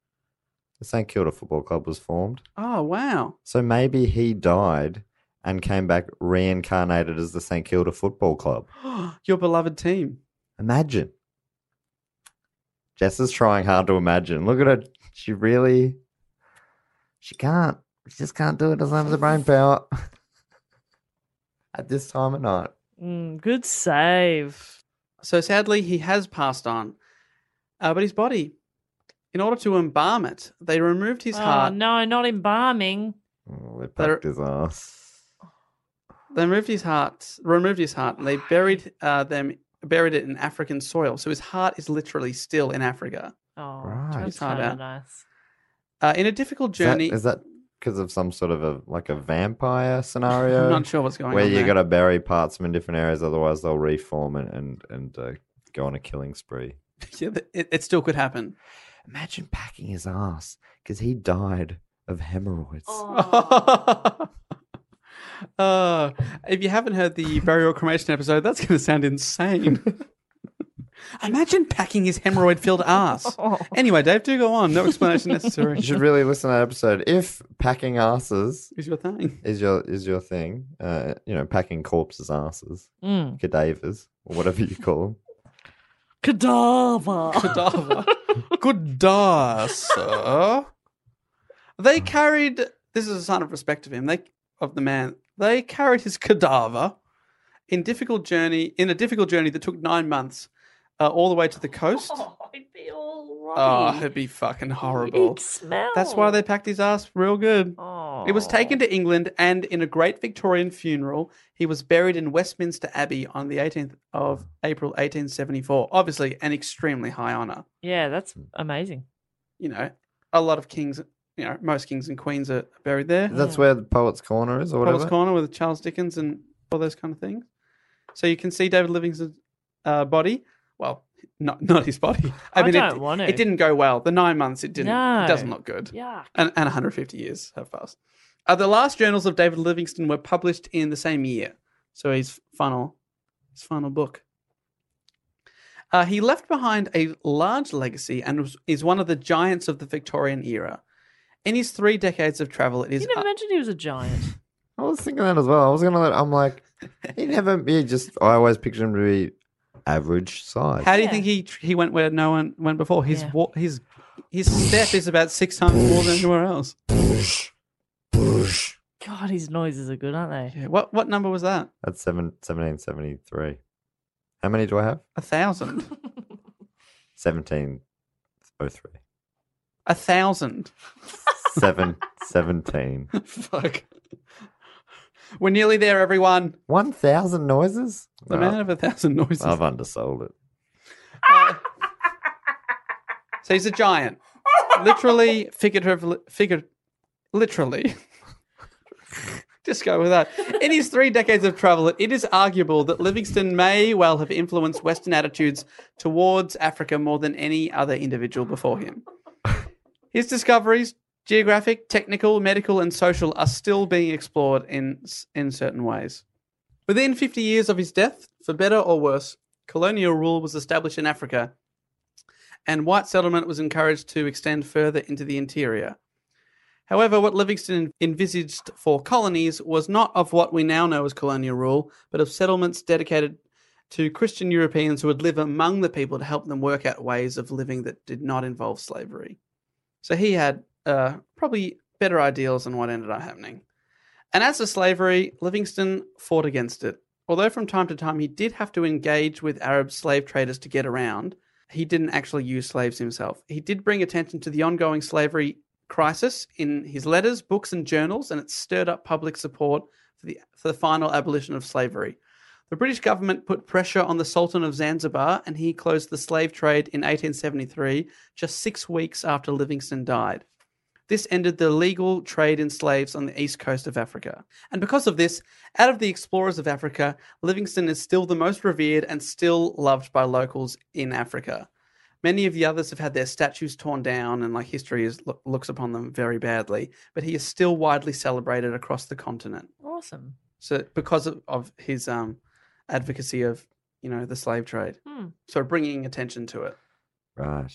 Speaker 1: The St. Kilda Football Club was formed.
Speaker 6: Oh, wow.
Speaker 1: So maybe he died and came back reincarnated as the St. Kilda Football Club.
Speaker 6: Your beloved team.
Speaker 1: Imagine. Jess is trying hard to imagine. Look at her. She really. She can't. She just can't do it. Doesn't have the brain power. At this time of night.
Speaker 7: Mm, good save.
Speaker 6: So sadly, he has passed on. Uh, but his body, in order to embalm it, they removed his
Speaker 7: oh,
Speaker 6: heart
Speaker 7: no, not embalming.
Speaker 1: Oh, they
Speaker 6: Better-
Speaker 1: packed his ass.
Speaker 6: They removed his heart, removed his heart, and they buried uh, them buried it in African soil, so his heart is literally still in Africa.
Speaker 7: Oh,
Speaker 1: Right.
Speaker 7: that's
Speaker 6: Hard
Speaker 7: kind
Speaker 6: out.
Speaker 7: of nice.
Speaker 6: Uh, in a difficult journey,
Speaker 1: Is that because of some sort of a like a vampire scenario?
Speaker 6: I'm not sure what's going
Speaker 1: where
Speaker 6: on.
Speaker 1: you
Speaker 6: there.
Speaker 1: got to bury parts of them in different areas, otherwise they'll reform and and, and uh, go on a killing spree.
Speaker 6: Yeah, but it, it still could happen.
Speaker 1: Imagine packing his ass because he died of hemorrhoids.
Speaker 6: Oh, Uh, if you haven't heard the burial cremation episode, that's going to sound insane. Imagine packing his hemorrhoid filled ass. Anyway, Dave, do go on. No explanation necessary.
Speaker 1: You should really listen to that episode. If packing asses
Speaker 6: Is your thing.
Speaker 1: is your is your thing, uh, you know, packing corpses, asses,
Speaker 7: Mm.
Speaker 1: cadavers, or whatever you call them.
Speaker 7: Cadaver.
Speaker 6: Cadaver. Good da, sir. They carried. This is a sign of respect of him. They of the man. They carried his cadaver in difficult journey in a difficult journey that took nine months, uh, all the way to the coast.
Speaker 7: Oh, it'd be all
Speaker 6: Oh,
Speaker 7: right.
Speaker 6: it'd be fucking horrible.
Speaker 7: It smells.
Speaker 6: That's why they packed his ass real good.
Speaker 7: Oh.
Speaker 6: It was taken to England, and in a great Victorian funeral, he was buried in Westminster Abbey on the 18th of April 1874. Obviously, an extremely high honour.
Speaker 7: Oh. Yeah, that's amazing.
Speaker 6: You know, a lot of kings, you know, most kings and queens are buried there.
Speaker 1: That's where the Poets Corner is, or whatever.
Speaker 6: Poets Corner with Charles Dickens and all those kind of things. So you can see David Livingston's uh, body. Well, not not his body. I,
Speaker 7: I
Speaker 6: mean,
Speaker 7: don't
Speaker 6: it,
Speaker 7: want to.
Speaker 6: it didn't go well. The nine months, it didn't. It
Speaker 7: No.
Speaker 6: doesn't look good.
Speaker 7: Yeah.
Speaker 6: and, and 150 years have passed. Uh, the last journals of David Livingstone were published in the same year, so his final, his final book. Uh, he left behind a large legacy and was, is one of the giants of the Victorian era. In his three decades of travel, it is uh,
Speaker 7: You never mentioned he was a giant.
Speaker 1: I was thinking that as well. I was gonna let. I'm like, he never. He just. I always pictured him to be average size.
Speaker 6: How do you
Speaker 7: Yeah.
Speaker 6: think he he went where no one went before? His
Speaker 7: Yeah.
Speaker 6: wa- his his step is about six times more than anywhere else.
Speaker 7: God, his noises are good, aren't they?
Speaker 6: Yeah. What what number was that?
Speaker 1: That's seven, 1773. How many do I have?
Speaker 6: A thousand.
Speaker 1: 1703.
Speaker 6: A thousand.
Speaker 1: Seven, 17.
Speaker 6: Fuck. We're nearly there, everyone.
Speaker 1: 1,000 noises?
Speaker 6: The
Speaker 1: No,
Speaker 6: man of a thousand noises.
Speaker 1: I've undersold it.
Speaker 6: So he's a giant. literally, figuratively, figure, literally. Just go with that. In his three decades of travel, it is arguable that Livingston may well have influenced Western attitudes towards Africa more than any other individual before him. His discoveries, geographic, technical, medical, and social, are still being explored in, in certain ways. Within 50 years of his death, for better or worse, colonial rule was established in Africa and white settlement was encouraged to extend further into the interior. However, what Livingston envisaged for colonies was not of what we now know as colonial rule, but of settlements dedicated to Christian Europeans who would live among the people to help them work out ways of living that did not involve slavery. So he had uh, probably better ideals than what ended up happening. And as to slavery, Livingston fought against it. Although from time to time he did have to engage with Arab slave traders to get around, he didn't actually use slaves himself. He did bring attention to the ongoing slavery crisis in his letters, books, and journals, and it stirred up public support for the, for the final abolition of slavery. The British government put pressure on the Sultan of Zanzibar, and he closed the slave trade in 1873, just six weeks after Livingstone died. This ended the legal trade in slaves on the east coast of Africa. And because of this, out of the explorers of Africa, Livingstone is still the most revered and still loved by locals in Africa. Many of the others have had their statues torn down and like history is, lo- looks upon them very badly, but he is still widely celebrated across the continent.
Speaker 7: Awesome.
Speaker 6: So because of, of his um, advocacy of, you know, the slave trade.
Speaker 7: Hmm.
Speaker 6: So bringing attention to it.
Speaker 1: Right.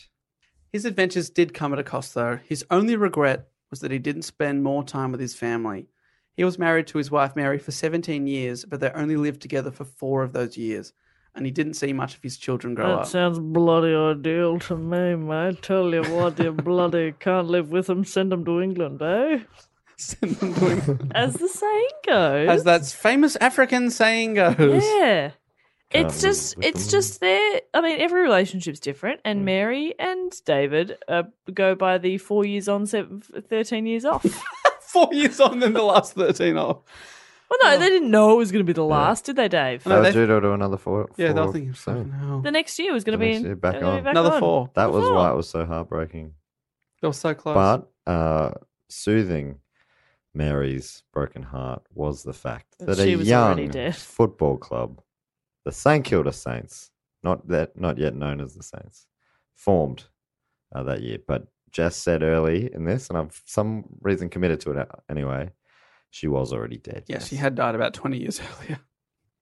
Speaker 6: His adventures did come at a cost, though. His only regret was that he didn't spend more time with his family. He was married to his wife Mary for 17 years, but they only lived together for four of those years, and he didn't see much of his children grow
Speaker 7: That
Speaker 6: up.
Speaker 7: sounds bloody ideal to me, mate. Tell you what, you bloody can't live with them. Send them to England, eh?
Speaker 6: Send them to England.
Speaker 7: As the saying goes.
Speaker 6: As that famous African saying goes.
Speaker 7: Yeah.
Speaker 1: Can't
Speaker 7: It's
Speaker 1: live
Speaker 7: just,
Speaker 1: with Mm.
Speaker 7: it's
Speaker 1: them.
Speaker 7: just there. I mean, every relationship's different, and Mary and David uh, go by the four years on, seven, 13 years off.
Speaker 6: Four years on, then the last 13 off.
Speaker 7: Well, no, they didn't know it was going to be the last, did they, Dave?
Speaker 1: Oh. No, they... do do another four.
Speaker 6: Yeah, they'll
Speaker 1: four
Speaker 6: think,
Speaker 1: soon.
Speaker 7: The next year was going to
Speaker 1: The
Speaker 7: be
Speaker 1: next
Speaker 7: in-
Speaker 1: year, back
Speaker 7: it'll be
Speaker 1: on.
Speaker 6: Another four.
Speaker 1: That was
Speaker 7: Before.
Speaker 1: why it was so heartbreaking.
Speaker 6: They were so close.
Speaker 1: But uh, soothing Mary's broken heart was the fact
Speaker 7: That
Speaker 1: that,
Speaker 7: she
Speaker 1: a
Speaker 7: was already
Speaker 1: young
Speaker 7: dead.
Speaker 1: football club, the St Kilda Saints, not that not yet known as the Saints, formed uh, that year. But Jess said early in this, and I've for some reason committed to it uh, anyway. She was already dead.
Speaker 6: Yeah, she had died about 20 years earlier.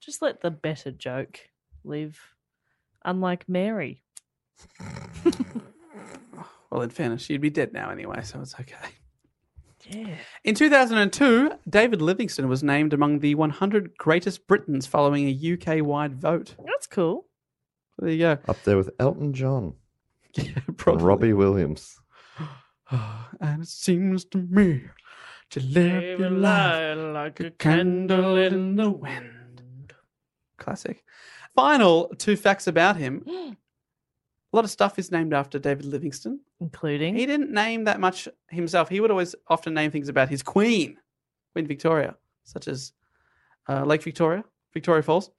Speaker 7: Just let the better joke live. Unlike Mary.
Speaker 6: Well, in fairness, she'd be dead now anyway, so it's okay.
Speaker 7: Yeah.
Speaker 6: In 2002, David Livingstone was named among the 100 greatest Britons following a UK wide vote.
Speaker 7: That's cool.
Speaker 6: There you go.
Speaker 1: Up there with Elton John, and
Speaker 6: Probably.
Speaker 1: Robbie Williams.
Speaker 6: And it seems to me to live your life
Speaker 7: like
Speaker 6: a candle in the wind. Classic. Final two facts about him. A lot of stuff is named after David Livingstone.
Speaker 7: Including.
Speaker 6: He didn't name that much himself. He would always often name things about his queen, Queen Victoria, such as uh, Lake Victoria, Victoria Falls.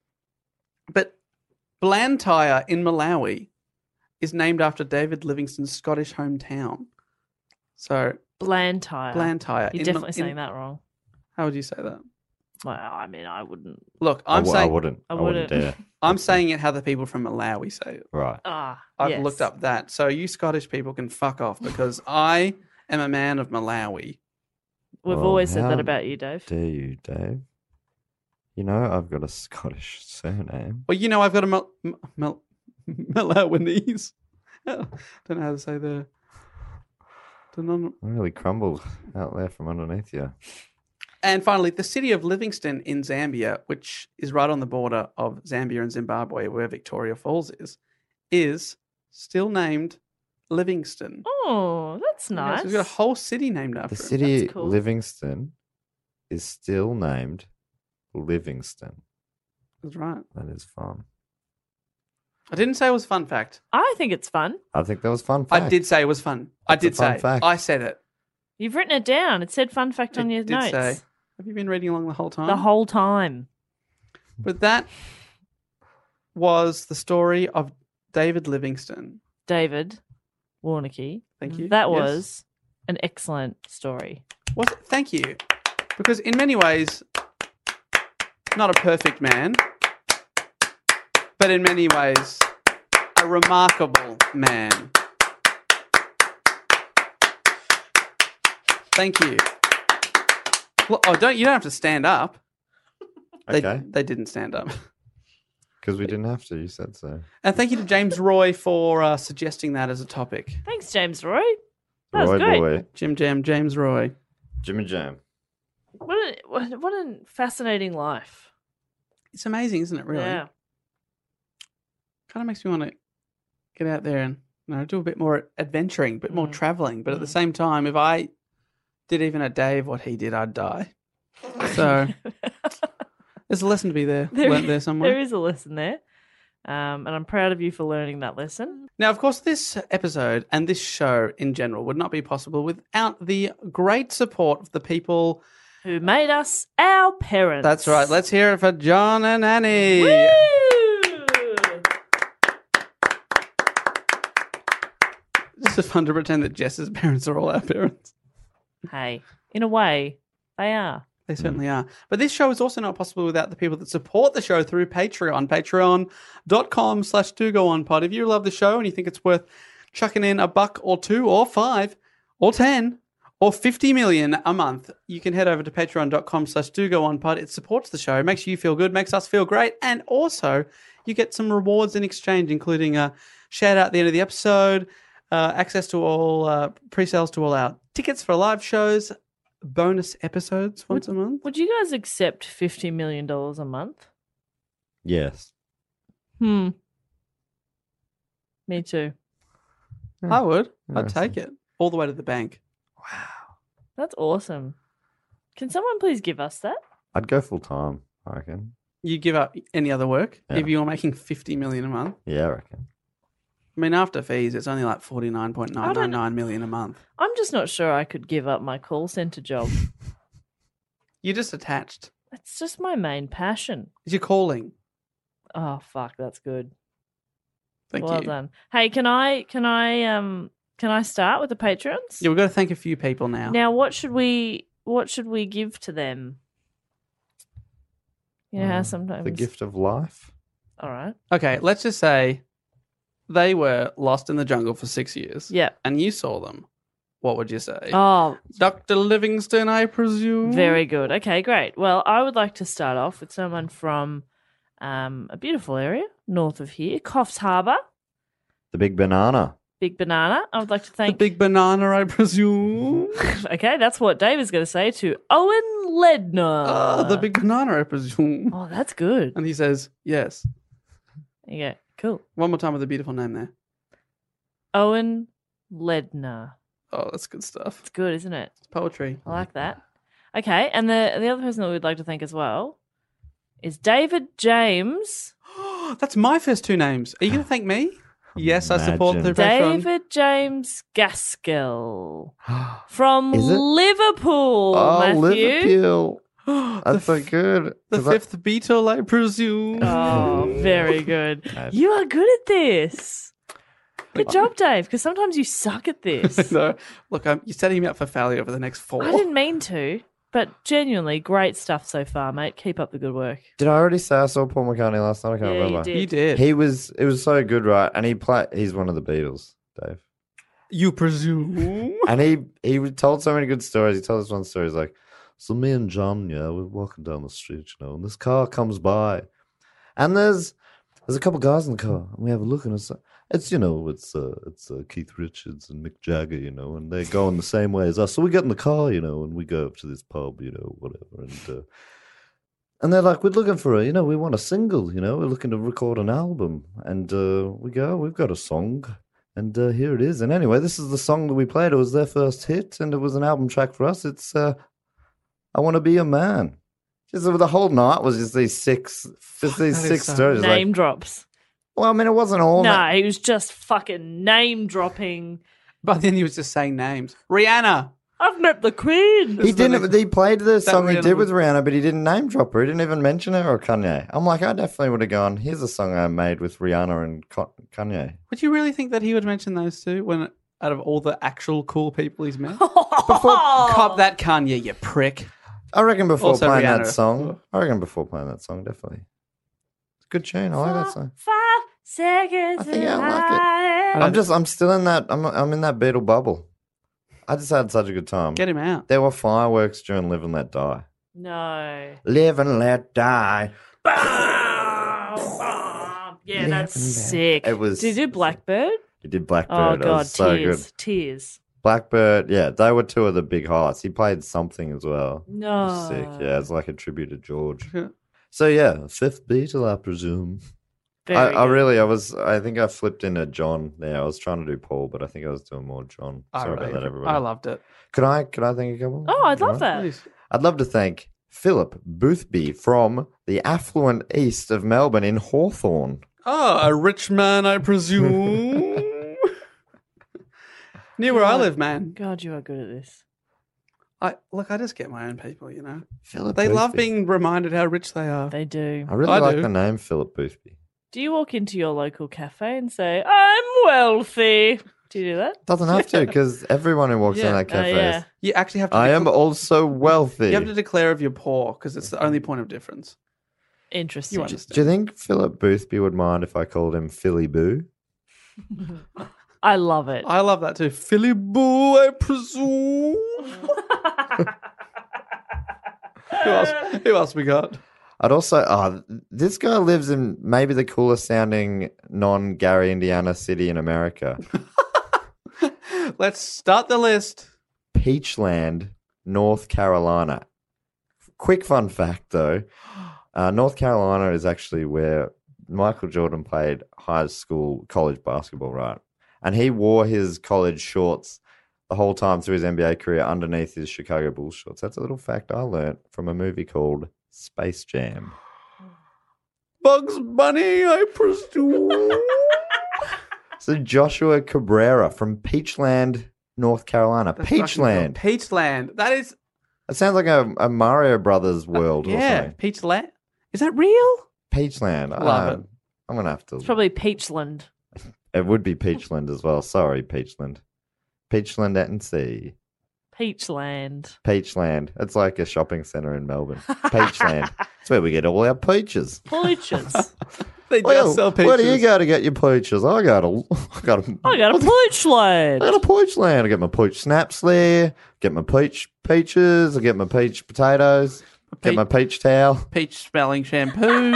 Speaker 6: But Blantyre in Malawi is named after David Livingstone's Scottish hometown. So
Speaker 7: Blantyre.
Speaker 6: Blantyre.
Speaker 7: You're
Speaker 6: in Ma-
Speaker 7: definitely
Speaker 6: in-
Speaker 7: saying that wrong.
Speaker 6: How would you say that?
Speaker 7: Well, I mean, I wouldn't.
Speaker 6: Look,
Speaker 1: I
Speaker 6: I'm
Speaker 1: w- I
Speaker 6: saying
Speaker 1: wouldn't.
Speaker 7: I
Speaker 1: I wouldn't
Speaker 7: wouldn't.
Speaker 1: dare.
Speaker 6: I'm saying it how the people from Malawi say it.
Speaker 1: Right.
Speaker 7: Ah.
Speaker 6: I've
Speaker 7: yes.
Speaker 6: looked up that. So you Scottish people can fuck off because I am a man of Malawi.
Speaker 7: We've
Speaker 1: Well,
Speaker 7: always said
Speaker 1: how
Speaker 7: that about you, Dave.
Speaker 1: Dare you, Dave? You know I've got a Scottish surname.
Speaker 6: Well, you know, I've got a Mal- Mal- Malawanese. Don't know how to say the. the non-
Speaker 1: I really crumbled out there from underneath you.
Speaker 6: and finally, the city of Livingston in Zambia, which is right on the border of Zambia and Zimbabwe, where Victoria Falls is, is still named Livingston.
Speaker 7: Oh, that's
Speaker 6: Yeah,
Speaker 7: nice.
Speaker 6: so we've got a whole city named after
Speaker 1: The
Speaker 6: him.
Speaker 1: city
Speaker 7: cool.
Speaker 1: Livingston is still named Livingston.
Speaker 6: That's right.
Speaker 1: That is fun.
Speaker 6: I didn't say it was fun fact.
Speaker 7: I think it's fun.
Speaker 1: I think that was fun. Fact.
Speaker 6: I did say it was fun. I
Speaker 1: That's a
Speaker 6: did
Speaker 1: fun
Speaker 6: say.
Speaker 1: fact.
Speaker 6: I said it.
Speaker 7: You've written it down. It said fun fact on
Speaker 6: It
Speaker 7: your
Speaker 6: did
Speaker 7: notes
Speaker 6: say. Have you been reading along the whole time?
Speaker 7: the whole time.
Speaker 6: But that was the story of David Livingston.
Speaker 7: David Warnicky.
Speaker 6: Thank you.
Speaker 7: That
Speaker 6: Yes.
Speaker 7: was an excellent story.
Speaker 6: Was it? Thank you. Because in many ways, not a perfect man, but in many ways, a remarkable man. Thank you. Well, oh, don't you don't have to stand up. They,
Speaker 1: Okay,
Speaker 6: they didn't stand up.
Speaker 1: because we didn't have to. You said so.
Speaker 6: And thank you to James Roy for uh, suggesting that as a topic.
Speaker 7: Thanks, James Roy. That was
Speaker 1: Roy
Speaker 7: great.
Speaker 1: boy,
Speaker 6: Jim Jam, James Roy.
Speaker 1: Jimmy Jam.
Speaker 7: What a, what a- what a fascinating life.
Speaker 6: It's amazing, isn't it? Really,
Speaker 7: Yeah.
Speaker 6: kind of makes me want to get out there and you know, do a bit more adventuring, a bit
Speaker 7: Mm.
Speaker 6: more traveling. But at the same time, if I did even a day of what he did, I'd die. So there's a lesson to be there,
Speaker 7: There
Speaker 6: learnt
Speaker 7: i-
Speaker 6: there somewhere.
Speaker 7: There is a lesson there. Um, and I'm proud of you for learning that lesson.
Speaker 6: Now, of course, this episode and this show in general would not be possible without the great support of the people.
Speaker 7: Who made us our parents?
Speaker 6: That's right. Let's hear it for John and Annie.
Speaker 7: Woo!
Speaker 6: This is fun to pretend that Jess's parents are all our parents.
Speaker 7: Hey, in a way, they are.
Speaker 6: They certainly are. But this show is also not possible without the people that support the show through Patreon. Patreon.com slash do go on pod. If you love the show and you think it's worth chucking in a buck or two or five or ten or 50 million a month, you can head over to patreon.com slash do go on pod. It supports the show, makes you feel good, makes us feel great. And also, you get some rewards in exchange, including a shout out at the end of the episode, uh, access to all uh, pre sales to all our tickets for live shows, bonus episodes once a month.
Speaker 7: Would you guys accept $50 million a month?
Speaker 1: Yes.
Speaker 7: Hmm. Me too.
Speaker 6: I would. I'd
Speaker 1: Interesting.
Speaker 6: take it all the way to the bank.
Speaker 7: That's awesome. Can someone please give us that?
Speaker 1: I'd go full time. I reckon.
Speaker 6: You give up any other work
Speaker 1: Yeah.
Speaker 6: if you were making fifty million a month.
Speaker 1: Yeah, I reckon.
Speaker 6: I mean, after fees, it's only like forty nine point nine nine nine million a month.
Speaker 7: I'm just not sure I could give up my call center job.
Speaker 6: You're just attached.
Speaker 7: It's just my main passion.
Speaker 6: It's your calling.
Speaker 7: Oh fuck, that's good.
Speaker 6: Thank
Speaker 7: well
Speaker 6: you.
Speaker 7: done. Hey, can I can I um can I start with the patrons?
Speaker 6: Yeah, we've got to thank a few people now.
Speaker 7: Now, what should we what should we give to them? You know
Speaker 6: Mm,
Speaker 7: how sometimes
Speaker 1: The gift of life.
Speaker 7: All right.
Speaker 6: Okay, let's just say they were lost in the jungle for six years.
Speaker 7: Yeah.
Speaker 6: And you saw them. What would you say?
Speaker 7: Oh,
Speaker 6: Dr. Livingston, I presume.
Speaker 7: Very good. Okay, great. Well, I would like to start off with someone from um, a beautiful area north of here, Coffs Harbour,
Speaker 1: The big banana.
Speaker 7: Big Banana. I would like to thank. Oh.
Speaker 6: Big banana, I presume.
Speaker 7: okay, that's what Dave is going to say to Owen Ledner.
Speaker 6: Oh, the big banana, I presume.
Speaker 7: Oh, that's good.
Speaker 6: And he says, yes.
Speaker 7: Yeah, cool.
Speaker 6: One more time with a beautiful name there.
Speaker 7: Owen Ledner.
Speaker 6: Oh, that's good stuff.
Speaker 7: It's good, isn't it?
Speaker 6: It's poetry.
Speaker 7: I like that. Okay, and the the other person that we'd like to thank as well is David James.
Speaker 6: That's my first two names. Are you going to thank me? Yes, I support the
Speaker 1: Imagine.
Speaker 6: patron.
Speaker 7: David James Gaskell from
Speaker 1: Is it?
Speaker 7: Liverpool.
Speaker 1: Oh,
Speaker 7: Matthew.
Speaker 1: Liverpool.
Speaker 6: the,
Speaker 1: That's so good.
Speaker 6: the
Speaker 1: 'Cause I-
Speaker 6: fifth beetle, I presume.
Speaker 7: Oh, very good. You are good at this. Good job, Dave, because sometimes you suck at this.
Speaker 6: no, look, I'm, you're setting me up for failure over the next four.
Speaker 7: I didn't mean to, but genuinely great stuff so far, mate. Keep up the good work.
Speaker 1: Did I already say I saw Paul McCartney last night? I can't
Speaker 7: Yeah, you
Speaker 1: remember.
Speaker 7: did.
Speaker 6: You did.
Speaker 1: He was. It was so good, right? And he played. He's one of the Beatles, Dave.
Speaker 6: you presume.
Speaker 1: And he he was told so many good stories. He told us one story. He's like, so me and John, yeah, we're walking down the street, you know, and this car comes by, and there's there's a couple guys in the car, and we have a look, and it's it's you know it's uh, it's uh, Keith Richards and Mick Jagger, you know, and they're going the same way as us. So we get in the car, you know, and we go up to this pub, you know, whatever, and. Uh, and they're like, we're looking for a, you know, we want a single, you know, we're looking to record an album. And uh, we go, we've got a song. And uh, here it is. And anyway, this is the song that we played. It was their first hit, and it was an album track for us. It's uh, I Want to Be a Man. Just the whole night was just these six, just these
Speaker 6: that is
Speaker 1: six
Speaker 6: so-
Speaker 1: stories. Like,
Speaker 7: Name drops.
Speaker 1: well, I mean, it wasn't all.
Speaker 7: No,
Speaker 1: that-
Speaker 7: he was just fucking name dropping.
Speaker 6: But then he was just saying names. Rihanna.
Speaker 7: I've met the Queen.
Speaker 1: He didn't. He played the song he
Speaker 6: Rihanna
Speaker 1: did
Speaker 6: was-
Speaker 1: with Rihanna, but he didn't name drop her. He didn't even mention her or Kanye. I'm like, I definitely would have gone. Here's a song I made with Rihanna and Con- Kanye.
Speaker 6: Would you really think that he would mention those two when out of all the actual cool people he's met?
Speaker 7: Before Oh.
Speaker 6: Cop that Kanye, you prick.
Speaker 1: I reckon before
Speaker 6: Also
Speaker 1: playing
Speaker 6: Rihanna.
Speaker 1: that song. I reckon before playing that song, definitely. It's a good tune. Oh, I like that song.
Speaker 7: Five seconds.
Speaker 1: I think
Speaker 7: and
Speaker 1: I like it. Uh,
Speaker 7: I-
Speaker 1: I'm just I'm still in that I'm I'm in that Beatle bubble. I just had such a good time.
Speaker 6: Get him out.
Speaker 1: There were fireworks during Live and Let Die.
Speaker 7: No.
Speaker 1: Live and Let Die.
Speaker 7: Um, Yeah, that's sick.
Speaker 1: It was-
Speaker 7: Did you do Blackbird?
Speaker 1: He did
Speaker 7: Oh
Speaker 1: Blackbird. it
Speaker 7: god,
Speaker 1: was so
Speaker 7: tears,
Speaker 1: good.
Speaker 7: tears.
Speaker 1: Blackbird, yeah, they were two of the big hearts. He played something as well. It
Speaker 7: No.
Speaker 1: was Sick,
Speaker 6: Oh.
Speaker 1: yeah, it's like a tribute to George.
Speaker 6: Yeah.
Speaker 1: So yeah, fifth Beatle, I presume.
Speaker 7: Very
Speaker 1: I, I
Speaker 7: good.
Speaker 1: really, I was, I think I flipped into John there. I was trying to do Paul, but I think I was doing more John.
Speaker 6: I
Speaker 1: Sorry
Speaker 6: really-
Speaker 1: about that, everybody.
Speaker 6: I loved it.
Speaker 1: Could I, could I thank a couple?
Speaker 7: Oh, I'd love
Speaker 1: Alright.
Speaker 7: that.
Speaker 6: Please.
Speaker 1: I'd love to thank Philip Boothby from the affluent east of Melbourne in Hawthorne.
Speaker 6: Oh, a rich man, I presume. Near where I live, man.
Speaker 7: God, you are good at this.
Speaker 6: I look. I just get my own people, you know.
Speaker 1: Philip
Speaker 6: They love
Speaker 1: Boothby.
Speaker 6: being reminded how rich they are.
Speaker 7: They do.
Speaker 1: I really
Speaker 6: I
Speaker 1: like
Speaker 6: do.
Speaker 1: the name Philip Boothby.
Speaker 7: Do you walk into your local cafe and say, "I'm wealthy"? Do you do that?
Speaker 1: Doesn't have to because everyone who walks in
Speaker 6: Yeah.
Speaker 1: that
Speaker 7: Oh
Speaker 1: cafe
Speaker 7: yeah.
Speaker 1: is,
Speaker 6: You actually have to.
Speaker 1: I
Speaker 6: decla-
Speaker 1: am also wealthy.
Speaker 6: You have to declare if you're poor because it's the only point of difference.
Speaker 7: Interesting.
Speaker 6: You
Speaker 1: Do you
Speaker 6: understand?
Speaker 1: think Philip Boothby would mind if I called him Philly Boo?
Speaker 7: I love it.
Speaker 6: I love that too. Philly Boo, I presume. who else? Who else we got?
Speaker 1: I'd also, oh, this guy lives in maybe the coolest sounding non Gary, Indiana city in America
Speaker 6: Let's start the list.
Speaker 1: Peachland, North Carolina. Quick fun fact though uh, North Carolina is actually where Michael Jordan played high school, college basketball, right? And he wore his college shorts the whole time through his NBA career underneath his Chicago Bulls shorts. That's a little fact I learned from a movie called Space Jam.
Speaker 6: Bugs Bunny, I presume.
Speaker 1: So Joshua Cabrera from Peachland, North Carolina.
Speaker 6: That's fucking
Speaker 1: Peachland.
Speaker 6: cool. Peachland. That is
Speaker 1: It sounds like a, a Mario Brothers world or
Speaker 6: Uh, yeah,
Speaker 1: something.
Speaker 6: Peach Land. Is that real?
Speaker 1: Peachland.
Speaker 6: Love
Speaker 1: Um, I'm gonna have to.
Speaker 7: It's probably Peachland.
Speaker 1: It would be Peachland as well. Sorry, Peachland. Peachland and Sea.
Speaker 7: Peachland.
Speaker 1: Peachland. It's like a shopping centre in Melbourne. Peachland. It's where we get all our peaches.
Speaker 7: Peaches.
Speaker 6: They
Speaker 1: Well, where do you go to get your peaches? I got a, I got a,
Speaker 7: I got a
Speaker 1: I
Speaker 7: Peachland.
Speaker 1: got a peach land. I get my peach snaps there. Get my peach peaches. I get my peach potatoes. Get my peach towel.
Speaker 6: Peach smelling shampoo.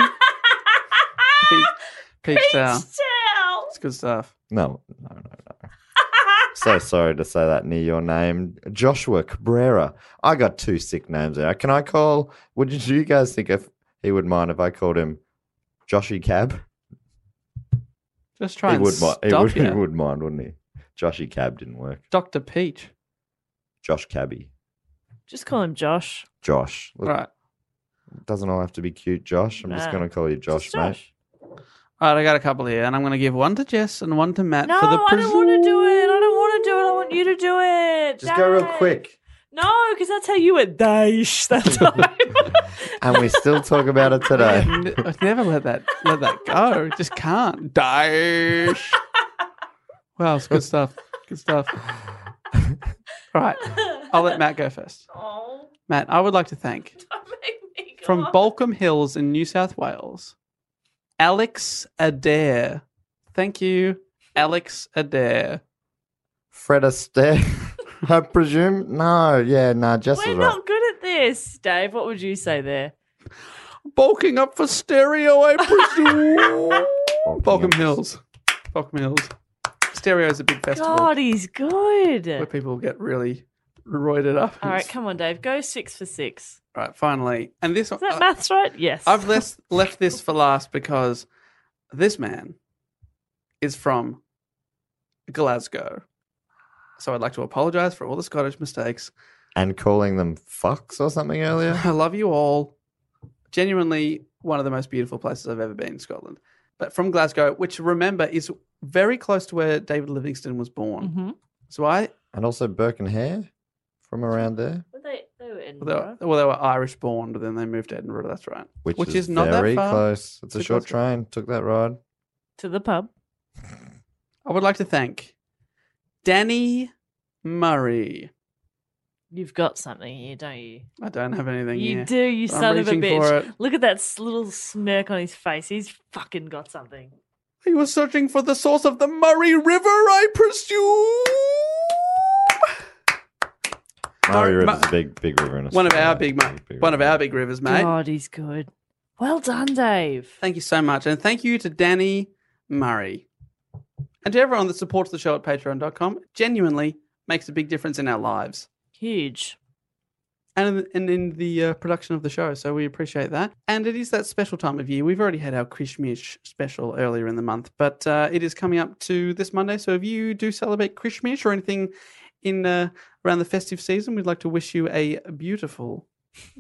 Speaker 6: peach, peach towel. It's good stuff.
Speaker 1: No, no, no, no. so sorry to say that near your name, Joshua Cabrera. I got two sick names there. Can I call? Would you, do you guys think if he would mind if I called him Joshy Cab?
Speaker 6: Just try
Speaker 1: he
Speaker 6: and
Speaker 1: would mind.
Speaker 6: stop
Speaker 1: He would, he
Speaker 6: ya.
Speaker 1: would mind, wouldn't he? Joshy Cab didn't work.
Speaker 6: Dr. Peach.
Speaker 1: Josh Cabby.
Speaker 7: Just call him Josh.
Speaker 1: Josh. Look,
Speaker 6: All right.
Speaker 1: Doesn't all have to be cute, Josh. I'm just
Speaker 7: Nah.
Speaker 1: going to call you Josh,
Speaker 7: Just
Speaker 1: mate.
Speaker 7: Josh.
Speaker 6: All right, I got a couple here, and I'm going to give one to Jess and one to Matt
Speaker 7: No,
Speaker 6: for the
Speaker 7: I don't want to do it. I don't want to do it. I want you to do it.
Speaker 1: Just go real
Speaker 7: Dave.
Speaker 1: quick.
Speaker 7: No, because that's how you went Daesh that time.
Speaker 1: And we still talk about it today.
Speaker 6: I have never let that let that go. Just can't. Daesh. Wow, it's good stuff. Good stuff. All right, I'll let Matt go first.
Speaker 7: oh,
Speaker 6: Matt, I would like to thank
Speaker 7: don't make me go
Speaker 6: from
Speaker 7: on.
Speaker 6: Balcombe Hills in New South Wales, Alex Adair. Thank you, Alex Adair.
Speaker 1: Fred Astaire, I presume. No, yeah, no, Jess
Speaker 7: We're
Speaker 1: is right.
Speaker 7: not good at this, Dave. What would you say there?
Speaker 6: Bulking up for stereo, I presume.
Speaker 1: Bulking
Speaker 6: Balcombe
Speaker 1: up.
Speaker 6: Hills. Balcombe Hills. Stereo is a big festival
Speaker 7: God, he's good.
Speaker 6: where people get really roided up.
Speaker 7: All right, come on, Dave. Go six for six.
Speaker 6: All right, finally. And this uh,
Speaker 7: Is that
Speaker 6: one,
Speaker 7: maths right? Yes.
Speaker 6: I've left, left this for last because this man is from Glasgow. So I'd like to apologize for all the Scottish mistakes.
Speaker 1: And calling them fucks or something earlier.
Speaker 6: I love you all. Genuinely, one of the most beautiful places I've ever been in Scotland. But from Glasgow, which remember is very close to where David Livingstone was born.
Speaker 7: Mm-hmm.
Speaker 6: So I,
Speaker 1: And also Burke and Hare from around there,
Speaker 7: They, they were in.
Speaker 6: well they, were, well, they were Irish born, but then they moved to Edinburgh. That's right.
Speaker 1: which,
Speaker 6: Which
Speaker 1: is,
Speaker 6: is not that
Speaker 1: very
Speaker 6: far
Speaker 1: close. It's a
Speaker 6: to
Speaker 1: short
Speaker 6: Glasgow.
Speaker 1: train. Took that ride.
Speaker 7: To the pub.
Speaker 6: I would like to thank Danny Murray.
Speaker 7: You've got something here, don't you?
Speaker 6: I don't have anything
Speaker 7: You
Speaker 6: here.
Speaker 7: do, you
Speaker 6: I'm
Speaker 7: son of a
Speaker 6: reaching for
Speaker 7: bitch.
Speaker 6: it.
Speaker 7: Look at that s- little smirk on his face. He's fucking got something.
Speaker 6: He was searching for the source of the Murray River, I presume.
Speaker 1: Murray
Speaker 6: Murray-
Speaker 1: River's a big, big river in
Speaker 6: One of our
Speaker 1: Australia.
Speaker 6: big, ma- one of
Speaker 1: river.
Speaker 6: our big rivers, mate.
Speaker 7: God, he's good. Well done, Dave.
Speaker 6: Thank you so much. And thank you to Danny Murray. And to everyone that supports the show at patreon.com, It genuinely makes a big difference in our lives
Speaker 7: Huge.
Speaker 6: and in, and in the uh, production of the show. So we appreciate that. And it is that special time of year. We've already had our Krishmish special earlier in the month, but uh, it is coming up to this Monday. So if you do celebrate Krishmish or anything in uh, around the festive season, we'd like to wish you a beautiful,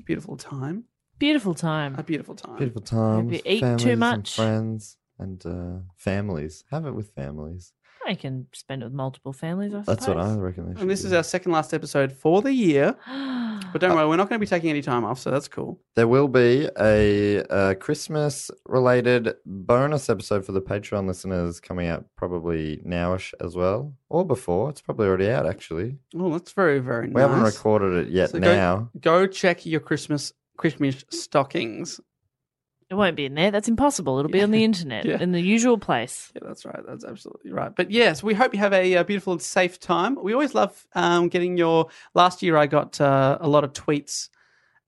Speaker 6: beautiful time.
Speaker 7: Beautiful
Speaker 6: A
Speaker 7: time.
Speaker 6: beautiful time.
Speaker 1: Beautiful times.
Speaker 7: you eat too
Speaker 1: families and
Speaker 7: much.
Speaker 1: friends and uh, families. Have it with families.
Speaker 7: I can spend it with multiple families, I suppose.
Speaker 1: That's what I reckon. they should
Speaker 6: And this
Speaker 1: do.
Speaker 6: is our second last episode for the year.
Speaker 7: I.
Speaker 6: But
Speaker 1: Uh,
Speaker 6: don't worry, we're not going to be taking any time off, so that's cool.
Speaker 1: There will be a, uh Christmas related bonus episode for the Patreon listeners coming out probably nowish as well, or before. It's probably already out, actually.
Speaker 6: Oh, that's very, very nice.
Speaker 1: We haven't recorded it yet
Speaker 6: So go-
Speaker 1: now.
Speaker 6: Go check your Christmas Christmas stockings.
Speaker 7: It won't be in there. That's impossible. It'll be on the internet
Speaker 6: Yeah.
Speaker 7: in the usual place.
Speaker 6: Yeah, that's right. That's absolutely right. But yes, we hope you have a, uh beautiful and safe time. We always love um, getting your. Last year, I got uh, a lot of tweets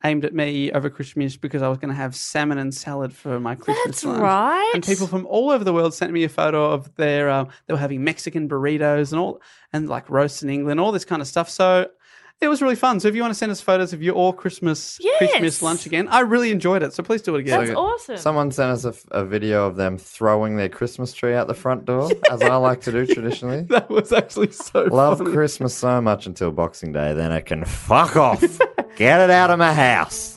Speaker 6: aimed at me over Christmas because I was going to have salmon and salad for my Christmas
Speaker 7: That's
Speaker 6: lunch.
Speaker 7: right.
Speaker 6: And people from all over the world sent me a photo of their um, they were having Mexican burritos and all and like roasts in England, all this kind of stuff. So it was really fun. So if you want to send us photos of your Christmas
Speaker 7: Yes.
Speaker 6: Christmas lunch again, I really enjoyed it. So please do it again.
Speaker 7: That's awesome.
Speaker 1: Someone sent us a, f- a video of them throwing their Christmas tree out the front door, as I like to do traditionally.
Speaker 6: that was actually so
Speaker 1: Love
Speaker 6: funny.
Speaker 1: Christmas so much until Boxing Day, then it can fuck off. Get it out of my house.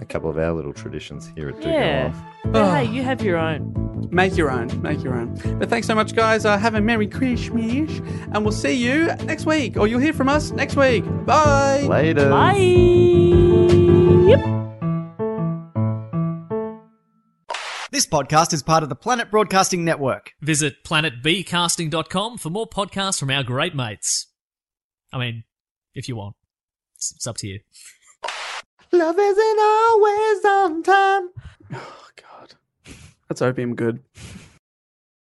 Speaker 1: It couple of our little traditions here at Do Go
Speaker 7: Yeah.
Speaker 1: Off.
Speaker 7: But hey, you have your own.
Speaker 6: Make your own. Make your own. But thanks so much, guys. Uh, have a Merry Christmas. And we'll see you next week. Or you'll hear from us next week. Bye.
Speaker 1: Later.
Speaker 7: Bye. Yep.
Speaker 4: This podcast is part of the Planet Broadcasting Network.
Speaker 5: Visit planetbcasting.com for more podcasts from our great mates. I mean, if you want, it's, it's up to you.
Speaker 6: Love isn't always on time. Oh, God. That's opium good.